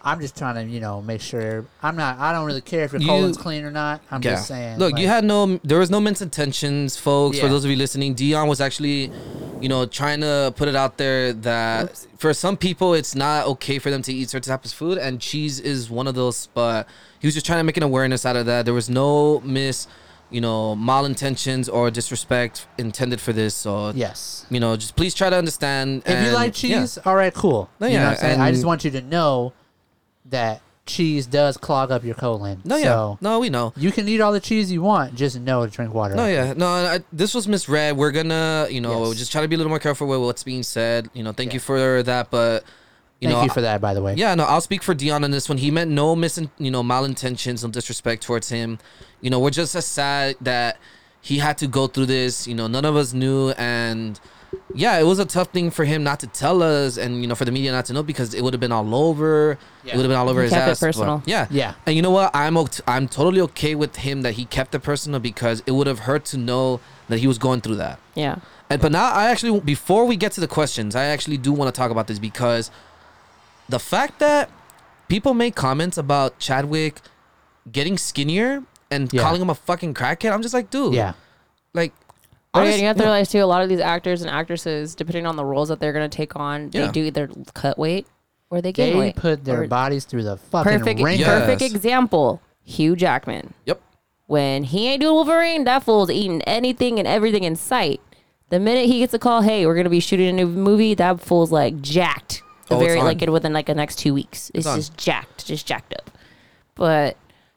Speaker 7: I'm just trying to, you know, make sure I'm not. I don't really care if your
Speaker 6: You-
Speaker 7: colon's clean or not. I'm
Speaker 6: Yeah.
Speaker 7: just saying.
Speaker 6: Look, you
Speaker 7: like,
Speaker 6: had no, there was no mince intentions, folks. For
Speaker 7: Yeah.
Speaker 6: those of you listening, Dion was actually, you know, trying to put it out there that for some people it's not okay for them to eat certain types of food, and cheese is one of those. But he was just trying to make an awareness out of that. There was no mis, you know, malintentions or disrespect intended for this. So
Speaker 7: Yes.
Speaker 6: you know, just please try to understand.
Speaker 7: if you
Speaker 6: and-
Speaker 7: like
Speaker 6: yeah.
Speaker 7: cheese, all right, cool.
Speaker 6: No,
Speaker 7: you know
Speaker 6: yeah,
Speaker 7: what I'm saying? I
Speaker 6: and-
Speaker 7: just want you to know that cheese does clog up your colon.
Speaker 6: No, yeah.
Speaker 7: so
Speaker 6: No, we know.
Speaker 7: You can eat all the cheese you want, just know to drink water.
Speaker 6: No, yeah, no. I, this was misread. We're gonna, you know,
Speaker 7: Yes.
Speaker 6: just try to be a little more careful with what's being said. You know, thank you for that, but you
Speaker 7: Thank
Speaker 6: know,
Speaker 7: you for that, by the way.
Speaker 6: Yeah, no, I'll speak for Dion on this one. He meant no mis, you know, malintentions, no disrespect towards him. You know, we're just as sad that he had to go through this. You know, none of us knew, and yeah, it was a tough thing for him not to tell us, and you know, for the media not to know because it would have been all over. It would have been all over
Speaker 7: He
Speaker 6: his
Speaker 7: kept it
Speaker 6: ass. but-
Speaker 7: personal.
Speaker 6: yeah,
Speaker 7: Yeah.
Speaker 6: and you know what? I'm oct- I'm totally okay with him that he kept it personal because it would have hurt to know that he was going through that.
Speaker 5: yeah.
Speaker 6: And but now I actually before we get to the questions, I actually do want to talk about this because the fact that people make comments about Chadwick getting skinnier and calling him a fucking crackhead, I'm just like, dude,
Speaker 7: yeah,
Speaker 6: like.
Speaker 5: But
Speaker 6: honest-
Speaker 5: again, you have to
Speaker 6: yeah.
Speaker 5: realize too, a lot of these actors and actresses, depending on the roles that they're going to take on,
Speaker 6: Yeah.
Speaker 5: they do either cut weight or they gain
Speaker 7: They
Speaker 5: weight.
Speaker 7: put their
Speaker 5: Or-
Speaker 7: bodies through the fucking
Speaker 5: perfect,
Speaker 7: ringer.
Speaker 5: perfect example: Hugh Jackman.
Speaker 6: Yep.
Speaker 5: When he ain't doing Wolverine, that fool's eating anything and everything in sight. The minute he gets a call, hey, we're going to be shooting a new movie, that fool's like jacked. The
Speaker 16: Oh, it's
Speaker 5: very
Speaker 16: on.
Speaker 5: like within like the next two weeks,
Speaker 16: It's
Speaker 5: it's,
Speaker 16: on.
Speaker 5: just jacked, just jacked up. But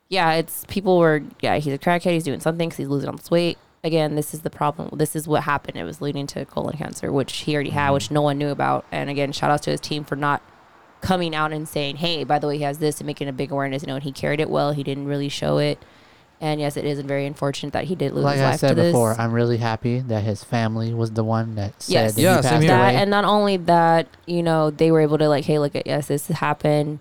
Speaker 5: yeah, it's people were yeah, he's a crackhead. He's doing something because he's losing all this weight. Again, this is the problem. This is what happened. It was leading to colon cancer, which he already had, which no one knew about. And again, shout outs to his team for not coming out and saying, "Hey, by the way, he has this," and making a big awareness. You know, and he carried it well. He didn't really show it. And yes, it is very unfortunate that he did lose
Speaker 7: Like
Speaker 5: his
Speaker 7: I
Speaker 5: life
Speaker 7: said
Speaker 5: to this.
Speaker 7: before, I'm really happy that his family was the one that said
Speaker 5: Yes.
Speaker 7: that he passed
Speaker 5: That,
Speaker 7: away.
Speaker 5: and not only that, you know, they were able to like, hey, look at yes, this happened.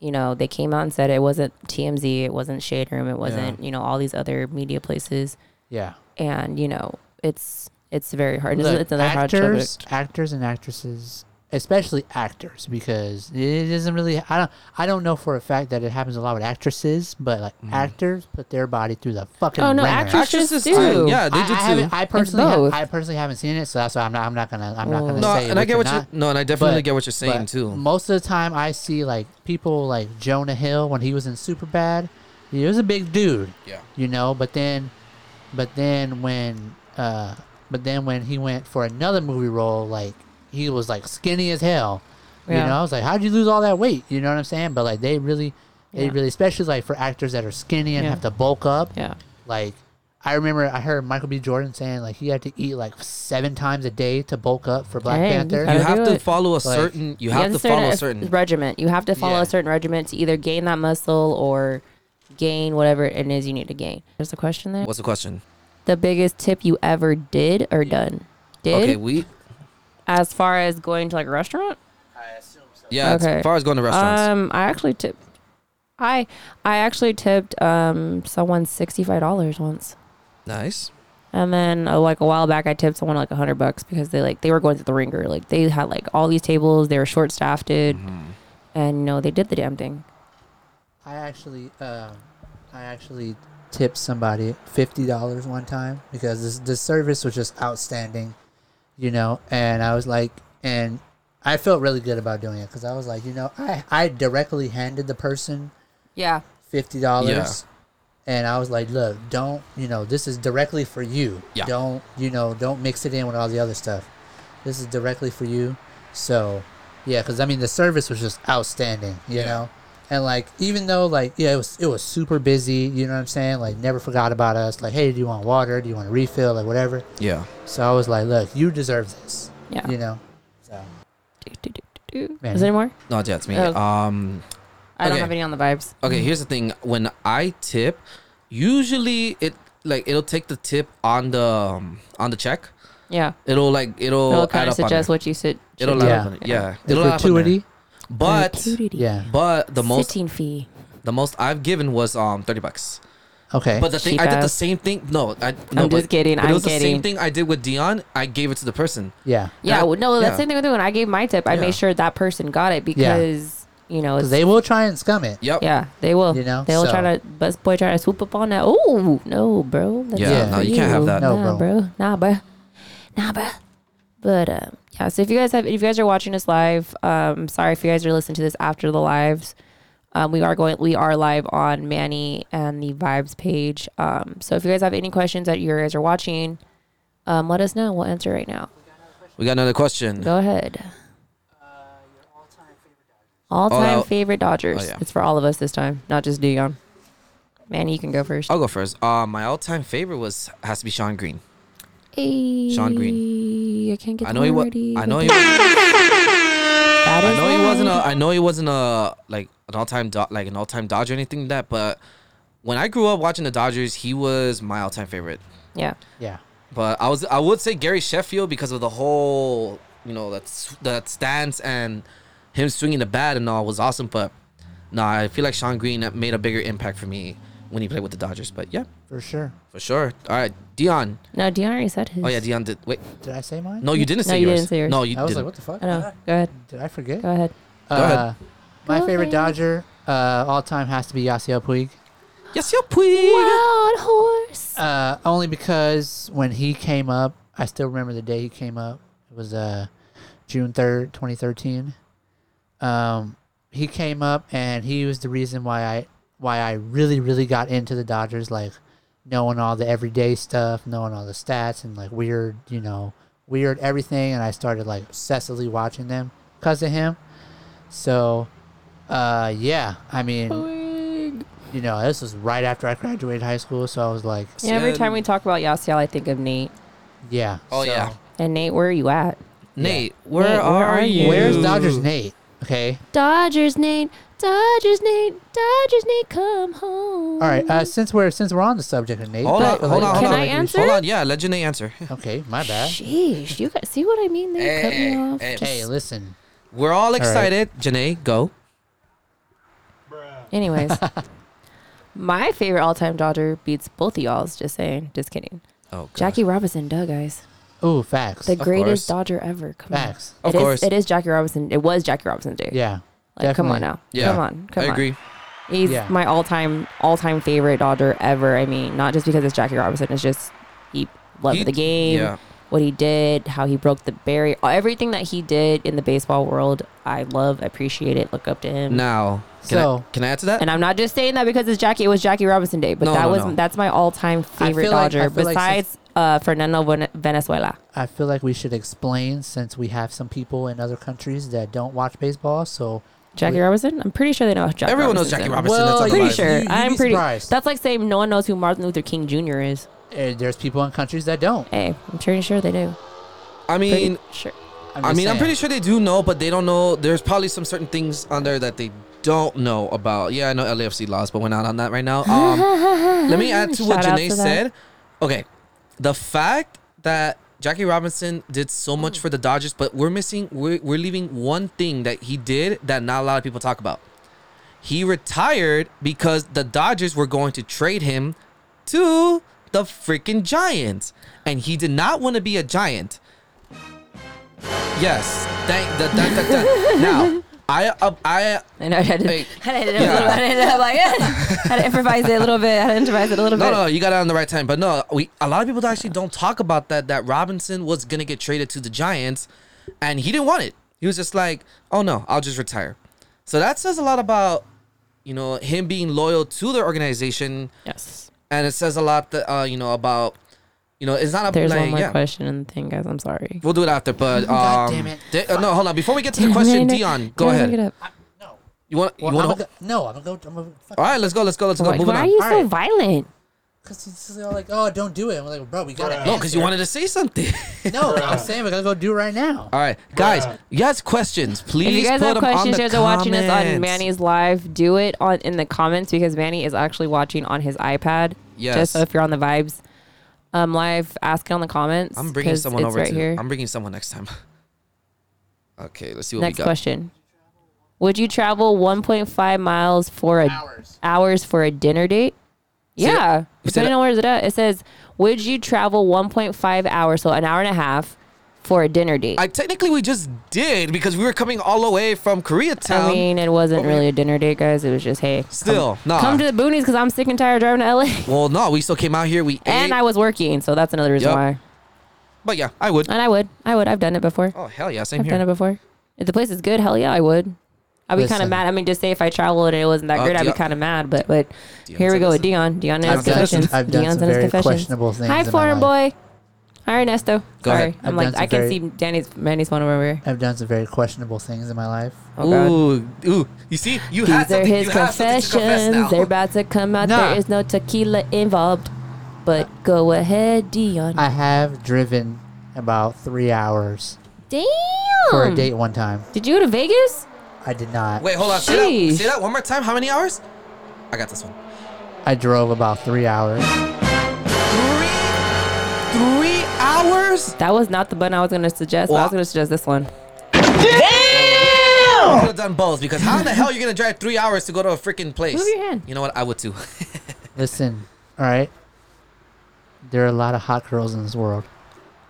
Speaker 5: You know, they came out and said it wasn't TMZ, it wasn't Shade Room, it wasn't you know all these other media places.
Speaker 7: Yeah.
Speaker 5: And you know, it's it's very hard. It's-
Speaker 7: Look,
Speaker 5: it's another hard
Speaker 7: actors,
Speaker 5: subject.
Speaker 7: actors and actresses, especially actors, because it doesn't really. I don't. I don't know for a fact that it happens a lot with actresses, but like
Speaker 6: Mm.
Speaker 7: actors put their body through the fucking.
Speaker 5: Oh, no,
Speaker 7: wringer.
Speaker 5: actresses Actresses do. do.
Speaker 7: I-
Speaker 5: Yeah, they
Speaker 7: I,
Speaker 5: do
Speaker 7: I haven't-
Speaker 5: too.
Speaker 7: I
Speaker 5: It's
Speaker 7: personally, ha-
Speaker 5: both. Oh.
Speaker 7: I personally haven't seen it, so that's why I'm not. I'm not gonna. I'm not gonna
Speaker 6: No,
Speaker 7: say.
Speaker 6: and I
Speaker 7: which
Speaker 6: get
Speaker 7: or
Speaker 6: what you-
Speaker 7: not,
Speaker 6: no, and I definitely
Speaker 7: but-
Speaker 6: get what you're saying,
Speaker 7: but
Speaker 6: too.
Speaker 7: Most of the time, I see like people like Jonah Hill when he was in Superbad. He was a big dude.
Speaker 6: Yeah.
Speaker 7: You know, but then but then when uh but then when he went for another movie role like he was like skinny as hell
Speaker 5: Yeah.
Speaker 7: you know i was like how'd you lose all that weight you know what i'm saying but like they really they
Speaker 5: Yeah.
Speaker 7: really especially like for actors that are skinny and
Speaker 5: Yeah.
Speaker 7: have to bulk up
Speaker 5: yeah
Speaker 7: like i remember i heard michael b jordan saying like he had to eat like seven times a day to bulk up for black
Speaker 5: Dang,
Speaker 7: panther
Speaker 5: gotta You have do to it.
Speaker 6: follow a certain- you have to follow a certain-
Speaker 5: regiment. You have to follow a certain regiment to either gain that muscle or gain whatever it is you need to gain. There's a question there.
Speaker 6: What's the question?
Speaker 5: The biggest tip you ever did or done? Did
Speaker 6: Okay, we
Speaker 5: as far as going to like a restaurant?
Speaker 6: yeah. As far as going to restaurants,
Speaker 5: Um, I actually tipped. I I actually tipped um someone sixty five dollars once.
Speaker 6: nice.
Speaker 5: And then uh, like a while back, I tipped someone like a hundred bucks because they like they were going through the ringer. Like they had like all these tables, they were short staffed,
Speaker 6: Mm-hmm.
Speaker 5: and no, they did the damn thing.
Speaker 7: I actually, um, I actually tipped somebody fifty dollars one time because this the service was just outstanding, you know. And I was like, and I felt really good about doing it because I was like, you know, I I directly handed the person
Speaker 17: Yeah.
Speaker 7: fifty dollars, and I was like, look, don't you know, this is directly for you.
Speaker 17: Yeah.
Speaker 7: Don't you know? Don't mix it in with all the other stuff. This is directly for you. So, yeah, because I mean, the service was just outstanding. You
Speaker 17: Yeah.
Speaker 7: know. And like, even though like, yeah, it was it was super busy. You know what I'm saying? Like, never forgot about us. Like, hey, do you want water? Do you want a refill? Like, whatever.
Speaker 6: Yeah.
Speaker 7: So I was like, look, you deserve this.
Speaker 5: Yeah.
Speaker 7: You know. So.
Speaker 5: Is there more?
Speaker 6: No, yeah, it's me.
Speaker 5: Oh.
Speaker 6: Um,
Speaker 5: I don't
Speaker 6: okay.
Speaker 5: have any on the vibes.
Speaker 6: Okay, here's the thing. When I tip, usually it like it'll take the tip on the um, on the check.
Speaker 5: Yeah.
Speaker 6: It'll like it'll,
Speaker 5: It'll kinda
Speaker 6: add up on
Speaker 5: suggest
Speaker 6: there.
Speaker 5: what you should-
Speaker 6: It'll add
Speaker 5: should do.
Speaker 6: up on it.
Speaker 5: Yeah.
Speaker 6: Yeah.
Speaker 5: The
Speaker 6: It'll add up on there.
Speaker 5: gratuity.
Speaker 6: But
Speaker 5: Gratuity.
Speaker 7: Yeah.
Speaker 6: But the most
Speaker 5: Sitting fee.
Speaker 6: The most I've given was um thirty bucks.
Speaker 7: Okay.
Speaker 6: But the thing
Speaker 5: Cheap
Speaker 6: I did the
Speaker 5: ass.
Speaker 6: same thing. No, I no,
Speaker 5: just
Speaker 6: but-
Speaker 5: kidding,
Speaker 6: but
Speaker 5: I'm
Speaker 6: it was the
Speaker 5: kidding.
Speaker 6: same thing I did with Dion. I gave it to the person.
Speaker 7: Yeah.
Speaker 5: Yeah,
Speaker 6: I-
Speaker 5: well, no, that's
Speaker 6: yeah.
Speaker 5: the same thing with me. When I gave my tip, I
Speaker 6: Yeah.
Speaker 5: made sure that person got it because you know
Speaker 7: 'Cause they will try and scum it.
Speaker 6: Yep.
Speaker 5: Yeah, they will.
Speaker 7: You know,
Speaker 5: they will
Speaker 7: so-
Speaker 5: try to best boy try to swoop up on that. Oh no, bro. That's
Speaker 6: Yeah,
Speaker 5: not
Speaker 6: no,
Speaker 5: for
Speaker 6: you can't have that. No, bro.
Speaker 5: nah, bro. Nah, bro. Nah, bro. But um, yeah. So if you guys have, if you guys are watching us live, um, sorry if you guys are listening to this after the lives. Um, we are going. We are live on Manny and the Vibes page. Um, so if you guys have any questions that you guys are watching, um, let us know. We'll answer right now.
Speaker 6: We got another question.
Speaker 5: Go ahead. Uh, All time
Speaker 6: Oh,
Speaker 5: favorite Dodgers.
Speaker 6: oh, yeah.
Speaker 5: It's for all of us this time, not just Dion. Manny, you can go first.
Speaker 6: I'll go first. Uh, my all-time favorite was has to be Sean Green. Sean
Speaker 5: Green. I can't get
Speaker 6: I know he was. I know he. wa- I know he wasn't
Speaker 5: Oh.
Speaker 6: a. I know he wasn't a like an all-time do- like an all-time Dodger or anything like that. But when I grew up watching the Dodgers, he was my all-time favorite.
Speaker 5: Yeah.
Speaker 7: Yeah.
Speaker 6: But I was I would say Gary Sheffield because of the whole you know that s- that stance and him swinging the bat and all was awesome. But nah, I feel like Sean Green made a bigger impact for me when he played with the Dodgers. But yeah,
Speaker 7: For sure.
Speaker 6: for sure. All right, Dion.
Speaker 5: No, Dion already said his.
Speaker 6: Oh yeah, Dion did. Wait,
Speaker 7: Did I say mine?
Speaker 6: No, you didn't
Speaker 5: No,
Speaker 6: say
Speaker 5: you
Speaker 6: yours.
Speaker 5: didn't say yours.
Speaker 6: No, you
Speaker 7: I was
Speaker 6: didn't.
Speaker 7: like, what the fuck?
Speaker 5: I know. Go ahead.
Speaker 7: Did I forget?
Speaker 5: Go ahead.
Speaker 6: Go ahead.
Speaker 7: Uh, My
Speaker 5: Go
Speaker 7: favorite
Speaker 5: ahead.
Speaker 7: Dodger uh, all time has to be Yasiel Puig.
Speaker 6: Yes, your Puig.
Speaker 5: Wild horse.
Speaker 7: Uh, only because when he came up, I still remember the day he came up. It was uh, June 3rd, 2013. Um, he came up and he was the reason why I why I really really got into the Dodgers like knowing all the everyday stuff, knowing all the stats and like weird, you know, weird everything and I started like obsessively watching them cuz of him. So uh yeah, I mean you know, this was right after I graduated high school, so I was like
Speaker 5: Yeah, every time we talk about Yasiel, I think of Nate.
Speaker 7: yeah.
Speaker 6: Oh
Speaker 7: Uh,
Speaker 6: yeah.
Speaker 5: And Nate, where are you at?
Speaker 6: Nate, where,
Speaker 5: Nate, where
Speaker 6: are,
Speaker 5: are
Speaker 6: you?
Speaker 5: you?
Speaker 7: Where's Dodgers Nate? Okay.
Speaker 5: Dodgers Nate, Dodgers Nate, Dodgers Nate, come home.
Speaker 7: All right. Uh, since we're since we're on the subject of Nate,
Speaker 6: Hold on,
Speaker 7: like-
Speaker 6: hold on, hold
Speaker 5: Can
Speaker 6: on.
Speaker 5: I answer?
Speaker 6: Hold on, yeah, let Janae answer. [laughs]
Speaker 7: Okay, my bad.
Speaker 5: Sheesh, you guys see what I mean? They cut me off.
Speaker 6: hey,
Speaker 5: Just-
Speaker 7: Hey, listen.
Speaker 6: We're all
Speaker 7: right.
Speaker 6: excited. Janae, go.
Speaker 7: [laughs]
Speaker 5: Anyways, my favorite all-time Dodger beats both of y'all's. Just saying, just kidding.
Speaker 6: Oh,
Speaker 5: Jackie Robinson, duh, guys,
Speaker 7: Ooh, facts. Oh,
Speaker 5: the
Speaker 7: Of
Speaker 5: greatest
Speaker 7: course.
Speaker 5: Dodger ever. Come
Speaker 7: Facts.
Speaker 5: on,
Speaker 7: Of
Speaker 5: It is-
Speaker 7: course.
Speaker 5: it is Jackie Robinson. It was Jackie Robinson's day.
Speaker 7: Yeah,
Speaker 5: like come on now,
Speaker 7: definitely. Yeah,
Speaker 5: come on, come
Speaker 7: I
Speaker 5: on.
Speaker 7: agree.
Speaker 5: He's
Speaker 7: Yeah.
Speaker 5: my all-time, all-time favorite Dodger ever. I mean, not just because it's Jackie Robinson. It's just he loved
Speaker 6: He-
Speaker 5: the game.
Speaker 6: yeah.
Speaker 5: What he did, how he broke the barrier, everything that he did in the baseball world, I love, appreciate it, look up to him.
Speaker 6: Now, can,
Speaker 5: So-
Speaker 6: I, can I add to that?
Speaker 5: And I'm not just saying that because it's Jackie. It was Jackie Robinson Day, but
Speaker 6: No,
Speaker 5: that
Speaker 6: no,
Speaker 5: was
Speaker 6: no.
Speaker 5: that's my all-time favorite
Speaker 7: feel like- I
Speaker 5: Dodger
Speaker 7: feel like
Speaker 5: besides uh, Fernando Ven- Venezuela.
Speaker 7: I feel like we should explain since we have some people in other countries that don't watch baseball. So
Speaker 5: Jackie
Speaker 7: we-
Speaker 5: Robinson. I'm pretty sure they know who Jackie.
Speaker 7: Everyone knows
Speaker 5: Robinson
Speaker 7: Jackie
Speaker 5: is.
Speaker 7: Robinson that's on
Speaker 5: Well,
Speaker 7: the
Speaker 5: pretty
Speaker 7: list.
Speaker 5: sure.
Speaker 7: You- you'd
Speaker 5: I'm
Speaker 7: be
Speaker 5: pretty.
Speaker 7: surprised.
Speaker 5: That's like saying no one knows who Martin Luther King Jr. is.
Speaker 7: eh, there's people in countries that don't.
Speaker 5: Hey, I'm pretty sure they do.
Speaker 6: I mean,
Speaker 5: sure.
Speaker 6: i mean, I'm pretty sure they do know, but they don't know. There's probably some certain things on there that they don't know about. Yeah, I know LAFC lost, but we're not on that right
Speaker 5: [laughs]
Speaker 6: now. Um, [laughs] let me add to what
Speaker 5: Shout out
Speaker 6: Janae
Speaker 5: to that.
Speaker 6: said. Okay, the fact that Jackie Robinson did so much for the Dodgers, but we're missing, we're, we're leaving one thing that he did that not a lot of people talk about. He retired because the Dodgers were going to trade him to the freaking Giants, and he did not want to be a Giant. Yes, thank the dun, dun, dun.
Speaker 5: [laughs]
Speaker 6: now. I uh, I
Speaker 5: and I had to, I had to, I had to, like, [laughs] had to improvise
Speaker 18: it a little bit. I had to improvise it a little
Speaker 6: no,
Speaker 18: bit.
Speaker 6: No, you got it on the right time. But no, we a lot of people actually don't talk about that. That Robinson was gonna get traded to the Giants, and he didn't want it. He was just like, "Oh no, I'll just retire." So that says a lot about, you know, him being loyal to the organization.
Speaker 5: Yes.
Speaker 6: And it says a lot that uh, you know about, you know, it's not a
Speaker 5: There's
Speaker 6: like,
Speaker 5: one more
Speaker 6: yeah.
Speaker 5: question in the thing, guys. I'm sorry.
Speaker 6: We'll do it after, but um,
Speaker 5: God damn it.
Speaker 6: they- uh, no, hold on. Before we get to the
Speaker 5: [laughs]
Speaker 6: question, Dion, go ahead. You want? You
Speaker 7: Well,
Speaker 6: want?
Speaker 7: I'm gonna go- no, I'm gonna go. I'm gonna fuck.
Speaker 6: All right, let's go. Let's go. Let's go.
Speaker 7: Why-
Speaker 6: Moving
Speaker 7: why
Speaker 6: on.
Speaker 7: are you
Speaker 6: All
Speaker 7: so
Speaker 6: right.
Speaker 5: violent?
Speaker 7: Because it's just like, oh, don't do it. I'm like, bro, we gotta.
Speaker 6: No, because you wanted to say something. [laughs]
Speaker 7: No, I'm saying we gotta go do it right now.
Speaker 6: All right, guys. Yes, questions. Please.
Speaker 5: if you guys
Speaker 6: put
Speaker 5: have
Speaker 6: them on
Speaker 5: questions
Speaker 6: the
Speaker 5: as you're watching us on
Speaker 6: comments.
Speaker 5: Manny's live, do it on in the comments because Manny is actually watching on his iPad.
Speaker 6: Yes.
Speaker 5: Just so if you're on the vibes um live, ask it on the comments.
Speaker 6: I'm bringing
Speaker 5: 'cause
Speaker 6: someone
Speaker 5: it's
Speaker 6: over
Speaker 5: right
Speaker 6: too.
Speaker 5: here.
Speaker 6: I'm bringing someone next time. [laughs] Okay, let's see what
Speaker 5: Next
Speaker 6: we got.
Speaker 5: question. Would you travel 1.5 miles for a hours, for a dinner date?
Speaker 6: Say that-
Speaker 5: yeah.
Speaker 6: say
Speaker 5: Depending
Speaker 6: that-
Speaker 5: on where is it at. It says, would you travel 1.5 hours, so an hour and a half, for a dinner date?
Speaker 6: I technically we just did because we were coming all the way from Koreatown.
Speaker 5: I mean, it wasn't
Speaker 6: Over
Speaker 5: really a dinner date, guys. It was just, hey, come-
Speaker 6: Still,
Speaker 5: come,
Speaker 6: nah.
Speaker 5: to the boonies because I'm sick and tired of driving to LA.
Speaker 6: well, no, we still came out here. We
Speaker 5: And
Speaker 6: ate,
Speaker 5: I was working, so that's another reason
Speaker 6: Yup.
Speaker 5: why.
Speaker 6: but yeah, I would.
Speaker 5: And I would, I would, I've done it before.
Speaker 6: Oh hell yeah, same
Speaker 5: I've
Speaker 6: here.
Speaker 5: done it before. If the place is good, hell yeah, I would. I'd be kind
Speaker 6: Listen.
Speaker 5: of mad. I mean, just say if I traveled and it wasn't that
Speaker 7: Uh,
Speaker 6: Oh,
Speaker 5: great, I'd be
Speaker 6: Dion-
Speaker 5: kind of mad. But but here we go with Dion. Dion and
Speaker 7: I've
Speaker 5: his
Speaker 7: done-
Speaker 5: confessions.
Speaker 7: I've done
Speaker 5: Dion's
Speaker 7: some
Speaker 5: and his
Speaker 7: very
Speaker 5: confessions.
Speaker 7: questionable things
Speaker 5: Hi,
Speaker 7: in my
Speaker 5: foreign boy. Hi, Ernesto.
Speaker 7: Go
Speaker 5: Sorry,
Speaker 7: ahead.
Speaker 5: I'm
Speaker 7: I've done
Speaker 5: like
Speaker 7: some
Speaker 5: I can
Speaker 7: very-
Speaker 5: see Danny's Manny's phone over here.
Speaker 7: I've done some very questionable things in my life.
Speaker 5: Oh, God.
Speaker 6: Ooh, ooh, you see, you
Speaker 5: These
Speaker 6: had
Speaker 5: are
Speaker 6: something-
Speaker 5: his
Speaker 6: you had something
Speaker 5: confessions.
Speaker 6: to confess now.
Speaker 5: They're about to come out.
Speaker 7: Nah.
Speaker 5: There is no tequila involved. But go ahead,
Speaker 6: Hmm.
Speaker 5: Dion.
Speaker 7: I have driven about three hours
Speaker 5: Damn.
Speaker 7: for a date one time.
Speaker 5: Did you go to Vegas?
Speaker 7: I did not.
Speaker 6: Hmm. Wait, hold on. Say that, say that one more time. How many hours? I got this one.
Speaker 7: I drove about three hours.
Speaker 6: Three hours?
Speaker 5: That was not the button I was going to suggest. but I was going to suggest this one.
Speaker 6: I could have done both because how in the hell are you gonna drive three hours to go to a freaking place?
Speaker 5: Move your hand.
Speaker 6: You know what? I would too.
Speaker 7: Listen, all right. There are a lot of hot girls in this world.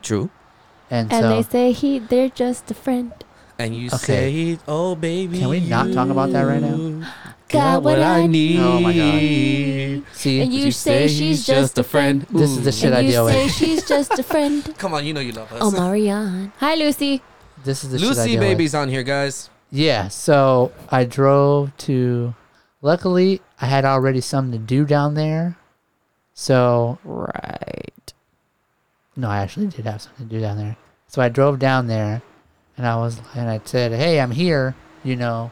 Speaker 6: True.
Speaker 7: And,
Speaker 5: And
Speaker 7: so,
Speaker 5: they say he, they're just a friend.
Speaker 6: And you
Speaker 7: Okay.
Speaker 6: say, "Oh, baby."
Speaker 7: Can we not talk about that right now?
Speaker 5: Got what I need.
Speaker 7: Oh my god. See,
Speaker 5: And you say she's just a friend.
Speaker 7: This is the shit
Speaker 5: and
Speaker 7: I
Speaker 5: you
Speaker 7: deal
Speaker 5: say
Speaker 7: with.
Speaker 5: she's just a friend.
Speaker 6: Come on, you know you love us.
Speaker 5: Oh, Marianne. Hi, Lucy.
Speaker 7: This is the shit I
Speaker 6: Lucy
Speaker 7: deal with.
Speaker 6: baby's on here, guys.
Speaker 7: Yeah, so I drove to. Luckily, I had already something to do down there. So.
Speaker 5: Right.
Speaker 7: No, I actually did have something to do down there. So I drove down there and I was, and I said, hey, I'm here, you know,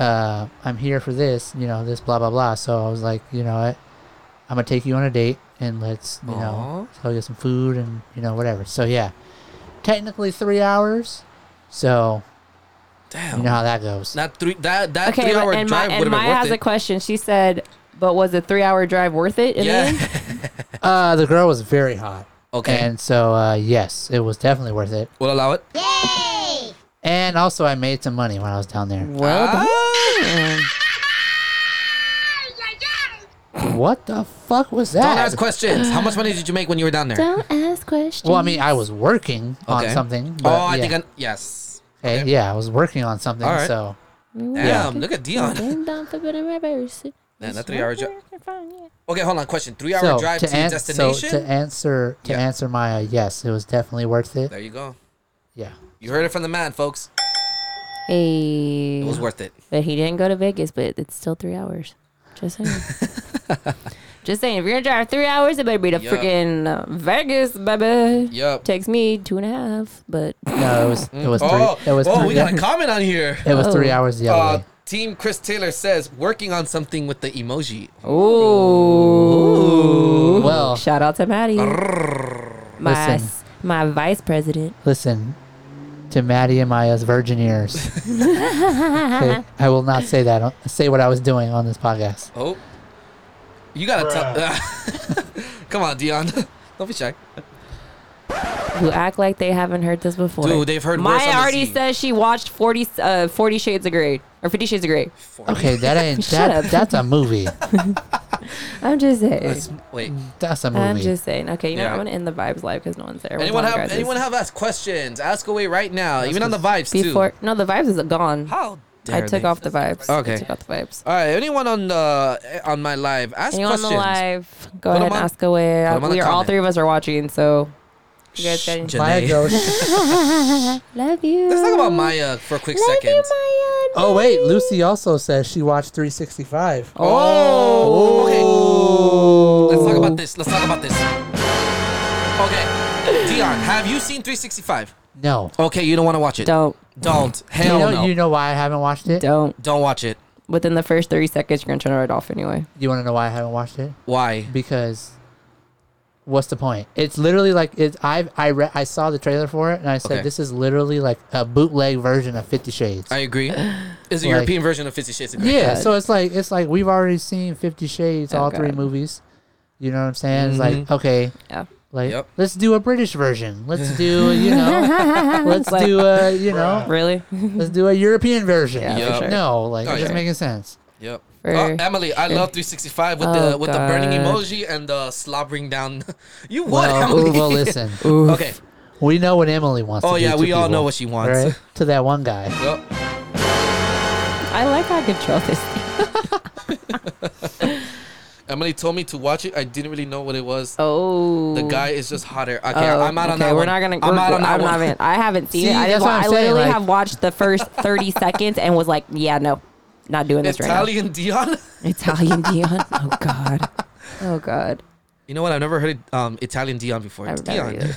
Speaker 7: uh, I'm here for this, you know, this, blah, blah, blah. So I was like, you know what? I'm going to take you on a date and let's, you know, let's go get some food and, you know, whatever. So yeah, technically three hours. So.
Speaker 6: Damn.
Speaker 7: You
Speaker 6: Oh.
Speaker 7: know how that goes.
Speaker 6: That three that that
Speaker 5: Okay,
Speaker 6: three
Speaker 5: but-
Speaker 6: hour
Speaker 5: and, my,
Speaker 6: drive would
Speaker 5: and
Speaker 6: have been
Speaker 5: Maya
Speaker 6: worth
Speaker 5: has
Speaker 6: it.
Speaker 5: a question. She said, but was a three hour drive worth it? In
Speaker 6: [laughs]
Speaker 5: the
Speaker 6: Yeah.
Speaker 5: end?
Speaker 7: Uh, the girl was very hot.
Speaker 6: Okay.
Speaker 7: And so, uh, yes, it was definitely worth it.
Speaker 6: We'll allow it.
Speaker 7: And also, I made some money when I was down there.
Speaker 5: Well
Speaker 6: Ah,
Speaker 5: done.
Speaker 7: What the fuck was that?
Speaker 6: Don't ask questions. How much money did you make when you were down there?
Speaker 5: Don't ask questions.
Speaker 7: Well, I mean, I was working
Speaker 6: Okay.
Speaker 7: on something.
Speaker 6: Oh,
Speaker 7: But
Speaker 6: I
Speaker 7: yeah.
Speaker 6: think I yes.
Speaker 7: Hey, yeah, I was working on something.
Speaker 6: All right.
Speaker 7: So,
Speaker 6: Damn, look at Dion. Man, that three hour drive. Okay, hold on. Question: Three hour
Speaker 7: so
Speaker 6: drive to,
Speaker 7: to, an- so
Speaker 6: destination.
Speaker 7: to answer to answer Maya, yes, it was definitely worth it.
Speaker 6: there you go.
Speaker 7: Yeah.
Speaker 6: You heard it from the man, folks.
Speaker 5: Hey.
Speaker 6: It was worth it.
Speaker 5: But he didn't go to Vegas, but it's still three hours. Just saying.
Speaker 7: [laughs]
Speaker 5: Just saying, if you're gonna drive three hours, it better be to
Speaker 6: Yup.
Speaker 5: freaking uh, Vegas, baby.
Speaker 6: Yep.
Speaker 5: Takes me two and a half, but
Speaker 7: No, it was it was three.
Speaker 6: Oh,
Speaker 7: it was
Speaker 6: oh,
Speaker 7: three.
Speaker 6: we got a comment on
Speaker 5: [laughs]
Speaker 6: here.
Speaker 7: [laughs] It was
Speaker 5: Oh.
Speaker 7: three hours the other
Speaker 6: Uh,
Speaker 7: way.
Speaker 6: Team Chris Taylor says working on something with the emoji.
Speaker 5: Ooh.
Speaker 7: Well.
Speaker 5: shout out to Maddie, my
Speaker 7: Listen.
Speaker 5: s- my vice president.
Speaker 7: Listen to Maddie and Maya's
Speaker 6: [laughs]
Speaker 7: virgin ears. okay? I will not say that. Say what I was doing on this podcast.
Speaker 6: Oh, you gotta tell. [laughs] Come on, Dion. Don't be shy.
Speaker 5: who act like they haven't heard this before.
Speaker 6: Dude, they've heard worse
Speaker 5: Maya
Speaker 6: on the
Speaker 5: already
Speaker 6: scene.
Speaker 5: says she watched 40, uh, 40 Shades of Grey or Fifty Shades of Grey.
Speaker 7: Okay, that ain't
Speaker 5: [laughs] Shut
Speaker 7: that.
Speaker 5: up.
Speaker 7: That's a movie.
Speaker 5: I'm just saying.
Speaker 6: Let's- wait.
Speaker 5: Mm,
Speaker 7: That's
Speaker 6: a
Speaker 5: I'm
Speaker 6: movie.
Speaker 5: just saying. Okay, you know what?
Speaker 6: Yeah.
Speaker 5: I'm gonna end the vibes live because no one's there.
Speaker 6: Anyone have
Speaker 5: Apologizes.
Speaker 6: anyone have asked questions? Ask away right now. even on the vibes
Speaker 5: before?
Speaker 6: too.
Speaker 5: No, the vibes is gone.
Speaker 6: How?
Speaker 5: I
Speaker 6: dare
Speaker 5: took
Speaker 6: they.
Speaker 5: off the vibes. I
Speaker 6: Okay.
Speaker 5: took off the vibes.
Speaker 6: All right. Anyone on the on my live? Ask
Speaker 5: anyone
Speaker 6: questions.
Speaker 5: on the live?
Speaker 6: Put
Speaker 5: Go ahead
Speaker 6: 'em
Speaker 5: and
Speaker 6: on-
Speaker 5: ask away.
Speaker 6: put 'em on
Speaker 5: we
Speaker 6: the
Speaker 5: are all
Speaker 6: comment.
Speaker 5: three of us are watching, so you guys
Speaker 6: Shh,
Speaker 5: got
Speaker 6: Janae. [laughs]
Speaker 5: Love you.
Speaker 6: Let's talk about Maya for a quick second.
Speaker 7: Oh wait, Lucy also says she watched 365.
Speaker 6: Oh. Okay. Let's talk about this. Let's talk about this. Okay. Dion, have you seen 365?
Speaker 7: No.
Speaker 6: Okay, you don't want to watch it.
Speaker 5: Don't.
Speaker 6: Don't. Hell
Speaker 7: you know,
Speaker 6: no.
Speaker 7: You know why I haven't watched it?
Speaker 5: Don't.
Speaker 6: Don't watch it.
Speaker 5: Within the first thirty seconds, you're gonna turn it off anyway.
Speaker 7: You want to know why I haven't watched it?
Speaker 6: Why?
Speaker 7: Because what's the point? It's literally like it's I I re- I saw the trailer for it and I said
Speaker 6: Okay.
Speaker 7: this is literally like a bootleg version of 50 Shades.
Speaker 6: I agree. It's a
Speaker 7: Like-
Speaker 6: European version of Fifty Shades of Grey.
Speaker 7: yeah, so it's like it's like we've already seen 50 Shades
Speaker 6: Oh,
Speaker 7: all three
Speaker 6: God.
Speaker 7: movies. You know what I'm saying? It's
Speaker 6: Mhm.
Speaker 7: like okay.
Speaker 5: Yeah.
Speaker 7: Like let's do a British version.
Speaker 6: [laughs]
Speaker 7: Let's do, you know, let's
Speaker 5: Like-
Speaker 7: do a, you know,
Speaker 5: really?
Speaker 7: let's do a European version.
Speaker 6: Yeah, for Yep. sure.
Speaker 7: No, like
Speaker 6: Oh,
Speaker 7: it doesn't
Speaker 6: yeah.
Speaker 7: make any sense.
Speaker 6: Yep.
Speaker 7: For
Speaker 6: oh, Emily, I
Speaker 7: sure.
Speaker 6: love 365 with
Speaker 7: Oh,
Speaker 6: the with the burning
Speaker 7: God.
Speaker 6: emoji and the slobbering down. [laughs] you what,
Speaker 7: Well,
Speaker 6: Emily?
Speaker 7: ooh, well, listen.
Speaker 6: [laughs] okay.
Speaker 7: We know what Emily wants.
Speaker 6: Oh,
Speaker 7: to
Speaker 6: yeah,
Speaker 7: do to
Speaker 6: we all
Speaker 7: people,
Speaker 6: know what she wants. [laughs]
Speaker 7: To that one guy.
Speaker 6: Yep.
Speaker 5: [laughs] I like how I control this.
Speaker 6: Emily told me to watch it. I didn't really know what it was.
Speaker 5: Oh.
Speaker 6: The guy is just hotter. Okay,
Speaker 5: Oh,
Speaker 6: I'm out on that one.
Speaker 5: we're not gonna.
Speaker 6: I'm
Speaker 5: we're-
Speaker 6: out on that
Speaker 5: I'm
Speaker 6: one.
Speaker 5: not even- I haven't seen
Speaker 6: See,
Speaker 5: it. I,
Speaker 6: that's
Speaker 5: didn't,
Speaker 6: what
Speaker 5: wa-
Speaker 6: I'm
Speaker 5: I
Speaker 6: saying,
Speaker 5: literally
Speaker 6: like-
Speaker 5: have watched the first [laughs] thirty seconds and was like, "Yeah, no, not doing this right
Speaker 6: Italian Dion. [laughs]
Speaker 5: now." [laughs] Italian Dion. [laughs] Oh God. Oh God.
Speaker 6: You know what? I've never heard um, Italian Dion before.
Speaker 5: I've never
Speaker 6: Dion.
Speaker 5: either.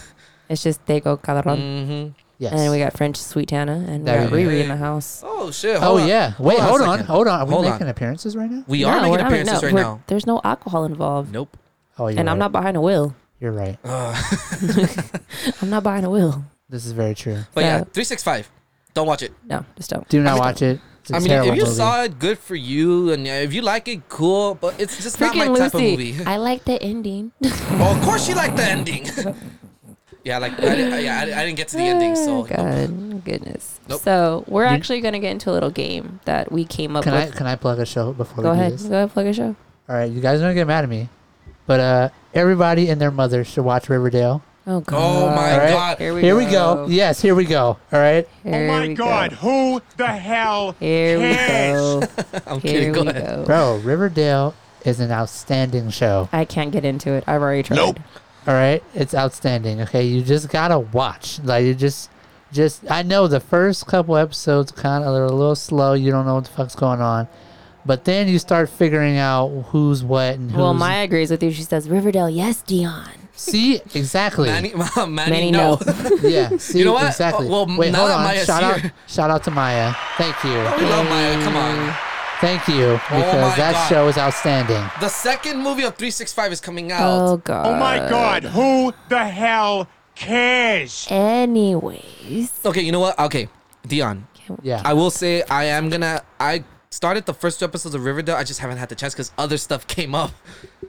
Speaker 5: It's just Tego Calderon.
Speaker 6: Mhm.
Speaker 7: Yes.
Speaker 5: And then we got French Sweet Tana and
Speaker 7: There
Speaker 5: we got
Speaker 7: you go.
Speaker 5: Riri in the house.
Speaker 6: Oh shit!
Speaker 7: Oh yeah. Wait, hold on,
Speaker 6: a second.
Speaker 7: hold on. Are we
Speaker 6: Hold
Speaker 7: making appearances right now?
Speaker 6: We are
Speaker 5: No,
Speaker 6: making
Speaker 5: we're not-
Speaker 6: appearances
Speaker 5: no,
Speaker 6: right
Speaker 5: we're-
Speaker 6: now.
Speaker 5: There's no alcohol involved.
Speaker 6: Nope.
Speaker 7: Oh,
Speaker 5: And
Speaker 7: you're
Speaker 5: I'm
Speaker 7: right.
Speaker 5: not behind a wheel.
Speaker 7: You're right.
Speaker 6: Uh,
Speaker 5: I'm not buying a wheel.
Speaker 7: This is very true.
Speaker 6: But yeah,
Speaker 5: Yeah.
Speaker 6: three six five. Don't watch it.
Speaker 5: No, just don't.
Speaker 7: Do not watch it. It's a
Speaker 6: I mean,
Speaker 7: terrible
Speaker 6: if you
Speaker 7: movie.
Speaker 6: saw it, good for you, and uh, if you like it, cool. But it's just not my
Speaker 5: Freaking
Speaker 6: type of
Speaker 5: Lucy.
Speaker 7: [laughs]
Speaker 6: movie. [laughs]
Speaker 5: I like the [laughs] ending.
Speaker 6: oh, of course, you like the ending. [laughs] yeah, like I, di- I, yeah, I, I didn't get to the ending, so
Speaker 5: [sighs] [laughs] God, goodness.
Speaker 6: Nope.
Speaker 5: So we're
Speaker 7: You-
Speaker 5: actually gonna get into a little game that we came up
Speaker 7: Can I
Speaker 5: with.
Speaker 7: can I plug a show before
Speaker 5: Go
Speaker 7: we
Speaker 5: ahead.
Speaker 7: do this?
Speaker 5: Go ahead. Plug a show.
Speaker 7: All right, you guys don't get mad at me, but uh, everybody and their mother should watch Riverdale.
Speaker 5: Oh God.
Speaker 6: Oh my
Speaker 7: All right?
Speaker 6: God.
Speaker 7: Here we, go. Yes, here we go. All right.
Speaker 5: Here
Speaker 19: oh my
Speaker 5: we go.
Speaker 19: God! Who the hell
Speaker 5: Here we
Speaker 19: cares?
Speaker 7: [laughs]
Speaker 5: go.
Speaker 6: I'm
Speaker 5: Here
Speaker 6: kidding. Go
Speaker 5: we
Speaker 6: ahead.
Speaker 5: go.
Speaker 7: Bro, Riverdale is an outstanding show.
Speaker 5: I can't get into it. I've already tried.
Speaker 7: All right, it's outstanding. Okay, you just gotta watch. Like you just, just I know the first couple episodes kind of are a little slow. You don't know what the fuck's going on, but then you start figuring out who's what and who's.
Speaker 5: Well, Maya agrees with you. She says Riverdale. Yes, Dion.
Speaker 7: see exactly.
Speaker 6: Manny, [laughs] Manny,
Speaker 5: Manny,
Speaker 6: no.
Speaker 7: [laughs]
Speaker 6: [laughs]
Speaker 7: yeah, see
Speaker 6: you know what?
Speaker 7: exactly.
Speaker 6: Uh, well,
Speaker 7: Wait,
Speaker 6: now
Speaker 7: hold
Speaker 6: that
Speaker 7: on.
Speaker 6: Maya's
Speaker 7: shout out,
Speaker 6: here-
Speaker 7: shout out to Maya. Thank you.
Speaker 6: we love Maya. Come on.
Speaker 7: Thank you because
Speaker 6: Oh my
Speaker 7: that
Speaker 6: God.
Speaker 7: show is outstanding.
Speaker 6: The second movie of three six five is coming out.
Speaker 5: Oh God.
Speaker 19: Oh my
Speaker 11: Uh,
Speaker 19: God! Who the hell cares?
Speaker 5: Anyways.
Speaker 6: Okay, you know what? Okay, Dion.
Speaker 7: Yeah.
Speaker 6: I will say I am gonna. I started the first two episodes of Riverdale. I just haven't had the chance because other stuff came up.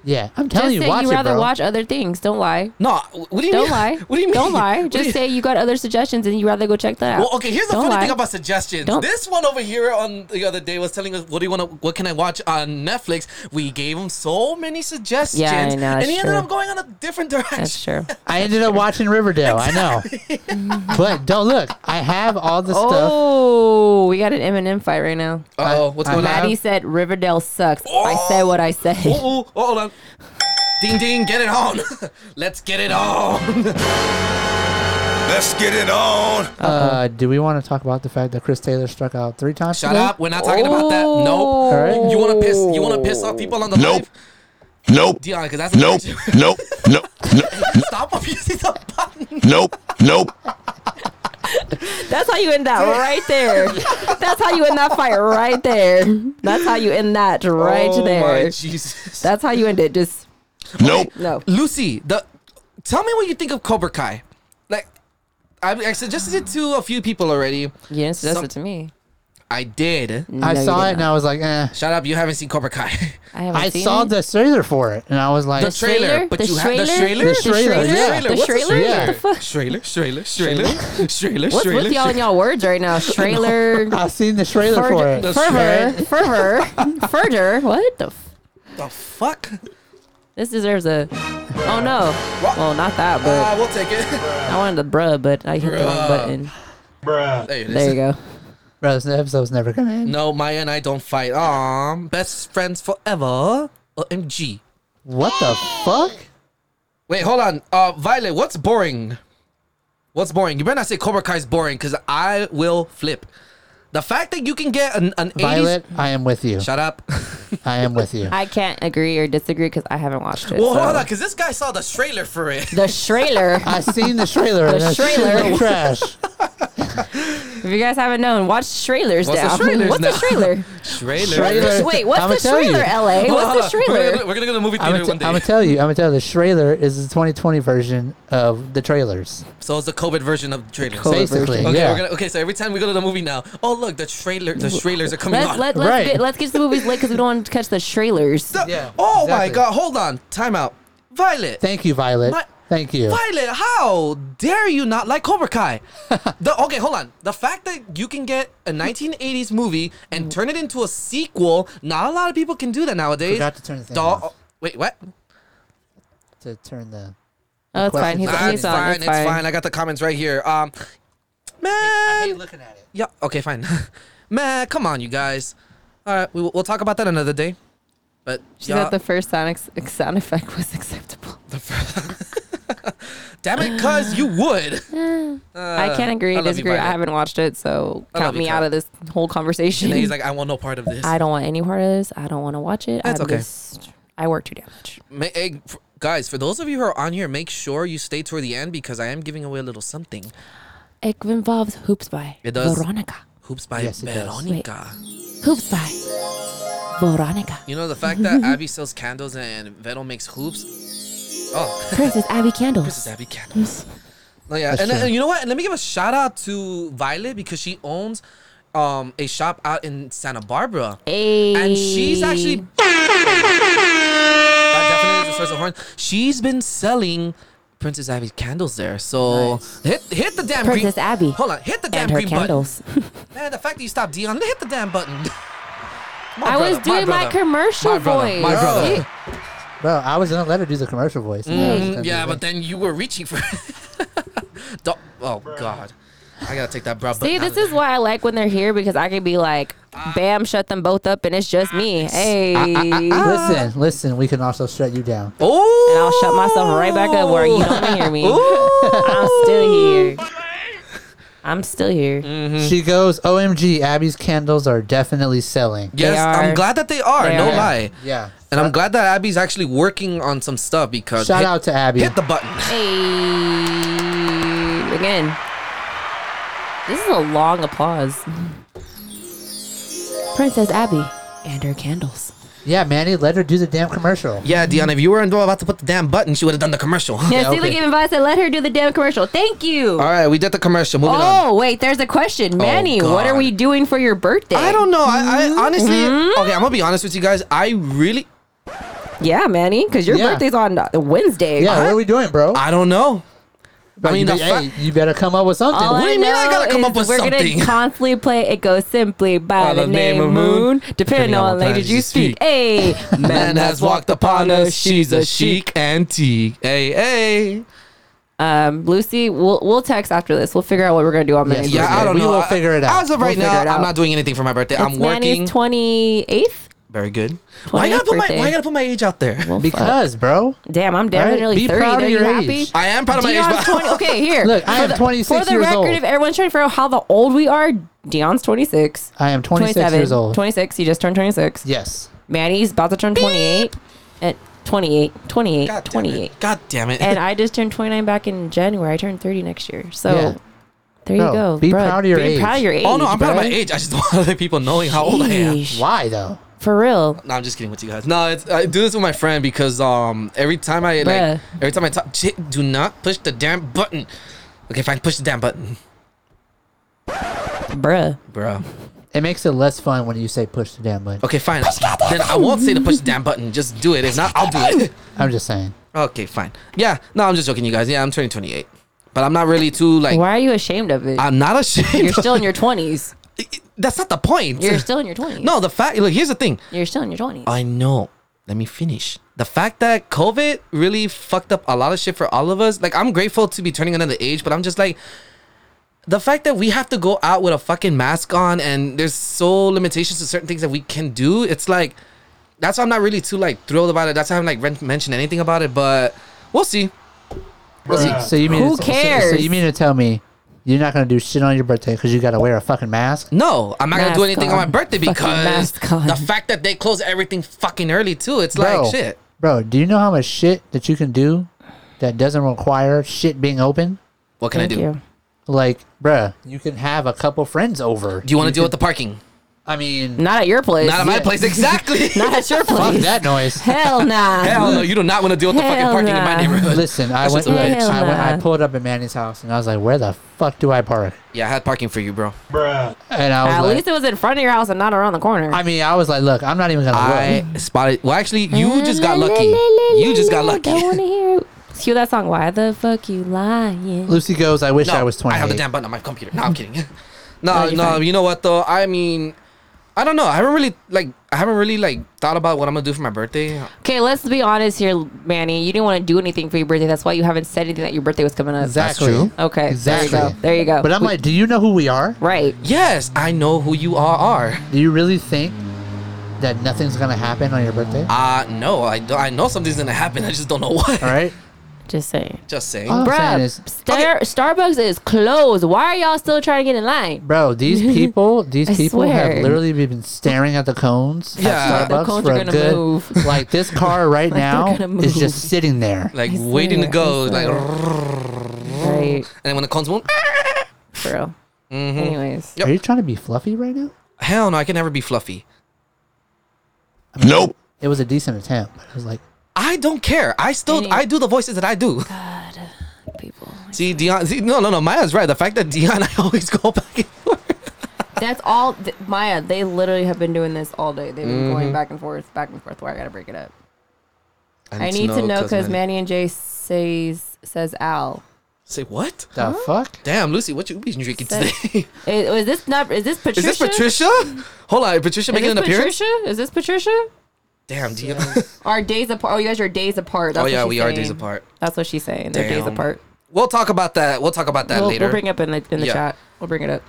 Speaker 7: Yeah, I'm
Speaker 5: Just
Speaker 7: telling
Speaker 5: say
Speaker 7: you, watch
Speaker 5: you
Speaker 7: it,
Speaker 5: rather
Speaker 7: bro.
Speaker 5: watch other things. Don't lie.
Speaker 6: No, what do you
Speaker 5: don't
Speaker 6: mean?
Speaker 5: lie.
Speaker 6: [laughs] What do you mean?
Speaker 5: Don't lie.
Speaker 6: What do
Speaker 5: Just
Speaker 6: you-
Speaker 5: say you got other suggestions and you rather go check that out.
Speaker 6: Well, okay. Here's the
Speaker 5: Don't
Speaker 6: funny
Speaker 5: lie.
Speaker 6: thing about suggestions.
Speaker 5: Don't-
Speaker 6: This one over here on the other day was telling us, "What do you want to? What can I watch on Netflix?" We gave him so many suggestions,
Speaker 7: know,
Speaker 6: and
Speaker 7: that's
Speaker 6: he ended
Speaker 7: true.
Speaker 6: up going on a different direction. That's [laughs]
Speaker 5: true.
Speaker 7: I ended up watching Riverdale. I
Speaker 5: [laughs]
Speaker 7: know, but don't look. I have all the stuff.
Speaker 5: Oh, we got an Eminem fight right now.
Speaker 6: Oh, what's
Speaker 7: I
Speaker 6: going
Speaker 5: Uh, Maddie
Speaker 6: on?
Speaker 5: said Riverdale sucks. I said what I said.
Speaker 6: Oh, oh, oh, hold on. Ding, ding, get it on. [laughs] Let's get it on. [laughs]
Speaker 11: Let's get it on.
Speaker 5: Uh-huh.
Speaker 7: Uh, do we want to talk about the fact that Chris Taylor struck out three times?
Speaker 6: Shut
Speaker 7: today?
Speaker 6: up. We're not talking about that. Nope.
Speaker 7: All right.
Speaker 6: You want to piss? You want to piss off people on the
Speaker 7: Nope.
Speaker 6: live?
Speaker 11: Nope.
Speaker 6: Dion, because that's
Speaker 11: Nope. Nope. Nope.
Speaker 6: [laughs] Stop abusing the
Speaker 11: [laughs]
Speaker 6: button.
Speaker 11: Nope. Nope.
Speaker 5: [laughs] That's how you end that right there. That's how you end that fight right there. That's how you end that right
Speaker 6: Oh,
Speaker 5: there.
Speaker 6: my Jesus.
Speaker 5: That's how you end it. Just
Speaker 11: Nope.
Speaker 5: No.
Speaker 6: Lucy, the tell me what you think of Cobra Kai. Like, I, I suggested it to a few people already. You
Speaker 5: didn't suggest it to me.
Speaker 6: I did.
Speaker 7: I saw it and I was like, eh.
Speaker 6: Shut up! You haven't seen Cobra Kai.
Speaker 5: I
Speaker 7: I saw the trailer for it and I was like,
Speaker 6: the [laughs] trailer, but you have the trailer.
Speaker 7: The trailer, yeah.
Speaker 6: What's a
Speaker 7: Yeah.
Speaker 6: Trailer, trailer, trailer, trailer,
Speaker 5: What's
Speaker 6: trailer.
Speaker 5: with y'all and y'all words
Speaker 6: [laughs]
Speaker 5: right now? Trailer.
Speaker 7: I've seen the trailer for
Speaker 5: [laughs]
Speaker 7: it.
Speaker 5: Fervor. Fervor. Further. What the? F-
Speaker 6: the fuck?
Speaker 5: This deserves a. Oh no. Well, not that, but.
Speaker 6: Ah, we'll take it. [laughs]
Speaker 5: I wanted the bruh, but I hit the wrong
Speaker 6: Bruh.
Speaker 5: button.
Speaker 6: Bruh. There it is.
Speaker 5: There you go.
Speaker 7: Bro, this episode's never gonna end.
Speaker 6: No, Maya and I don't fight. Aw, best friends forever. OMG.
Speaker 7: What the fuck?
Speaker 6: Wait, hold on. Uh, Violet, what's boring? What's boring? You better not say Cobra Kai's boring because I will flip. The fact that you can get an, an 80s
Speaker 7: Violet, I am with you.
Speaker 6: Shut
Speaker 7: [laughs]
Speaker 6: up.
Speaker 7: I am
Speaker 6: [laughs]
Speaker 7: with you.
Speaker 5: I can't agree or disagree because I haven't watched it.
Speaker 6: Well, hold
Speaker 5: so.
Speaker 6: on, because this guy saw the trailer for it.
Speaker 5: The trailer.
Speaker 7: I seen the trailer.
Speaker 5: The
Speaker 7: and that shit
Speaker 5: trailer.
Speaker 6: [laughs]
Speaker 7: looked trash.
Speaker 5: If you guys haven't known, watch trailers
Speaker 6: What's the
Speaker 5: now.
Speaker 6: trailers
Speaker 5: what's
Speaker 6: now?
Speaker 5: the trailer?
Speaker 6: [laughs] Trailer.
Speaker 7: [laughs] Trailer.
Speaker 5: Wait, what's
Speaker 7: I'ma
Speaker 5: the
Speaker 7: tell you.
Speaker 5: trailer, LA?
Speaker 6: Hold on, hold
Speaker 5: What's
Speaker 6: on.
Speaker 5: the
Speaker 6: We're
Speaker 5: trailer?
Speaker 6: gonna, we're gonna go to the movie
Speaker 7: I'm
Speaker 6: theater
Speaker 7: gonna
Speaker 6: one
Speaker 7: t-
Speaker 6: day.
Speaker 7: I'm gonna tell you. I'm gonna tell you. The trailer is the 2020 version of the trailers.
Speaker 6: so it's the COVID version of the trailer.
Speaker 7: COVID Basically, version.
Speaker 6: Okay,
Speaker 7: yeah.
Speaker 6: we're gonna, okay. So every time we go to the movie now, oh look, the trailer, the trailers are coming
Speaker 5: Let's,
Speaker 6: on. [laughs]
Speaker 5: let, let's, get, let's get to the movies late because we don't want to catch the trailers.
Speaker 7: Yeah.
Speaker 6: Oh my
Speaker 7: Exactly.
Speaker 6: God! Hold on, time out. Violet.
Speaker 7: Thank you, Violet.
Speaker 6: My-
Speaker 7: Thank you.
Speaker 6: Violet, how dare you not like Cobra
Speaker 7: [laughs]
Speaker 6: Kai? the, okay, hold on. The fact that you can get a 1980s movie and turn it into a sequel, not a lot of people can do that nowadays.
Speaker 7: Forgot to turn the thing
Speaker 6: Doll-
Speaker 7: off.
Speaker 6: Wait, what?
Speaker 7: To turn the.
Speaker 5: Oh, it's fine. He's,
Speaker 6: Nah,
Speaker 5: he's on. It's fine.
Speaker 6: I got the comments right here. Um, man,
Speaker 7: looking at it.
Speaker 6: Yeah. Okay, fine. [laughs] man, come on, you guys. All right, we, we'll talk about that another day. But
Speaker 5: She
Speaker 6: yeah,
Speaker 5: thought the first sound, ex- sound effect was acceptable.
Speaker 6: damn it, cuz you
Speaker 5: [laughs]
Speaker 6: would.
Speaker 5: I can't agree,
Speaker 6: Uh, I love you,
Speaker 5: disagree. I
Speaker 6: Violet.
Speaker 5: haven't watched it, so
Speaker 6: I love
Speaker 5: count
Speaker 6: you,
Speaker 5: me
Speaker 6: Kat.
Speaker 5: out of this whole conversation.
Speaker 6: And then he's like, I want no part of this.
Speaker 5: [laughs] I don't want any part of this. I don't want to watch it.
Speaker 6: That's
Speaker 5: I
Speaker 6: okay.
Speaker 5: Just, I work too damn much.
Speaker 6: Ma- hey, f- guys, for those of you who are on here, make sure you stay toward the end because I am giving away a little something.
Speaker 5: It involves Hoops by
Speaker 6: It does.
Speaker 5: Veronica.
Speaker 6: Hoops by
Speaker 7: Yes, it does.
Speaker 6: Veronica.
Speaker 5: Hoops by Veronica.
Speaker 6: You know the fact that Abby sells candles and Vettel makes hoops. Oh, [laughs]
Speaker 5: Princess Abby Candles.
Speaker 6: Princess Abby Candles. no, yeah,
Speaker 7: That's
Speaker 6: and,
Speaker 7: true.
Speaker 6: and you know what? And let me give a shout out to Violet because she owns um, a shop out in Santa Barbara. And she's actually. That definitely is a source of horn. She's been selling Princess Abby's candles there. So hit hit the damn
Speaker 5: Princess
Speaker 6: green.
Speaker 5: Abby.
Speaker 6: Hold on, hit the damn
Speaker 5: and her
Speaker 6: green
Speaker 5: candles.
Speaker 6: button. Man, the fact that you stopped Dion, hit the damn button. [laughs] My
Speaker 5: I was
Speaker 6: brother,
Speaker 5: doing my,
Speaker 6: brother.
Speaker 5: commercial
Speaker 6: My brother,
Speaker 5: voice.
Speaker 6: my brother.
Speaker 5: You-
Speaker 7: Oh, Bro, I was gonna let her do the commercial voice. and I was
Speaker 6: Mm,
Speaker 7: gonna
Speaker 6: yeah,
Speaker 7: do
Speaker 6: but then you were reaching for. [laughs] Don't- oh God, I gotta take that bra.
Speaker 5: See,
Speaker 6: button out
Speaker 5: this
Speaker 6: of
Speaker 5: is why I like when they're here because I can be like, bam, shut them both up, and it's just me. Hey.
Speaker 6: Ah,
Speaker 7: Listen, listen. We can also shut you down.
Speaker 6: Oh.
Speaker 5: And I'll shut myself right back up where you don't want to hear me. [laughs] I'm still here.
Speaker 6: Oh.
Speaker 5: I'm still here.
Speaker 6: Mm. Mm-hmm.
Speaker 7: She goes, "OMG, Abby's candles are definitely selling."
Speaker 6: Yes, I'm
Speaker 5: are.
Speaker 6: glad that they are.
Speaker 5: They
Speaker 6: no
Speaker 5: are.
Speaker 6: lie.
Speaker 7: Yeah.
Speaker 6: And I'm glad that Abby's actually working on some stuff because
Speaker 7: Shout
Speaker 6: hit,
Speaker 7: out to Abby.
Speaker 6: hit the button.
Speaker 5: Hey. Again. This is a long applause. Princess Abby and her candles.
Speaker 7: Yeah, Manny, let her do the damn commercial.
Speaker 6: Yeah, Dion, if you weren't about to put the damn button, she would have done the commercial. [laughs]
Speaker 5: Yeah,
Speaker 7: Yeah,
Speaker 5: see, look
Speaker 7: okay.
Speaker 5: at advice. I let her do the damn commercial. Thank you.
Speaker 6: All right, we did the commercial. Moving on.
Speaker 5: Oh, wait, there's a question. Manny, what are
Speaker 6: God.
Speaker 5: we doing for your birthday?
Speaker 6: I don't know. I, I honestly, okay, I'm gonna be honest with you guys. I really,
Speaker 5: Yeah, Manny, because your
Speaker 7: Yeah.
Speaker 5: birthday's on uh, Wednesday.
Speaker 7: Yeah, what are we doing, bro?
Speaker 6: I don't know.
Speaker 7: But
Speaker 6: I mean, the
Speaker 7: you,
Speaker 6: Oh,
Speaker 7: be-
Speaker 6: fa-
Speaker 7: hey, you better come up with something.
Speaker 5: All
Speaker 6: What do
Speaker 5: I
Speaker 6: you mean I
Speaker 5: know
Speaker 6: gotta come
Speaker 5: is
Speaker 6: up with
Speaker 5: we're
Speaker 6: something? [laughs]
Speaker 5: gonna constantly play it goes simply by the, name, of moon, depending
Speaker 6: what
Speaker 5: on language
Speaker 6: language you
Speaker 5: you speak.
Speaker 6: speak.
Speaker 5: Hey,
Speaker 6: [laughs] Man has walked upon us. She's a chic antique. Hey, hey.
Speaker 5: Um, Lucy, we'll we'll text after this. We'll figure out what we're gonna do on Manny's
Speaker 6: Yeah, I
Speaker 5: birthday.
Speaker 6: don't
Speaker 7: We
Speaker 6: know.
Speaker 7: will
Speaker 6: I-
Speaker 7: figure it out.
Speaker 6: As of right
Speaker 5: We'll
Speaker 6: now,
Speaker 5: figure it
Speaker 6: I'm
Speaker 5: out.
Speaker 6: not doing anything for my birthday. I'm
Speaker 5: It's
Speaker 6: working.
Speaker 5: Manny's twenty eighth.
Speaker 6: Very good. Why I gotta
Speaker 5: 28th
Speaker 6: put my Why I
Speaker 5: birthday.
Speaker 6: gotta put my age out there?
Speaker 7: because, bro.
Speaker 5: Damn, I'm damn
Speaker 7: Right?
Speaker 5: nearly
Speaker 7: Be
Speaker 5: thirty.
Speaker 7: proud of
Speaker 5: Are
Speaker 7: your
Speaker 5: you happy?
Speaker 7: age.
Speaker 6: I am proud of my
Speaker 5: Dion's
Speaker 6: age. But
Speaker 5: 20.
Speaker 6: [laughs]
Speaker 5: Okay, here.
Speaker 7: Look, I
Speaker 5: For
Speaker 7: am
Speaker 5: the-
Speaker 7: 26
Speaker 5: For the
Speaker 7: years
Speaker 5: record,
Speaker 7: old.
Speaker 5: if everyone's trying to figure out how the old we are, Dion's 26.
Speaker 7: I am 26
Speaker 5: 27,
Speaker 7: years old.
Speaker 5: 26. He just turned 26.
Speaker 7: Yes.
Speaker 5: Manny's about to turn 28. At 28, 28,
Speaker 6: God damn
Speaker 5: 28.
Speaker 6: it. God damn it.
Speaker 5: and I just turned 29 back in January. I turned 30 next year. So
Speaker 7: Yeah.
Speaker 5: there
Speaker 7: Bro,
Speaker 5: you go.
Speaker 7: be
Speaker 5: bruh.
Speaker 7: proud of your
Speaker 5: be
Speaker 7: age.
Speaker 5: proud of your age.
Speaker 6: oh no, I'm proud of my
Speaker 5: bruh.
Speaker 6: age. I just [laughs] don't want other people knowing how old I am.
Speaker 5: Sheesh.
Speaker 7: Why though?
Speaker 5: For real.
Speaker 6: No, I'm just kidding with you guys. No, it's, I do this with my friend because um every time I like
Speaker 5: Bruh.
Speaker 6: every time I talk, shit, do not push the damn button. Okay, fine, push the damn button,
Speaker 5: Bruh.
Speaker 6: bro.
Speaker 7: It makes it less fun when you say push the damn button.
Speaker 6: Okay, fine. Then I won't say to push the damn button. Just do it. If not, I'll do [laughs] it.
Speaker 7: I'm just saying.
Speaker 6: Okay, fine. Yeah, no, I'm just joking, you guys. Yeah, I'm turning 28, but I'm not really too like.
Speaker 5: Why are you ashamed of it?
Speaker 6: I'm not ashamed.
Speaker 5: You're still in your 20s.
Speaker 6: [laughs] That's not the point.
Speaker 5: You're still in your 20s.
Speaker 6: No, the fact. Look, here's the thing. Oh,
Speaker 5: You're still in your 20s.
Speaker 6: I know. let me finish. The fact that COVID really fucked up a lot of shit for all of us. Like, I'm grateful to be turning another age, but I'm just like, the fact that we have to go out with a fucking mask on and there's so limitations to certain things that we can do, it's like, that's why I'm not really too like thrilled about it. That's why I haven't like ren- mentioned anything about it, but we'll see. We'll see.
Speaker 7: So you mean
Speaker 6: Who
Speaker 7: so- so- So,
Speaker 6: cares?
Speaker 7: you mean to tell me you're not gonna do shit on your birthday because you gotta wear a fucking mask?
Speaker 6: No, I'm not gonna do anything on. my birthday
Speaker 7: Fucking
Speaker 6: because
Speaker 7: mask on.
Speaker 6: the fact that they close everything fucking early too, it's like shit.
Speaker 7: Bro, do you know how much shit that you can do that doesn't require shit being open?
Speaker 6: What can I Thank do? you.
Speaker 7: Like, bruh, you can have a couple friends over.
Speaker 6: Do you want to deal with the parking?
Speaker 7: I mean,
Speaker 5: Not at your place.
Speaker 6: Not at my
Speaker 5: [laughs]
Speaker 6: place, exactly.
Speaker 5: Not at your
Speaker 7: Fuck
Speaker 5: place.
Speaker 7: that
Speaker 5: [laughs]
Speaker 7: noise.
Speaker 5: Hell
Speaker 6: [laughs]
Speaker 5: nah.
Speaker 6: Hell no, you do not want to deal with the fucking
Speaker 5: Hell
Speaker 6: parking in my
Speaker 5: nah.
Speaker 6: neighborhood.
Speaker 7: [laughs] Listen, I
Speaker 6: That
Speaker 7: went,
Speaker 6: shit's a
Speaker 7: I,
Speaker 6: bitch.
Speaker 7: went- I pulled up at Manny's house and I was like, where the fuck do I park?
Speaker 6: Yeah, I had parking for you, bro.
Speaker 7: Bruh. And I was
Speaker 5: At
Speaker 7: like,
Speaker 5: least it was in front of your house and not around the corner.
Speaker 7: I mean, I was like, look, I'm not even gonna
Speaker 6: I
Speaker 7: look.
Speaker 6: spotted. Well, actually, you just got lucky. You just got lucky. [laughs]
Speaker 5: don't want to hear it. Let's [laughs] Cue that song. Why the fuck you lying?
Speaker 7: Lucy goes, I wish
Speaker 6: No,
Speaker 7: I was 20.
Speaker 6: I have the damn button on my computer. No, I'm kidding. [laughs]
Speaker 7: No,
Speaker 6: no,
Speaker 7: you're
Speaker 6: no,
Speaker 7: fine.
Speaker 6: you know what though? I mean, I don't know. I haven't really like I haven't really like thought about what I'm gonna do for my birthday.
Speaker 5: Okay, let's be honest here, Manny. You didn't want to do anything for your birthday. That's why you haven't said anything that your birthday was coming up.
Speaker 7: Exactly. That's true.
Speaker 5: Okay.
Speaker 7: Exactly.
Speaker 5: There you go. There you go.
Speaker 7: But I'm
Speaker 5: We-
Speaker 7: like, do you know who we are?
Speaker 5: Right.
Speaker 6: Yes, I know who you all are.
Speaker 7: Do you really think that nothing's gonna happen on your birthday?
Speaker 6: Uh no, I do, I know something's gonna happen. I just don't know [laughs] what. All
Speaker 7: right.
Speaker 5: Just saying.
Speaker 6: Just saying.
Speaker 5: Bruh, Star- Starbucks is closed. Why are y'all still trying to get in line?
Speaker 6: [laughs]
Speaker 7: Bro, these people, these
Speaker 5: I
Speaker 7: people have
Speaker 5: swear.
Speaker 7: literally been staring at the cones
Speaker 6: Yeah.
Speaker 7: at
Speaker 6: The
Speaker 7: Starbucks
Speaker 6: cones
Speaker 7: for
Speaker 6: are
Speaker 7: a
Speaker 6: gonna
Speaker 7: good.
Speaker 6: move.
Speaker 7: [laughs] Like
Speaker 6: [laughs]
Speaker 7: this car right
Speaker 6: Like, they're
Speaker 7: now
Speaker 6: gonna move.
Speaker 7: is just sitting there.
Speaker 6: Like waiting to go, like
Speaker 5: right.
Speaker 6: And then when the cones won't,
Speaker 5: for real. Mm-hmm. Anyways,
Speaker 7: are you trying to be fluffy right now?
Speaker 6: [laughs] hell no, I can never be fluffy.
Speaker 7: Nope. It was a decent attempt. But it was like,
Speaker 6: I don't care. I still I do the voices that I do. God, people. See Dion. See, no, no, no. Maya's right. The fact that Dion, [laughs] I always go back.
Speaker 5: that's all. Th- Maya, they literally have been doing this all day. They've been
Speaker 6: Mhm.
Speaker 5: going back and forth, back and forth. Why I gotta break it up? I, need to know because
Speaker 6: man.
Speaker 5: Manny and Jay says says Al.
Speaker 6: Say what?
Speaker 7: The fuck?
Speaker 6: Damn, Lucy, what you been drinking
Speaker 5: Says-
Speaker 6: today? [laughs]
Speaker 5: is, oh, is this not? Is this
Speaker 6: Is
Speaker 5: Patricia?
Speaker 6: this Patricia? Hold on, Patricia
Speaker 5: Is
Speaker 6: making an
Speaker 5: this
Speaker 6: appearance?
Speaker 5: Patricia? Is this Patricia?
Speaker 6: Damn, Dion.
Speaker 5: Our days apart. Oh, you guys are days apart. That's
Speaker 6: oh
Speaker 5: what
Speaker 6: yeah,
Speaker 5: she's
Speaker 6: we are days
Speaker 5: saying.
Speaker 6: apart.
Speaker 5: That's what she's saying. They're days
Speaker 6: Damn.
Speaker 5: apart.
Speaker 6: We'll talk about that. We'll talk about that
Speaker 5: we'll,
Speaker 6: later.
Speaker 5: We'll bring it up in the in the
Speaker 6: Yeah.
Speaker 5: chat. We'll bring it up.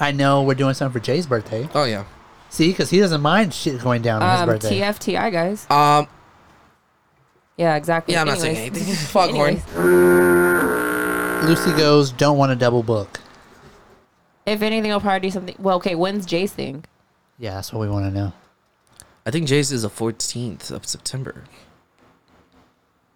Speaker 7: I know we're doing something for Jay's birthday.
Speaker 6: Oh yeah.
Speaker 7: See, because he doesn't mind shit going down on
Speaker 5: Um,
Speaker 7: his birthday.
Speaker 5: TFTI guys.
Speaker 6: Um.
Speaker 5: Yeah, exactly.
Speaker 6: Yeah, I'm not saying anything. [laughs] Foghorn.
Speaker 7: Lucy goes, don't want to double book.
Speaker 5: If anything, I'll probably do something. Well, okay. When's Jay's thing?
Speaker 7: Yeah, that's what we want to know.
Speaker 6: I think Jay's is the 14th of September.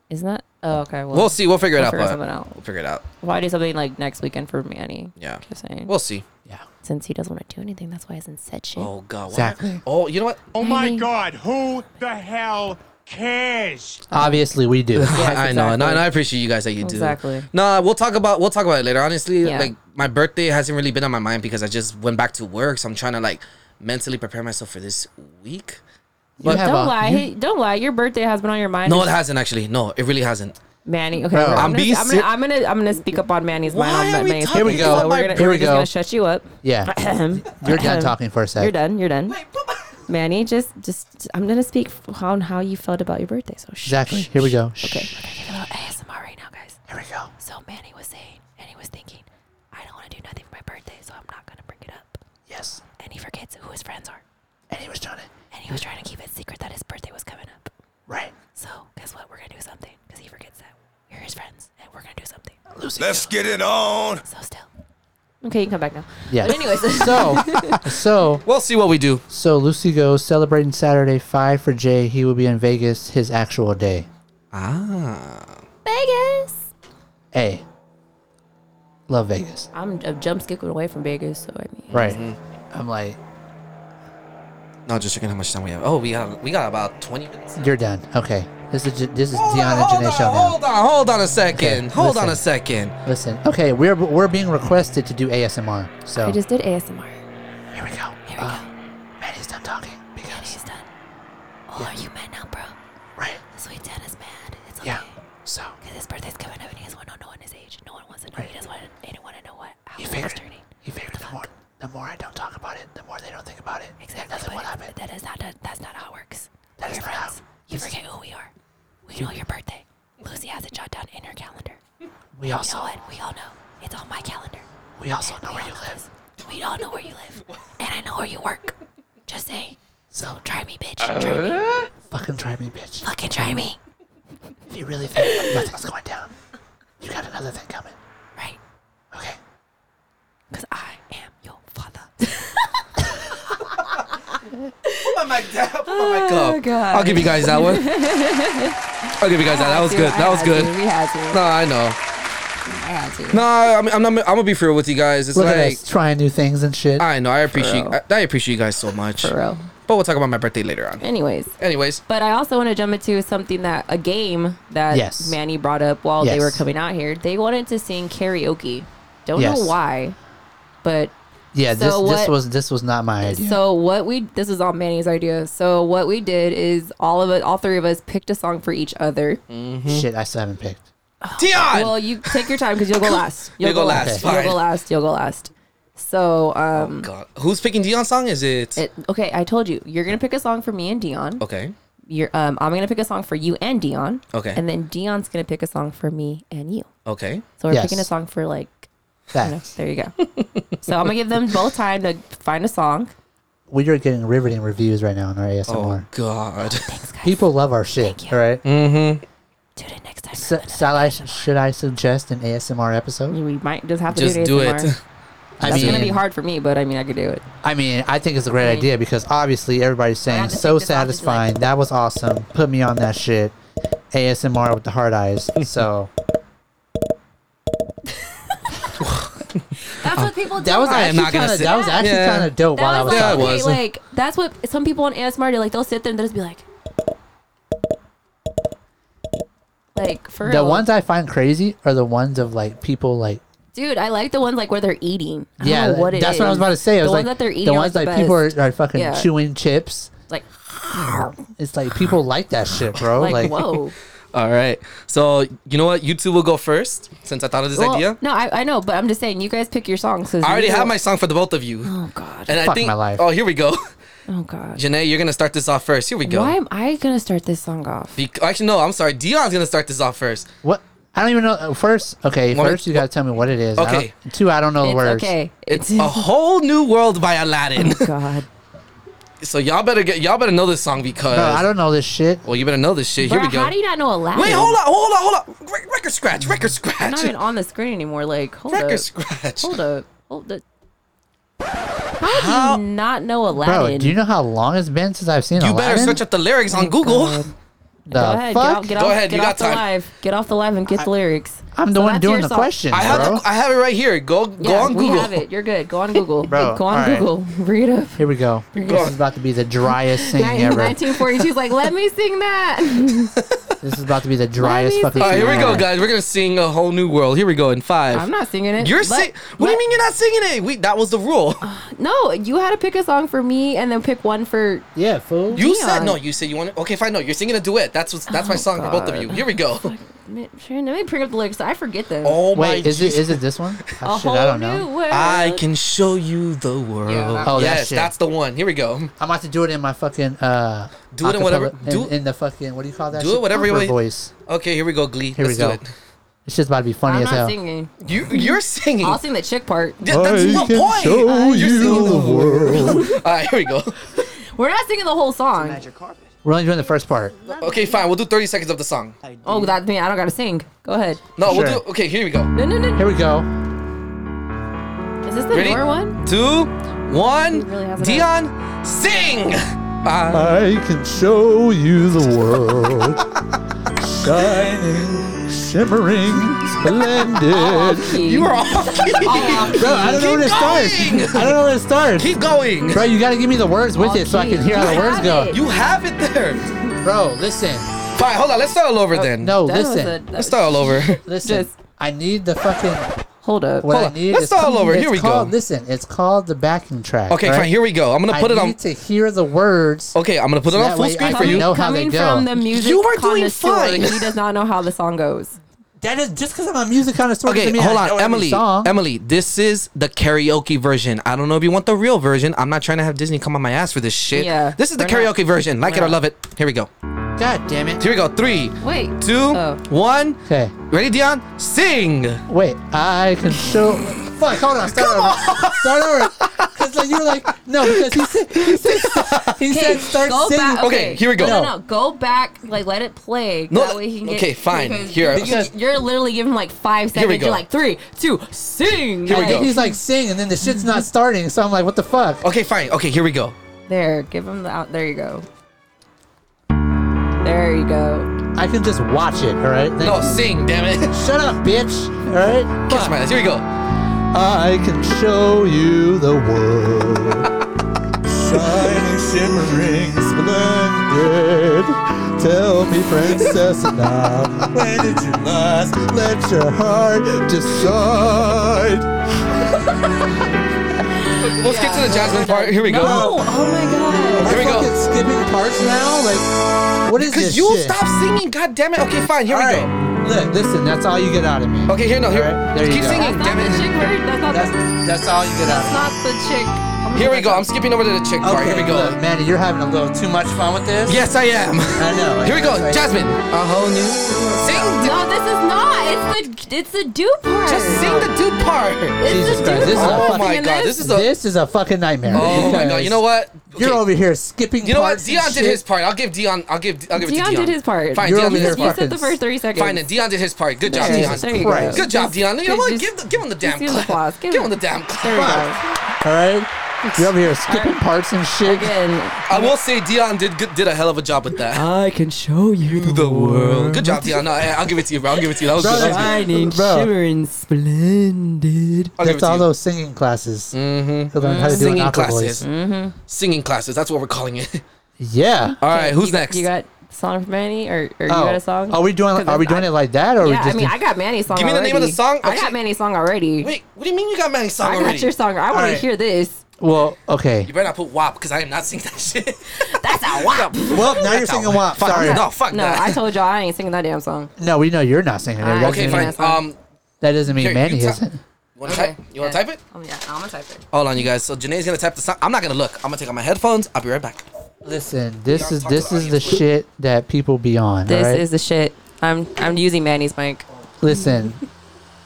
Speaker 5: Isn't that? Oh, okay. Well,
Speaker 6: We'll see. We'll figure it out,
Speaker 5: Figure
Speaker 6: but
Speaker 5: something out.
Speaker 6: we'll figure it out.
Speaker 5: Why do something like next weekend for Manny?
Speaker 6: Yeah.
Speaker 5: Just saying.
Speaker 6: We'll see.
Speaker 7: Yeah.
Speaker 5: Since he doesn't want to do anything, that's why he hasn't said shit.
Speaker 6: Oh God. why-
Speaker 7: Exactly.
Speaker 6: Oh, you know what?
Speaker 19: Oh my god, who the hell cares?
Speaker 7: Obviously, we do.
Speaker 6: I know, and I, and I appreciate you guys that you do.
Speaker 7: Exactly.
Speaker 6: No, we'll talk about we'll talk about it later. Honestly,
Speaker 7: Yeah.
Speaker 6: like my birthday hasn't really been on my mind because I just went back to work, so I'm trying to like mentally prepare myself for this week. But
Speaker 5: don't lie. Hey, don't lie. Your birthday has been on your mind.
Speaker 6: no, it
Speaker 5: It's-
Speaker 6: hasn't actually. No, it really hasn't.
Speaker 5: Manny. Okay,
Speaker 6: Bro.
Speaker 5: I'm,
Speaker 6: I'm
Speaker 5: gonna,
Speaker 6: being
Speaker 5: I'm,
Speaker 6: ser-
Speaker 5: gonna, I'm gonna I'm gonna speak up on Manny's mind.
Speaker 6: Why
Speaker 5: on
Speaker 6: are
Speaker 5: that
Speaker 6: we
Speaker 5: Manny's
Speaker 6: talking
Speaker 5: opinion,
Speaker 6: Here we
Speaker 5: so
Speaker 6: go.
Speaker 5: We're, gonna,
Speaker 6: Here
Speaker 5: we're
Speaker 6: we
Speaker 5: just
Speaker 6: go.
Speaker 5: gonna shut you up.
Speaker 7: [laughs]
Speaker 5: [clears throat]
Speaker 7: Yeah.
Speaker 6: [coughs]
Speaker 7: You're
Speaker 6: Um,
Speaker 7: done talking for a sec.
Speaker 5: You're done. You're done. Manny, just just I'm gonna speak f- on how you felt about your birthday. So shh,
Speaker 7: Exactly.
Speaker 5: shh,
Speaker 7: Here we
Speaker 5: shh.
Speaker 7: go.
Speaker 5: Okay, we're gonna get a little ASMR right now, guys.
Speaker 7: Here we go.
Speaker 5: So Manny was saying, and he was thinking, I don't want to do nothing for my birthday, so I'm not gonna bring it up.
Speaker 7: Yes.
Speaker 5: And he forgets who his friends are,
Speaker 7: And he was trying to.
Speaker 5: and he was trying to keep it secret that his birthday was coming up.
Speaker 7: Right.
Speaker 5: So guess what? We're gonna do something because he forgets that we're his friends, and we're gonna do something.
Speaker 11: Let's get it on.
Speaker 5: So still. Okay, you can come back now.
Speaker 7: Yeah.
Speaker 5: But anyways, [laughs]
Speaker 7: so So
Speaker 6: we'll see what we do.
Speaker 7: So Lucy goes celebrating Saturday five for Jay. He will be in Vegas his actual day.
Speaker 6: Ah.
Speaker 5: Vegas.
Speaker 7: Hey. Love Vegas.
Speaker 5: I'm a jump skipping away from Vegas, so I mean.
Speaker 7: Right. I'm like,
Speaker 6: No, just checking how much time we have. Oh, we got we got about 20 minutes.
Speaker 7: you're done. Okay. This is J- this is Deanna and Janae show now.
Speaker 6: Hold on, hold on a second.
Speaker 7: Okay,
Speaker 6: hold on a
Speaker 7: listen.
Speaker 6: second.
Speaker 7: Listen. Okay, we're we're being requested to do ASMR. So
Speaker 5: I just did ASMR.
Speaker 7: Here we go. Here we go. Manny's done talking. Because
Speaker 5: Manny's done. Oh, are you mad now, bro?
Speaker 7: Right.
Speaker 5: Sweet Dan is mad. It's okay.
Speaker 7: Yeah. So
Speaker 5: Because his birthday's coming up and he doesn't want to know his age. No one wants to know. He doesn't want to, he don't want to know what how
Speaker 7: He
Speaker 5: old
Speaker 7: figured-
Speaker 5: he's turning.
Speaker 7: he figured the more the more I don't talk about it, the more they don't think about it.
Speaker 5: Exactly. Nothing will happen. That is not, that, that's not how it works.
Speaker 7: That
Speaker 5: We're
Speaker 7: is not
Speaker 5: friends.
Speaker 7: how
Speaker 5: You
Speaker 7: this We also-
Speaker 5: know it. We all know. It's on my calendar.
Speaker 7: We also know where you live.
Speaker 5: We all know where you live, and I know where you work. Just say. So try me, bitch.
Speaker 7: Try me. Fucking try me, bitch.
Speaker 5: Fucking try me.
Speaker 7: If you really think nothing's going down, you got another thing coming.
Speaker 6: Uh,
Speaker 5: Right.
Speaker 7: Okay.
Speaker 5: Because I am your father.
Speaker 6: Put my mic down. Put
Speaker 5: my mic [laughs]
Speaker 6: up. Oh, I'll give you guys that one. I'll give you guys that. That was
Speaker 5: to,
Speaker 6: good.
Speaker 5: I
Speaker 6: That was
Speaker 5: had
Speaker 6: good.
Speaker 5: to, we had to.
Speaker 6: No, I know.
Speaker 5: I had to.
Speaker 6: No, I mean, I'm not. I'm gonna be real with you guys. It's
Speaker 7: Look
Speaker 6: like
Speaker 7: at us trying new things and shit.
Speaker 6: I know. I appreciate.
Speaker 7: real.
Speaker 6: I, I appreciate you guys so much. For real. But we'll talk about my birthday later on.
Speaker 5: Anyways.
Speaker 6: Anyways.
Speaker 5: But I also want to jump into something that a game that
Speaker 6: Yes.
Speaker 5: Manny brought up while they
Speaker 6: Yes.
Speaker 5: were coming out here. They wanted to sing karaoke. Don't
Speaker 7: Yes.
Speaker 5: know why, but
Speaker 7: Yeah, this
Speaker 5: So
Speaker 7: this
Speaker 5: what-
Speaker 7: was this was not my idea.
Speaker 5: So what we this was all Manny's idea. So what we did is all of us, all three of us, picked a song for each other.
Speaker 6: Mm.
Speaker 5: Mhm.
Speaker 7: Shit, I still haven't picked.
Speaker 6: Dion.
Speaker 5: Well, you take your time
Speaker 6: [laughs]
Speaker 5: because you'll go last.
Speaker 6: You'll go last,
Speaker 5: You'll
Speaker 6: fine.
Speaker 5: go last. You'll go last. So um,
Speaker 6: God. Who's picking Dion's song? Is it?
Speaker 5: it, okay, I told you you're gonna pick a song for me and Dion.
Speaker 6: Okay.
Speaker 5: You're um, I'm gonna pick a song for you and Dion.
Speaker 6: Okay.
Speaker 5: And then Dion's gonna pick a song for me and you.
Speaker 6: Okay.
Speaker 5: So we're picking a song for like. I don't know.
Speaker 7: Facts.
Speaker 5: There you go. so I'm gonna give them both time to find a song.
Speaker 7: We are getting riveting reviews right now on our ASMR.
Speaker 6: Oh God. [laughs]
Speaker 7: People love our shit. All right.
Speaker 5: Mm.
Speaker 6: Mm-hmm.
Speaker 7: S- shall I, should I suggest an ASMR episode?
Speaker 5: We might just have to
Speaker 7: Just
Speaker 5: do,
Speaker 7: do
Speaker 5: it.
Speaker 7: it.
Speaker 5: ASMR.
Speaker 7: I
Speaker 5: That's gonna be
Speaker 7: mean-
Speaker 5: hard for me, but I mean I could do it.
Speaker 7: I mean, I think it's a great idea because obviously everybody's saying so satisfying. that was awesome. Put me on that shit. ASMR with the hard eyes. So
Speaker 5: [laughs] That's what people do.
Speaker 7: that was actually kind of that was actually kind of dope while I was
Speaker 5: That
Speaker 7: talking.
Speaker 5: was like, okay, like that's what some people on ASMR do. Like they'll sit there and they'll just be like, like for
Speaker 7: the
Speaker 5: real.
Speaker 7: ones I find crazy are the ones of like people like
Speaker 5: dude. I like the ones like where they're eating. I
Speaker 7: yeah.
Speaker 5: don't know what it
Speaker 7: that's what I was
Speaker 5: is.
Speaker 7: about to say. I
Speaker 5: the
Speaker 7: was
Speaker 5: ones
Speaker 7: like
Speaker 5: that they're eating.
Speaker 7: the
Speaker 5: are,
Speaker 7: ones
Speaker 5: like,
Speaker 7: like
Speaker 5: the
Speaker 7: people
Speaker 5: best.
Speaker 7: are, are fucking
Speaker 5: Yeah.
Speaker 7: chewing chips. [laughs]
Speaker 5: Like
Speaker 7: It's like people like that shit, bro.
Speaker 5: Like,
Speaker 7: Like, [laughs]
Speaker 5: whoa.
Speaker 6: All right. So you know what? You two will go first since I thought of this
Speaker 5: Well,
Speaker 6: idea.
Speaker 5: No, I, I know, but I'm just saying you guys pick your songs. 'cause
Speaker 6: I already
Speaker 5: you-
Speaker 6: have my song for the both of you.
Speaker 5: [gasps]
Speaker 6: Oh
Speaker 5: God.
Speaker 6: And I
Speaker 5: Fuck
Speaker 6: think
Speaker 5: my life.
Speaker 6: Oh, here we go. [laughs]
Speaker 5: Oh God.
Speaker 6: Janae, you're gonna start this off first. Here we go.
Speaker 5: Why am I gonna start this song off?
Speaker 6: Be- actually, no. I'm sorry. Dion's gonna start this off first.
Speaker 7: What? I don't even know. uh, First, okay.
Speaker 6: What-
Speaker 7: first, you gotta tell me what it is. I
Speaker 6: Okay.
Speaker 7: don't- two, I don't know the words.
Speaker 6: It's a whole new world by Aladdin.
Speaker 5: [laughs] God.
Speaker 6: So y'all better get y'all better know this song because
Speaker 7: No, I don't know this shit.
Speaker 6: Well, you better know this shit. [laughs] Here
Speaker 5: Bruh,
Speaker 6: we go.
Speaker 5: How do you not know Aladdin?
Speaker 6: Wait, hold on, hold on, hold on. Record scratch, record scratch.
Speaker 5: I'm not even on the screen anymore. Like, hold
Speaker 6: Record
Speaker 5: up.
Speaker 6: scratch.
Speaker 5: Hold up. Hold up. How, do you not know Aladdin?
Speaker 7: Bro, do you know how long it's been since I've seen
Speaker 6: You
Speaker 7: Aladdin?
Speaker 6: better search up the lyrics
Speaker 5: Oh,
Speaker 6: on Google.
Speaker 7: The
Speaker 5: Go ahead,
Speaker 7: fuck?
Speaker 5: get out, get
Speaker 6: Go
Speaker 5: off,
Speaker 6: ahead,
Speaker 5: get
Speaker 6: you
Speaker 5: off
Speaker 6: got
Speaker 5: the
Speaker 6: time.
Speaker 5: live, get off the live and get the lyrics.
Speaker 7: I'm the
Speaker 5: So
Speaker 7: one
Speaker 5: that's
Speaker 7: doing
Speaker 5: your
Speaker 7: the
Speaker 5: song.
Speaker 6: [laughs]
Speaker 7: questions,
Speaker 6: I have
Speaker 7: bro.
Speaker 6: the, I have it right here. Go go
Speaker 5: yeah,
Speaker 6: on
Speaker 5: we
Speaker 6: Google.
Speaker 5: have it. You're good.
Speaker 6: [laughs]
Speaker 5: Go on Google.
Speaker 7: Bro,
Speaker 5: go on
Speaker 7: all right.
Speaker 5: Google. [laughs] Read it up.
Speaker 7: Here we
Speaker 5: [laughs]
Speaker 7: go. This is about to be the driest thing
Speaker 5: Nin-
Speaker 7: ever.
Speaker 5: 1942's like, let me
Speaker 6: [laughs]
Speaker 5: sing that.
Speaker 7: This is about to be the driest fucking
Speaker 6: All right,
Speaker 7: thing
Speaker 6: here we go,
Speaker 7: ever.
Speaker 6: guys. We're gonna sing a whole new world. Here we go in five.
Speaker 5: I'm not singing it.
Speaker 6: You're
Speaker 5: Let- Oh,
Speaker 6: sing. What do you mean you're not singing it? We that was the rule.
Speaker 5: no, you had to pick a song for me and then pick one for.
Speaker 7: Yeah, fool.
Speaker 6: You
Speaker 5: Dion.
Speaker 6: said no. You said you want. Okay, fine. No, you're singing a duet. That's what's that's my song for both of
Speaker 5: Oh, God.
Speaker 6: you. Here we go.
Speaker 5: Man, Sharon, Let me bring up the lyrics. I forget them.
Speaker 6: Oh my.
Speaker 7: Wait, is it is it this one?
Speaker 5: A
Speaker 7: Oh, shit, I don't
Speaker 5: whole
Speaker 7: know.
Speaker 5: new world.
Speaker 6: I can show you the world.
Speaker 7: that- Oh, that
Speaker 6: yes,
Speaker 7: shit.
Speaker 6: that's the one. Here we go.
Speaker 7: I'm about to do it in my fucking uh.
Speaker 6: Do it in whatever-
Speaker 7: acapella-
Speaker 6: do-
Speaker 7: in, in the fucking what do you call that?
Speaker 6: do
Speaker 7: shit?
Speaker 6: it whatever you
Speaker 7: Opera
Speaker 6: want.
Speaker 7: voice.
Speaker 6: Okay, here we go. Glee.
Speaker 7: Here
Speaker 6: Let's
Speaker 7: we go.
Speaker 6: do it.
Speaker 7: It's just about to be funny
Speaker 5: I'm
Speaker 7: as
Speaker 5: not
Speaker 7: hell.
Speaker 5: singing.
Speaker 6: You you're singing.
Speaker 5: I'll sing the
Speaker 6: [laughs]
Speaker 5: chick part.
Speaker 6: Yeah, that's the point. you're singing the world. [laughs] All right, here we go.
Speaker 5: We're not singing the whole song.
Speaker 7: We're only doing the first part.
Speaker 6: Okay, fine. We'll do 30 seconds of the song.
Speaker 5: Oh, that mean I don't gotta sing. Go ahead.
Speaker 6: No, we'll do. Okay, here we go.
Speaker 5: No, no, no.
Speaker 7: Here we go.
Speaker 5: Is this the
Speaker 6: Ready?
Speaker 5: door one?
Speaker 6: Two, one. Dion, sing.
Speaker 19: I can show you the world. Shining, shimmering, splendid.
Speaker 6: You are off key.
Speaker 7: [laughs] Bro, I don't know where to start. I don't know where to start.
Speaker 6: Keep going.
Speaker 7: Bro, you gotta give me the words with it so I can hear how the words go.
Speaker 6: You have it there.
Speaker 7: Bro, listen.
Speaker 6: Fine, hold on. Let's start all over then.
Speaker 7: Oh, No, listen.
Speaker 6: Let's start all over. [laughs]
Speaker 7: Listen, I need the fucking.
Speaker 5: Hold up.
Speaker 7: What
Speaker 6: Hold
Speaker 7: I
Speaker 6: on.
Speaker 7: need
Speaker 6: Let's
Speaker 7: is
Speaker 6: start all
Speaker 7: called-
Speaker 6: over.
Speaker 7: it's
Speaker 6: Here we go.
Speaker 7: called- Listen, it's called the backing track.
Speaker 6: Okay,
Speaker 7: right?
Speaker 6: fine. Here we go. I'm gonna put
Speaker 7: I
Speaker 6: it on. Oh.
Speaker 7: need to hear the words.
Speaker 6: Okay, I'm gonna put it
Speaker 7: so
Speaker 6: on
Speaker 7: that
Speaker 6: full
Speaker 7: way
Speaker 6: screen
Speaker 7: I
Speaker 6: for
Speaker 7: can
Speaker 6: you.
Speaker 7: Know how they
Speaker 5: Coming
Speaker 7: go.
Speaker 5: from the music
Speaker 6: You are doing
Speaker 5: connoisseur,
Speaker 6: fine.
Speaker 5: He does not know how the song goes.
Speaker 7: That is just because I'm a music connoisseur.
Speaker 6: Okay,
Speaker 7: doesn't mean
Speaker 6: hold
Speaker 7: I know
Speaker 6: on,
Speaker 7: every
Speaker 6: Emily.
Speaker 7: song.
Speaker 6: Emily, this is the karaoke version. I don't know if you want the real version. I'm not trying to have Disney come on my ass for this shit.
Speaker 7: Yeah,
Speaker 6: this is the
Speaker 7: we're
Speaker 6: karaoke
Speaker 7: not-
Speaker 6: version. Like it
Speaker 7: we're
Speaker 6: or
Speaker 7: not.
Speaker 6: love it. Here we go.
Speaker 7: God damn it.
Speaker 6: Here we go. Three, two, one.
Speaker 20: Wait.
Speaker 5: Oh.
Speaker 7: Okay.
Speaker 6: Ready, Dion? Sing.
Speaker 7: Wait, I can show. Fuck, hold on. Start over. Start over. Because like, you were like, no, because he said, he said, he
Speaker 5: Okay,
Speaker 7: said start
Speaker 5: go
Speaker 7: singing.
Speaker 5: back- No, no,
Speaker 7: No.
Speaker 5: no, go back. Like, let it play.
Speaker 7: No,
Speaker 5: that way he can get.
Speaker 6: okay, fine.
Speaker 5: because
Speaker 6: Here.
Speaker 5: you're, you're literally giving him like five
Speaker 6: Here we
Speaker 5: seconds. You're
Speaker 6: go.
Speaker 5: like three, two, sing.
Speaker 7: And He's like, sing, and then the shit's not starting. So I'm like, what the fuck?
Speaker 6: Okay, fine. Okay, here we go.
Speaker 5: [laughs] there, give him the out. There you go. There you go.
Speaker 7: I can just watch it, all right?
Speaker 6: No, sing, damn it. [laughs]
Speaker 7: Shut up, bitch. All right?
Speaker 6: Kiss my ass. Here we go.
Speaker 7: I can show you the world. Shining, shimmering, splendid. Tell me, [laughs] princess, now, when did you last let your heart decide?
Speaker 6: Let's get to the Jasmine part. Here we go.
Speaker 5: Oh
Speaker 7: No.
Speaker 5: my god.
Speaker 6: Here we go.
Speaker 7: Skipping parts now? Like, what is
Speaker 6: Because
Speaker 7: this
Speaker 6: you
Speaker 7: shit?
Speaker 6: stop singing. God damn it. Okay, fine. Here we go.
Speaker 7: Look, listen, that's all you get out of me.
Speaker 6: Okay, here, no, here.
Speaker 7: All right, there you
Speaker 6: Keep
Speaker 7: go.
Speaker 6: singing, damn it.
Speaker 5: That's not, that's,
Speaker 7: That's all you get out of me.
Speaker 5: not the chick. Oh I'm
Speaker 6: Here we go. I'm skipping over to the chick part.
Speaker 7: Okay,
Speaker 6: Oh, Here we go.
Speaker 7: Look, Manny, you're having a little too much fun with this.
Speaker 6: Yes, I am.
Speaker 7: [laughs] I know.
Speaker 6: Here we go.
Speaker 7: Like-
Speaker 6: Jasmine. A whole new. Sing.
Speaker 5: No, this is not. It's the it's the do part.
Speaker 6: Just sing the dude
Speaker 7: [laughs]
Speaker 6: part.
Speaker 5: It's
Speaker 7: Jesus
Speaker 5: the
Speaker 7: Christ,
Speaker 5: dude
Speaker 7: this is a
Speaker 5: part.
Speaker 6: Oh my
Speaker 7: fucking-
Speaker 6: god. This is a.
Speaker 7: This is a fucking nightmare.
Speaker 6: Oh my god. You know what?
Speaker 7: You're over here skipping.
Speaker 6: You know what?
Speaker 7: parts and
Speaker 6: Dion did
Speaker 7: shit.
Speaker 6: his part. I'll give Dion. I'll give. I'll give it
Speaker 5: Dion
Speaker 6: to Dion.
Speaker 5: did his part.
Speaker 6: Fine.
Speaker 7: You're
Speaker 6: Dion
Speaker 7: over
Speaker 6: did
Speaker 7: here
Speaker 6: his
Speaker 5: You
Speaker 6: part.
Speaker 5: said the first thirty seconds.
Speaker 6: Fine. Then Dion did his part. Good job,
Speaker 5: There you
Speaker 6: Dion.
Speaker 5: go. There you
Speaker 7: Christ.
Speaker 5: go.
Speaker 6: Good job, Dion. You know what?
Speaker 5: just-
Speaker 6: Give the- give him the damn
Speaker 5: Give him the
Speaker 6: clap.
Speaker 5: applause.
Speaker 6: Give him the damn
Speaker 5: There
Speaker 6: clap.
Speaker 5: we go.
Speaker 7: All right. You're over here skipping parts and shit.
Speaker 5: Again.
Speaker 6: I will say Dion did good- did a hell of a job with that.
Speaker 7: I can show you the,
Speaker 6: Well, Good job, Dion. No, I- I'll give it to you, bro. I'll give it to you. That was good. That was good.
Speaker 7: Shining, shimmering, splendid.
Speaker 6: I'll give it
Speaker 7: That's
Speaker 6: to
Speaker 7: all
Speaker 6: you.
Speaker 7: those singing classes.
Speaker 6: Mm-hmm.
Speaker 7: To learn how to do an
Speaker 6: Singing
Speaker 7: opera
Speaker 6: classes.
Speaker 7: voice.
Speaker 5: Mm-hmm.
Speaker 6: Singing classes. That's what we're calling it. [laughs]
Speaker 7: Yeah.
Speaker 6: All right. Who's
Speaker 5: you, got-
Speaker 6: next?
Speaker 5: You got song from Manny, or, or you
Speaker 7: Oh.
Speaker 5: got a song?
Speaker 7: Are we doing?
Speaker 5: 'Cause
Speaker 7: Are we
Speaker 5: I-
Speaker 7: doing it like that, or we
Speaker 5: yeah, I
Speaker 7: just?
Speaker 5: mean,
Speaker 7: do-
Speaker 5: I got Manny's song.
Speaker 6: Give me the name of the
Speaker 5: already.
Speaker 6: song.
Speaker 5: I
Speaker 6: Okay.
Speaker 5: got Manny's song already.
Speaker 6: Wait. What do you mean you got Manny's song
Speaker 5: I
Speaker 6: already?
Speaker 5: got your song. I want
Speaker 6: Alright.
Speaker 5: to hear this.
Speaker 7: well, okay.
Speaker 6: You better not put WAP because I am not singing that shit. [laughs]
Speaker 5: That's a wop.
Speaker 7: Well, now you're singing WAP.
Speaker 6: Fuck,
Speaker 7: Sorry.
Speaker 6: No, fuck
Speaker 5: No,
Speaker 6: that.
Speaker 5: I told y'all I ain't singing that damn song.
Speaker 7: No, we know you're not singing it.
Speaker 5: I-
Speaker 7: That
Speaker 6: okay,
Speaker 7: doesn't
Speaker 6: fine.
Speaker 7: mean-
Speaker 6: Um,
Speaker 7: That doesn't mean
Speaker 6: Here, you
Speaker 7: Manny
Speaker 6: type-
Speaker 7: isn't.
Speaker 6: you wanna type? You wanna
Speaker 5: Yeah.
Speaker 6: type it?
Speaker 5: Oh yeah, I'm gonna type it.
Speaker 6: Hold on, you guys. So Janae's gonna type the song. I'm not gonna look. I'm gonna take out my headphones. I'll be right back.
Speaker 7: Listen, this
Speaker 6: Dion,
Speaker 7: is
Speaker 6: talk to
Speaker 7: this
Speaker 6: the
Speaker 7: is the
Speaker 6: audience, please.
Speaker 7: shit that people be on.
Speaker 5: This
Speaker 7: alright?
Speaker 5: is the shit. I'm I'm using Manny's mic.
Speaker 7: Listen,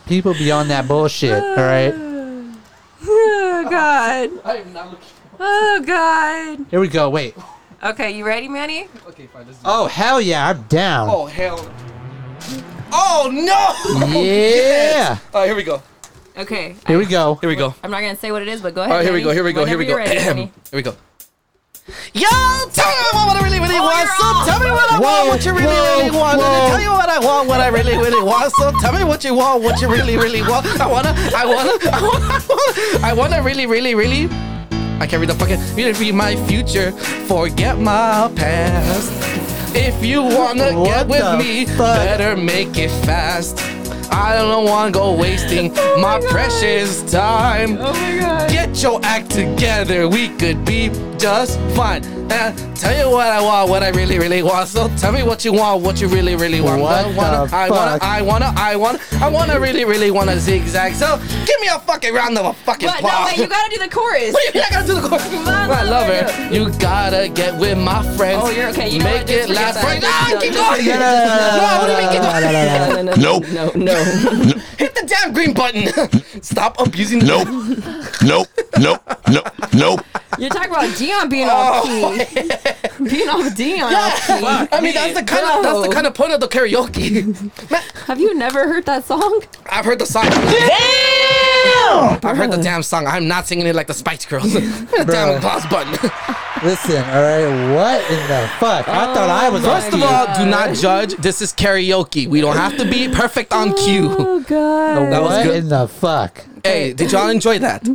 Speaker 7: people be on that bullshit. All right,
Speaker 5: [laughs] Oh God. Oh God.
Speaker 7: here we go. Wait.
Speaker 5: Okay, you ready, Manny?
Speaker 6: Okay, fine. Let's do
Speaker 7: Oh hell yeah, I'm down.
Speaker 6: Oh hell. Oh no.
Speaker 7: Yeah.
Speaker 6: Yes. All right, here we go.
Speaker 5: Okay.
Speaker 7: Here we go.
Speaker 6: Here we go.
Speaker 5: I'm not gonna say what it is, but go ahead.
Speaker 6: All right, here we
Speaker 5: Manny.
Speaker 6: go. Here we go. Here
Speaker 5: Whenever
Speaker 6: we
Speaker 5: you're
Speaker 6: go. [clears throat]
Speaker 5: ready,
Speaker 6: Here
Speaker 5: Manny.
Speaker 6: we go. Yo, tell me what I really,
Speaker 5: Oh,
Speaker 6: really want. So tell me what I want, what you really, really want. And I tell you what I want, what I really, really want. So tell me what you want, what you really, really want. I wanna, I wanna, [laughs] I wanna, I wanna really, really, really. I can't read the fucking. You to be my future. Forget my past. If you wanna get
Speaker 7: What the
Speaker 6: with me,
Speaker 7: fuck?
Speaker 6: better make it fast. I don't wanna go wasting
Speaker 7: [laughs] Oh
Speaker 6: my, precious time.
Speaker 5: Oh my God.
Speaker 6: Get your act together, we could be just fine. Uh, tell you what I want, what I really, really want. So tell me what you want, what you really, really want.
Speaker 7: What
Speaker 6: I wanna,
Speaker 7: the
Speaker 6: I wanna,
Speaker 7: fuck?
Speaker 6: I wanna, I wanna, I wanna really, really wanna zigzag. So give me a fucking round of a fucking
Speaker 5: But no,
Speaker 6: applause.
Speaker 5: wait, you
Speaker 6: [laughs]
Speaker 5: gotta do the chorus.
Speaker 6: What do you mean I gotta do the chorus? I love her. You gotta get with my friends.
Speaker 5: Oh, you're okay. You know
Speaker 6: Make
Speaker 5: what? Just
Speaker 6: it last.
Speaker 5: forget
Speaker 6: Right
Speaker 5: that.
Speaker 6: now,
Speaker 5: Just-
Speaker 6: keep
Speaker 5: just-
Speaker 6: going.
Speaker 5: just-
Speaker 6: No, what do you mean keep going?
Speaker 5: No, no, no,
Speaker 11: Nope.
Speaker 5: no, no.
Speaker 6: Hit the damn green button. [laughs] Stop abusing the
Speaker 11: Nope. nope. Nope. Nope. Nope.
Speaker 5: You're talking about Dion being
Speaker 6: Oh.
Speaker 5: off key, [laughs] being off Dion. Off key.
Speaker 6: [laughs] I mean, that's the kind of that's the kind of point of the karaoke. [laughs] Man,
Speaker 5: Have you never heard that song?
Speaker 6: I've heard the song. Damn! I've heard the damn song. I'm not singing it like the Spice Girls.
Speaker 7: [laughs]
Speaker 6: damn
Speaker 7: Bruh.
Speaker 6: applause button.
Speaker 7: Listen, all right, what in the fuck? I thought I was.
Speaker 6: First
Speaker 7: on
Speaker 6: of
Speaker 7: you.
Speaker 6: all, do not judge. This is karaoke. We don't have to be perfect on cue.
Speaker 5: Oh God.
Speaker 6: that was
Speaker 7: what
Speaker 6: good.
Speaker 7: in the fuck?
Speaker 6: Hey, did y'all enjoy that?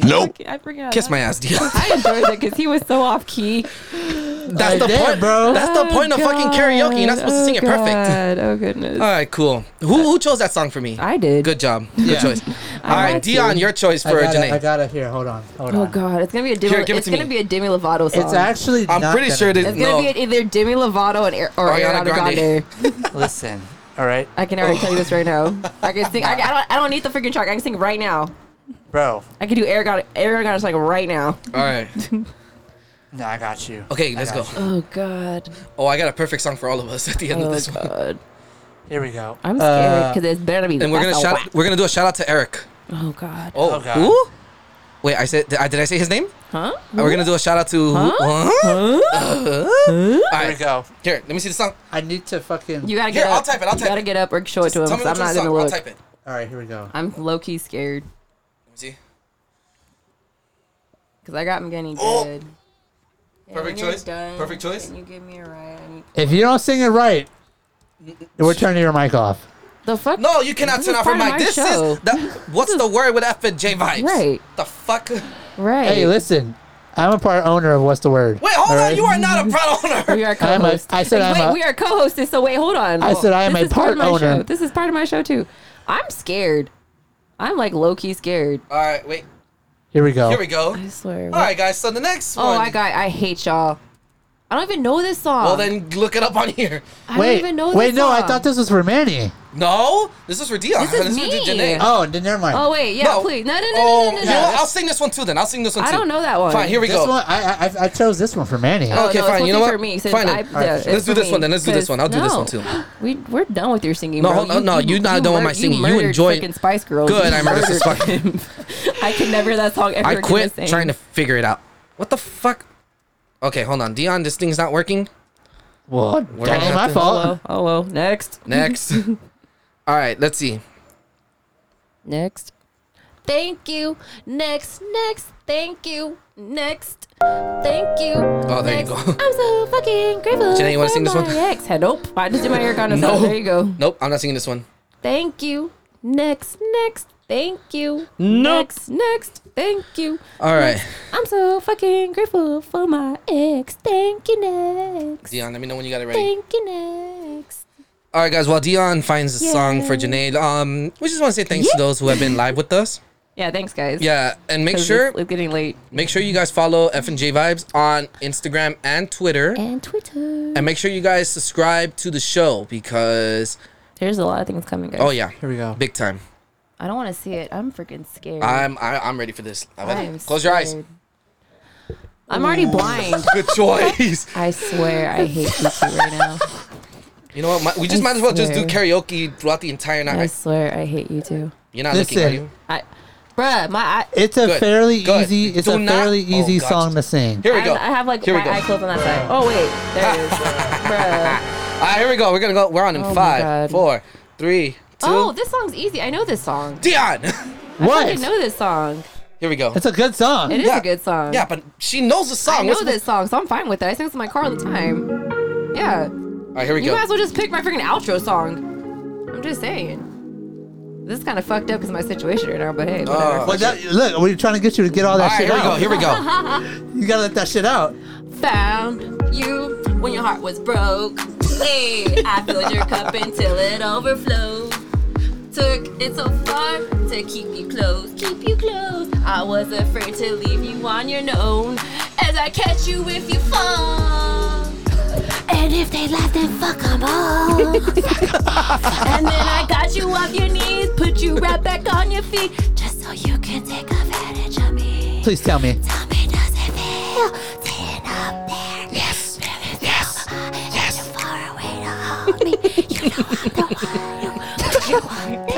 Speaker 11: Nope.
Speaker 5: I forgot.
Speaker 6: Kiss my ass,
Speaker 7: [laughs]
Speaker 6: Dion.
Speaker 5: I enjoyed it because he was so off key.
Speaker 6: That's
Speaker 7: Like
Speaker 6: the
Speaker 7: that,
Speaker 6: point,
Speaker 7: bro.
Speaker 6: That's the [laughs] point of fucking karaoke. You're not supposed to sing it perfect.
Speaker 5: Oh goodness.
Speaker 6: All right, cool. Who, who chose that song for me?
Speaker 5: I did.
Speaker 6: Good job. Good
Speaker 7: Yeah.
Speaker 6: choice. All right,
Speaker 5: had to.
Speaker 6: Dion, your choice
Speaker 7: I
Speaker 6: for
Speaker 7: got, it, I
Speaker 6: Janae.
Speaker 7: got it here. Hold on. Hold
Speaker 5: Oh
Speaker 7: on.
Speaker 5: God, it's gonna be a Demi.
Speaker 6: Here, give it
Speaker 5: it's
Speaker 6: to
Speaker 5: gonna
Speaker 6: me.
Speaker 5: be a Demi Lovato song.
Speaker 7: It's actually.
Speaker 6: I'm
Speaker 7: not
Speaker 6: pretty
Speaker 7: gonna
Speaker 6: sure it
Speaker 7: be-
Speaker 6: is.
Speaker 5: It's gonna
Speaker 6: No. Oh,
Speaker 5: be either Demi Lovato and Ar- or
Speaker 6: Ariana
Speaker 5: Ariana, Grande.
Speaker 7: Listen. All right,
Speaker 5: I can already tell you this right now. I can
Speaker 6: [laughs]
Speaker 5: sing. I, I don't. I don't need the freaking track. I can sing right now.
Speaker 7: bro. [laughs]
Speaker 5: I can do Ariana Ariana Grande's like right now.
Speaker 6: All right.
Speaker 7: No, I got you.
Speaker 6: Okay,
Speaker 7: I
Speaker 6: let's go.
Speaker 7: got you.
Speaker 5: Oh
Speaker 6: [laughs]
Speaker 5: God.
Speaker 6: Oh, I got a perfect song for all of us at the end
Speaker 5: Oh,
Speaker 6: of this
Speaker 5: one.
Speaker 7: Here we go.
Speaker 5: I'm scared because it's better to be.
Speaker 6: Uh, And we're gonna
Speaker 5: that's a
Speaker 6: shout,
Speaker 5: whack.
Speaker 6: we're gonna do a shout out to Eric.
Speaker 5: Oh God.
Speaker 6: Oh,
Speaker 5: God.
Speaker 6: who? Wait, I said did I, did I say his name?
Speaker 5: Huh?
Speaker 6: We're gonna do a shout out to.
Speaker 5: Huh?
Speaker 6: Huh? All right,
Speaker 7: Here we go.
Speaker 6: Here, let me see the song.
Speaker 7: I need to fucking.
Speaker 5: You gotta get
Speaker 6: Here,
Speaker 5: up.
Speaker 6: I'll type it. I'll
Speaker 5: you
Speaker 6: type
Speaker 5: gotta
Speaker 6: it.
Speaker 5: get up or show it to him.
Speaker 6: Just tell
Speaker 5: 'cause
Speaker 6: me
Speaker 5: I'm
Speaker 6: which
Speaker 5: not
Speaker 6: song.
Speaker 5: gonna
Speaker 6: I'll
Speaker 5: look.
Speaker 6: type it.
Speaker 7: All right, here we go.
Speaker 5: I'm low key scared
Speaker 6: Let me see.
Speaker 5: because I got him getting good. Yeah,
Speaker 6: Oh. Perfect
Speaker 5: when you're
Speaker 6: choice.
Speaker 5: done,
Speaker 6: Perfect choice.
Speaker 5: can you give me a ride? I need-
Speaker 7: If you don't sing it right, we're turning your mic off.
Speaker 5: The fuck?
Speaker 6: No, you cannot
Speaker 5: This
Speaker 6: turn
Speaker 5: is
Speaker 6: off your
Speaker 5: part of
Speaker 6: mic.
Speaker 5: my
Speaker 6: This
Speaker 5: show.
Speaker 6: is the, what's the word with F and J vibes?
Speaker 5: Right.
Speaker 6: The fuck? Wait,
Speaker 5: Right.
Speaker 7: Hey, listen. I'm a part owner of what's the word?
Speaker 6: hold
Speaker 7: All
Speaker 6: on.
Speaker 7: right?
Speaker 6: You are not a proud owner.
Speaker 5: [laughs] We are
Speaker 7: I'm a,
Speaker 5: co-host.
Speaker 7: I said
Speaker 5: Like,
Speaker 7: I'm
Speaker 5: wait,
Speaker 7: a,
Speaker 5: we are co-hosted. So wait, hold on.
Speaker 7: I said I am
Speaker 5: This
Speaker 7: a
Speaker 5: is part of
Speaker 7: part
Speaker 5: my
Speaker 7: owner.
Speaker 5: Show. This is part of my show too. I'm scared. I'm like low key scared.
Speaker 6: All right, wait.
Speaker 7: Here we go.
Speaker 6: Here we go.
Speaker 5: I swear.
Speaker 6: All right, guys. So the next one.
Speaker 5: Oh, I got. I hate y'all. I don't even know this song.
Speaker 6: Well, then look it up on here.
Speaker 5: I don't even know.
Speaker 7: wait,
Speaker 5: this
Speaker 7: no,
Speaker 5: song.
Speaker 7: I thought this was for Manny.
Speaker 6: No, this is for Dion.
Speaker 5: This is
Speaker 6: for
Speaker 5: me.
Speaker 6: Janae.
Speaker 7: Oh, then never mind.
Speaker 5: Oh wait, yeah,
Speaker 6: No.
Speaker 5: please. No, no, no,
Speaker 6: Oh,
Speaker 5: no, no,
Speaker 6: you know
Speaker 5: no. no.
Speaker 6: what? I'll sing this one too. Then I'll sing this one
Speaker 5: I
Speaker 6: too.
Speaker 5: don't know that one.
Speaker 6: Fine, here we
Speaker 7: this
Speaker 6: go.
Speaker 7: One, I, I, I chose this one for Manny.
Speaker 5: Oh,
Speaker 6: okay,
Speaker 5: no,
Speaker 6: fine.
Speaker 5: it's
Speaker 6: You know what?
Speaker 5: supposed to be for me, since
Speaker 6: fine.
Speaker 5: I-
Speaker 6: then. All right,
Speaker 5: yeah,
Speaker 6: let's
Speaker 5: it's
Speaker 6: do
Speaker 5: for
Speaker 6: this
Speaker 5: me,
Speaker 6: one. Then let's do this
Speaker 5: 'cause-
Speaker 6: one. I'll do this one too.
Speaker 5: no. [laughs] We we're done with your singing.
Speaker 6: No,
Speaker 5: bro.
Speaker 6: hold on. No, you're not the one with my
Speaker 5: mur-
Speaker 6: singing. You
Speaker 5: murdered
Speaker 6: enjoy it.
Speaker 5: freaking Spice Girls.
Speaker 6: Good,
Speaker 5: You
Speaker 6: I remember this
Speaker 5: murdered
Speaker 6: fucking-
Speaker 5: him. [laughs] I can never that song ever.
Speaker 6: I
Speaker 5: again
Speaker 6: quit
Speaker 5: sing.
Speaker 6: trying to figure it out. What the fuck? Okay, hold on, Dion. This thing's not working. We're
Speaker 7: Well, that
Speaker 6: gonna
Speaker 7: ain't
Speaker 6: have
Speaker 7: my
Speaker 6: to-
Speaker 7: fault.
Speaker 5: Oh well. Next.
Speaker 7: [laughs]
Speaker 6: Next. All right, let's see.
Speaker 5: Next. Thank you. Next. Next. Thank you. Next. Thank you.
Speaker 6: Oh, there you
Speaker 5: Next.
Speaker 6: go.
Speaker 5: I'm so fucking grateful.
Speaker 6: Janae, you wanna
Speaker 5: for
Speaker 6: sing this
Speaker 5: my
Speaker 6: one?
Speaker 5: Ex. Hey, Nope. I just did my Eric on this
Speaker 6: No.
Speaker 5: There you go.
Speaker 6: Nope, I'm not singing this one.
Speaker 5: Thank you. Next. Next. Thank you.
Speaker 6: Nope.
Speaker 5: Next. Next. Thank you.
Speaker 6: All right,
Speaker 5: I'm so fucking grateful for my ex. Thank you next.
Speaker 6: Dion. Let me know when you got it ready.
Speaker 5: Thank you next.
Speaker 6: All right, guys. While Dion finds a song for
Speaker 5: Yay.
Speaker 6: Janae, um, we just want to say thanks to those who have been live with us.
Speaker 5: Yeah, thanks guys.
Speaker 6: Yeah, and make
Speaker 5: 'Cause
Speaker 6: sure
Speaker 5: it's, it's getting late.
Speaker 6: make sure you guys follow F and J Vibes on Instagram and Twitter,
Speaker 5: And Twitter.
Speaker 6: and make sure you guys subscribe to the show because
Speaker 5: There's a lot of things coming, guys.
Speaker 6: oh yeah,
Speaker 7: Here we go.
Speaker 6: big time.
Speaker 5: I don't want to see it. I'm freaking scared.
Speaker 6: I'm I, I'm ready for this. I'm ready.
Speaker 5: I'm
Speaker 6: Close your eyes.
Speaker 5: scared. I'm already blind.
Speaker 6: Good [laughs] choice.
Speaker 5: I swear, I hate you two right
Speaker 6: [laughs]
Speaker 5: now.
Speaker 6: You know what? mi- we just
Speaker 5: I
Speaker 6: might as well just do
Speaker 5: swear.
Speaker 6: karaoke throughout the entire night.
Speaker 5: I swear, I hate you two.
Speaker 6: You're not
Speaker 7: Listen.
Speaker 6: looking, are you?
Speaker 5: I, bruh, my eye.
Speaker 7: It's a
Speaker 6: Good,
Speaker 7: fairly
Speaker 6: good.
Speaker 7: easy. It's
Speaker 6: Do
Speaker 7: a
Speaker 6: not-
Speaker 7: fairly
Speaker 6: Oh,
Speaker 7: easy
Speaker 6: God.
Speaker 7: song to sing.
Speaker 6: Here we
Speaker 5: I-
Speaker 6: go.
Speaker 5: I have like
Speaker 6: Here we
Speaker 5: my
Speaker 6: go.
Speaker 5: eye closed on that side. Oh wait, there it
Speaker 6: [laughs]
Speaker 5: is, bruh.
Speaker 6: All right, here we go. We're gonna go. We're on in
Speaker 5: Oh my
Speaker 6: five,
Speaker 5: God.
Speaker 6: four, three, two.
Speaker 5: Oh, this song's easy. I know this song.
Speaker 6: Dion. [laughs]
Speaker 5: I
Speaker 7: What?
Speaker 5: fucking know this song.
Speaker 6: Here we go.
Speaker 7: It's a good song.
Speaker 5: It is
Speaker 6: Yeah.
Speaker 5: a good song.
Speaker 6: Yeah, but she knows the song.
Speaker 5: I know
Speaker 6: What's
Speaker 5: this song, so I'm fine with it. I sing this in my car all the time. Yeah.
Speaker 6: All right, here we
Speaker 5: You
Speaker 6: go.
Speaker 5: might as well just pick my freaking outro song. I'm just saying. This is kind of fucked up because my situation right now, but hey. whatever.
Speaker 6: Uh,
Speaker 7: Well, that, look, we're trying to get you to get all
Speaker 6: all
Speaker 7: that
Speaker 6: right,
Speaker 7: shit
Speaker 6: here we go.
Speaker 7: out.
Speaker 6: Here we go.
Speaker 5: [laughs]
Speaker 7: You gotta let that shit out.
Speaker 5: Found you when your heart was broke. Hey, I filled your cup until it overflowed. Took it so far to keep you close, keep you close. I was afraid to leave you on your own as I catch you if you fall. And if they laugh, then fuck 'em all. and then I got you off your knees, put you right back on your feet, just so you can take advantage of me.
Speaker 7: Please tell me.
Speaker 5: Tell me, does it feel staying up there? Yes. Yes. Yes. You're far away to hold me. You know I'm the one you, what you want.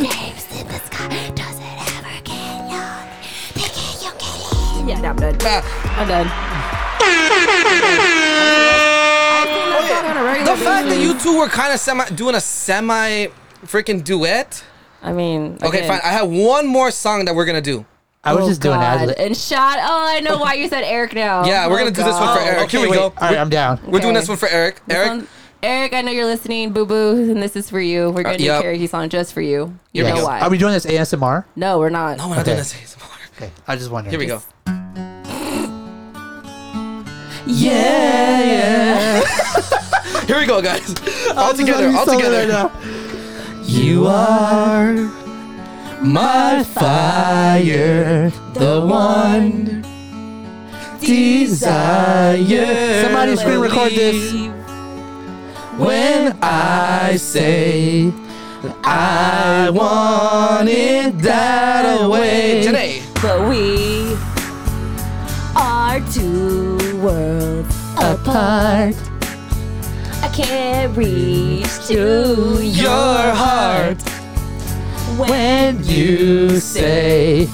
Speaker 5: Names in the sky. Does it ever get lonely? Thinking you get in. Yeah, I'm done. I'm done.
Speaker 6: Oh, The fact that you two were kind of semi doing a semi freaking duet.
Speaker 5: I mean, oh
Speaker 6: Okay, fine. I have one more song that we're gonna do.
Speaker 7: I was just doing ad lib.
Speaker 5: And shot. Oh, I know why you said Eric now. Oh
Speaker 6: Yeah, we're gonna do this one for Eric.
Speaker 7: okay,
Speaker 6: Here we
Speaker 7: wait.
Speaker 6: go.
Speaker 7: All right,
Speaker 6: We're-
Speaker 7: I'm down.
Speaker 6: We're doing
Speaker 5: Okay.
Speaker 6: this one for Eric.
Speaker 5: This
Speaker 6: Eric,
Speaker 5: one- Eric, I know you're listening, boo boo, and this is for you. We're gonna do
Speaker 6: yep.
Speaker 5: karaoke song just for you. You
Speaker 6: Uh, Here we
Speaker 5: know
Speaker 6: go.
Speaker 5: why?
Speaker 7: Are we doing this ASMR?
Speaker 5: no, we're not.
Speaker 6: no, we're not doing
Speaker 7: Okay.
Speaker 6: this.
Speaker 7: Okay, I just wondered.
Speaker 6: Here we go.
Speaker 5: Yeah, yeah.
Speaker 6: Here we go, [laughs] guys. All
Speaker 7: This is
Speaker 6: together.
Speaker 7: how you
Speaker 6: All
Speaker 7: sell it
Speaker 6: together.
Speaker 7: right now.
Speaker 6: You are my fire, the one desire.
Speaker 7: Somebody screen record this.
Speaker 6: When I say I want it that way. Today.
Speaker 5: But we are
Speaker 21: are two worlds apart. I can't reach to your heart when
Speaker 7: You say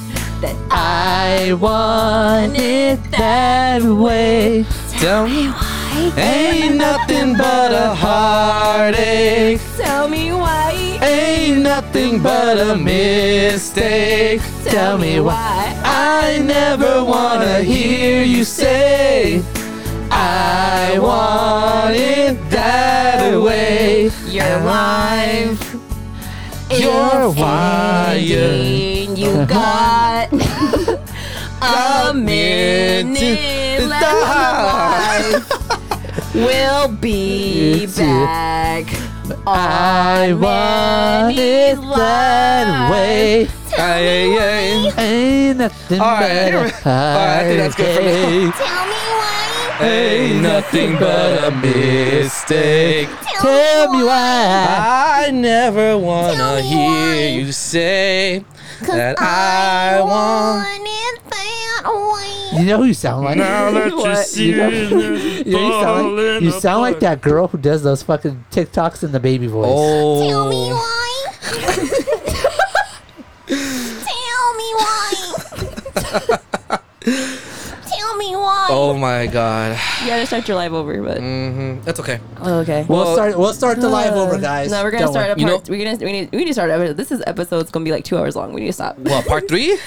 Speaker 21: that
Speaker 7: I want it that way.
Speaker 6: Tell me
Speaker 21: why.
Speaker 6: Ain't nothing but a heartache.
Speaker 21: Tell me why.
Speaker 6: Ain't nothing but a mistake. Tell me why I never wanna hear you say I want it that way.
Speaker 21: Your wife.
Speaker 6: You're
Speaker 21: wired.
Speaker 6: Uh-huh.
Speaker 21: You
Speaker 6: [laughs]
Speaker 21: got a minute left.
Speaker 5: [laughs]
Speaker 21: alive. We'll be
Speaker 7: It's
Speaker 6: [laughs]
Speaker 7: you.
Speaker 21: back.
Speaker 7: I want it that way. Ain't nothing
Speaker 6: All right,
Speaker 7: but
Speaker 6: here we- all
Speaker 7: a
Speaker 6: right, I think that's good for now.
Speaker 7: heartache.
Speaker 6: Ain't nothing but a mistake. [laughs]
Speaker 7: Tell me why.
Speaker 6: I never wanna hear you say that I want.
Speaker 7: You know who you sound like?
Speaker 6: Now that you What?
Speaker 7: [laughs]
Speaker 6: see
Speaker 7: know-
Speaker 6: me
Speaker 7: you, know who you sound like, you
Speaker 6: falling
Speaker 7: sound like that girl who does those fucking TikToks in the baby voice.
Speaker 6: Oh.
Speaker 7: Tell me
Speaker 21: Tell me why. Tell me why.
Speaker 6: Oh my god.
Speaker 8: You gotta start your live over, but
Speaker 6: mm-hmm. that's okay.
Speaker 5: Oh, Okay. Uh,
Speaker 6: We'll Well- start-
Speaker 7: we'll start the live over,
Speaker 6: guys.
Speaker 5: No, we're gonna
Speaker 6: Don't
Speaker 5: start.
Speaker 6: worry.
Speaker 5: A part,
Speaker 6: You know-
Speaker 5: we're gonna we need we need to start. a- This is episode's gonna be like two hours long. We need to stop.
Speaker 6: Well, part three?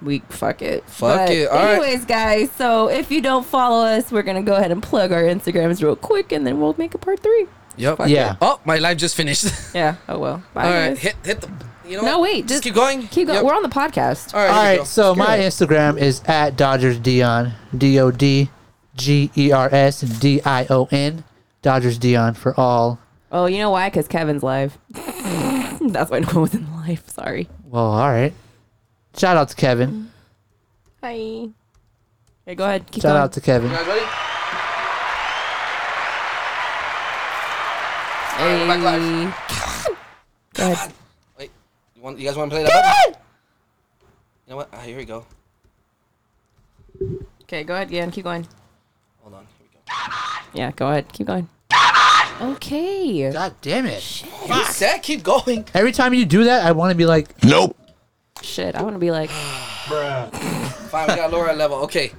Speaker 5: we fuck it.
Speaker 6: Fuck
Speaker 5: But
Speaker 6: it. All right.
Speaker 5: anyways, guys. So if you don't follow us, we're gonna go ahead and plug our Instagrams real quick, and then we'll make a part three.
Speaker 6: Yep.
Speaker 5: Fuck Yeah. it.
Speaker 6: Oh, my live just finished.
Speaker 5: Yeah. Oh well.
Speaker 6: [laughs]
Speaker 5: Bye.
Speaker 6: All right.
Speaker 5: guys.
Speaker 6: Hit hit the. You know.
Speaker 5: no
Speaker 6: what?
Speaker 5: wait. Just
Speaker 6: keep going.
Speaker 5: Keep going.
Speaker 6: Yep.
Speaker 5: We're on the podcast.
Speaker 6: All right.
Speaker 7: All right, so
Speaker 5: Screw
Speaker 7: my
Speaker 5: it.
Speaker 7: Instagram is at Dodgers Dion, D O D G E R S D I O N, Dodgers Dion for all.
Speaker 5: Oh, you know why? Because Kevin's live. [laughs] That's why no one was in live. Sorry.
Speaker 7: Well, all right. Shout out to Kevin.
Speaker 5: Hi. Okay, go ahead. Keep
Speaker 7: Shout
Speaker 5: going.
Speaker 7: out to Kevin.
Speaker 6: All right, we're back live. Wait, you, want, you guys want to play that? back? You know what? Ah, here we go.
Speaker 5: Okay, go ahead again. Keep going.
Speaker 6: Hold on. Here we go.
Speaker 5: Yeah, go ahead. Keep going. Okay.
Speaker 7: God damn it.
Speaker 6: You said keep going.
Speaker 7: Every time you do that, I want to be like, nope.
Speaker 5: Shit, I want to be like,
Speaker 6: Fine, we got lower level. Okay.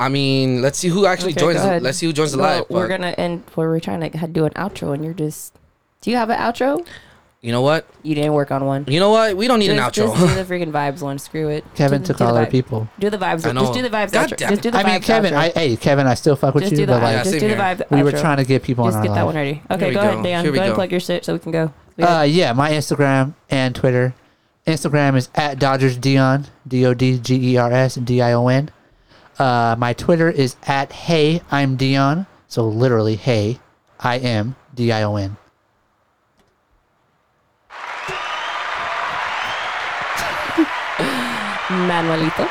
Speaker 6: I mean, let's see who actually
Speaker 5: Okay,
Speaker 6: joins.
Speaker 5: go ahead.
Speaker 6: Let's see who joins the
Speaker 5: Well,
Speaker 6: live.
Speaker 5: We're
Speaker 6: but-
Speaker 5: gonna end. Where we're trying to do an outro, and you're just. Do you have an outro?
Speaker 6: You know what?
Speaker 5: You didn't work on one.
Speaker 6: You know what? We don't need
Speaker 5: Just-
Speaker 6: an outro.
Speaker 5: Just do the freaking vibes one. Screw it.
Speaker 7: Kevin
Speaker 5: Do the-
Speaker 7: took
Speaker 5: do the
Speaker 7: all our
Speaker 5: vibe.
Speaker 7: people.
Speaker 5: Do the vibes.
Speaker 6: I
Speaker 5: one.
Speaker 6: know.
Speaker 5: Just do the vibes.
Speaker 6: God
Speaker 5: outro.
Speaker 6: damn
Speaker 5: Just
Speaker 6: it.
Speaker 5: do the
Speaker 7: I
Speaker 5: vibes.
Speaker 7: mean, Kevin,
Speaker 5: outro.
Speaker 7: I, hey, Kevin, I still fuck with
Speaker 5: Just
Speaker 7: you,
Speaker 5: do the
Speaker 7: but
Speaker 5: vibe.
Speaker 7: like,
Speaker 5: Just do the vibe.
Speaker 7: we were
Speaker 5: outro.
Speaker 7: trying to get people
Speaker 5: Just
Speaker 7: on
Speaker 5: get
Speaker 7: our
Speaker 5: that
Speaker 7: live.
Speaker 5: one ready.
Speaker 6: Here
Speaker 5: Okay,
Speaker 6: we
Speaker 5: go ahead,
Speaker 6: go.
Speaker 5: Dan.
Speaker 6: Here
Speaker 5: Go
Speaker 6: we
Speaker 5: ahead and
Speaker 6: go.
Speaker 5: plug your shit so we can go.
Speaker 7: Uh, yeah, my Instagram and Twitter. Instagram is at Dodgers Dion, D O D G E R S D I O N. Uh, my Twitter is at Hey I'm Dion. So literally, Hey I am D I O N.
Speaker 5: Manuelito.
Speaker 6: [laughs]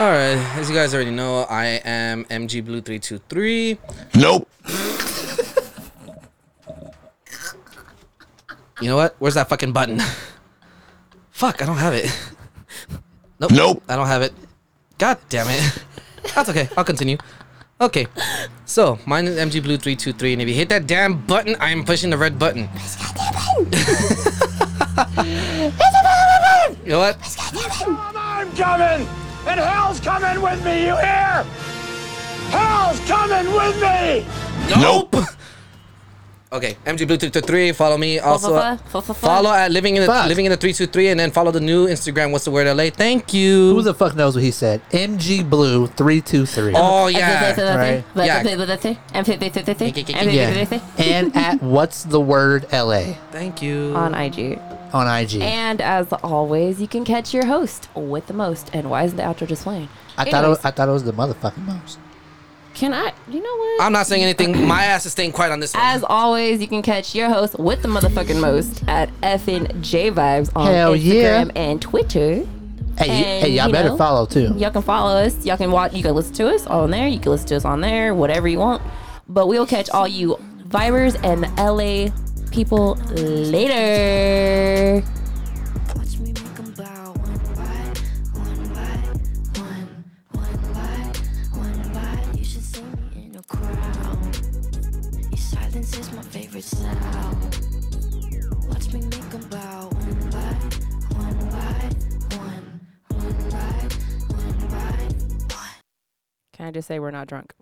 Speaker 6: All right, as you guys already know, I am MG Blue three two three. Nope. you know what? Where's that fucking button? [laughs] Fuck, I don't have it. Nope. Nope. I don't have it. God damn it. That's okay. I'll continue. Okay. So mine is MG Blue three two three, and if you hit that damn button, I am pushing the red button. [laughs] You know what?
Speaker 1: I'm coming, and hell's coming with me. You hear? Hell's coming with me.
Speaker 6: Nope. Okay, MG Blue three two three. Follow me also. Follow at living in the
Speaker 7: Fuck.
Speaker 6: living in the three two three, and then follow the new Instagram. What's the word? LA. Thank you.
Speaker 7: Who the fuck knows what he said? MG Blue 323.
Speaker 6: Oh, yeah.
Speaker 7: Right? Yeah.
Speaker 5: [laughs]
Speaker 7: And at What's the Word LA
Speaker 6: Thank you.
Speaker 5: On IG.
Speaker 7: on IG.
Speaker 5: And as always, you can catch your host with the most. And why isn't the outro just playing?
Speaker 7: I thought it
Speaker 5: Anyways,
Speaker 7: was, I thought it was the motherfucking most.
Speaker 5: Can I? You know what?
Speaker 6: I'm not saying anything. My ass is staying quiet on this one.
Speaker 5: As always, you can catch your host with the motherfucking most at effing J Vibes on
Speaker 7: Hell yeah.
Speaker 5: Instagram and Twitter.
Speaker 7: Hey, y-
Speaker 5: And,
Speaker 7: hey, y'all
Speaker 5: you
Speaker 7: better
Speaker 5: know,
Speaker 7: follow too.
Speaker 5: Y'all can follow us. Y'all can watch. You can listen to us on there. You can listen to us on there. Whatever you want. But we'll catch all you vibers and LA people later.
Speaker 2: One by one Watch me make 'em bow. One bite, one bite, one, one bite, one bite.
Speaker 5: Can I just say we're not drunk?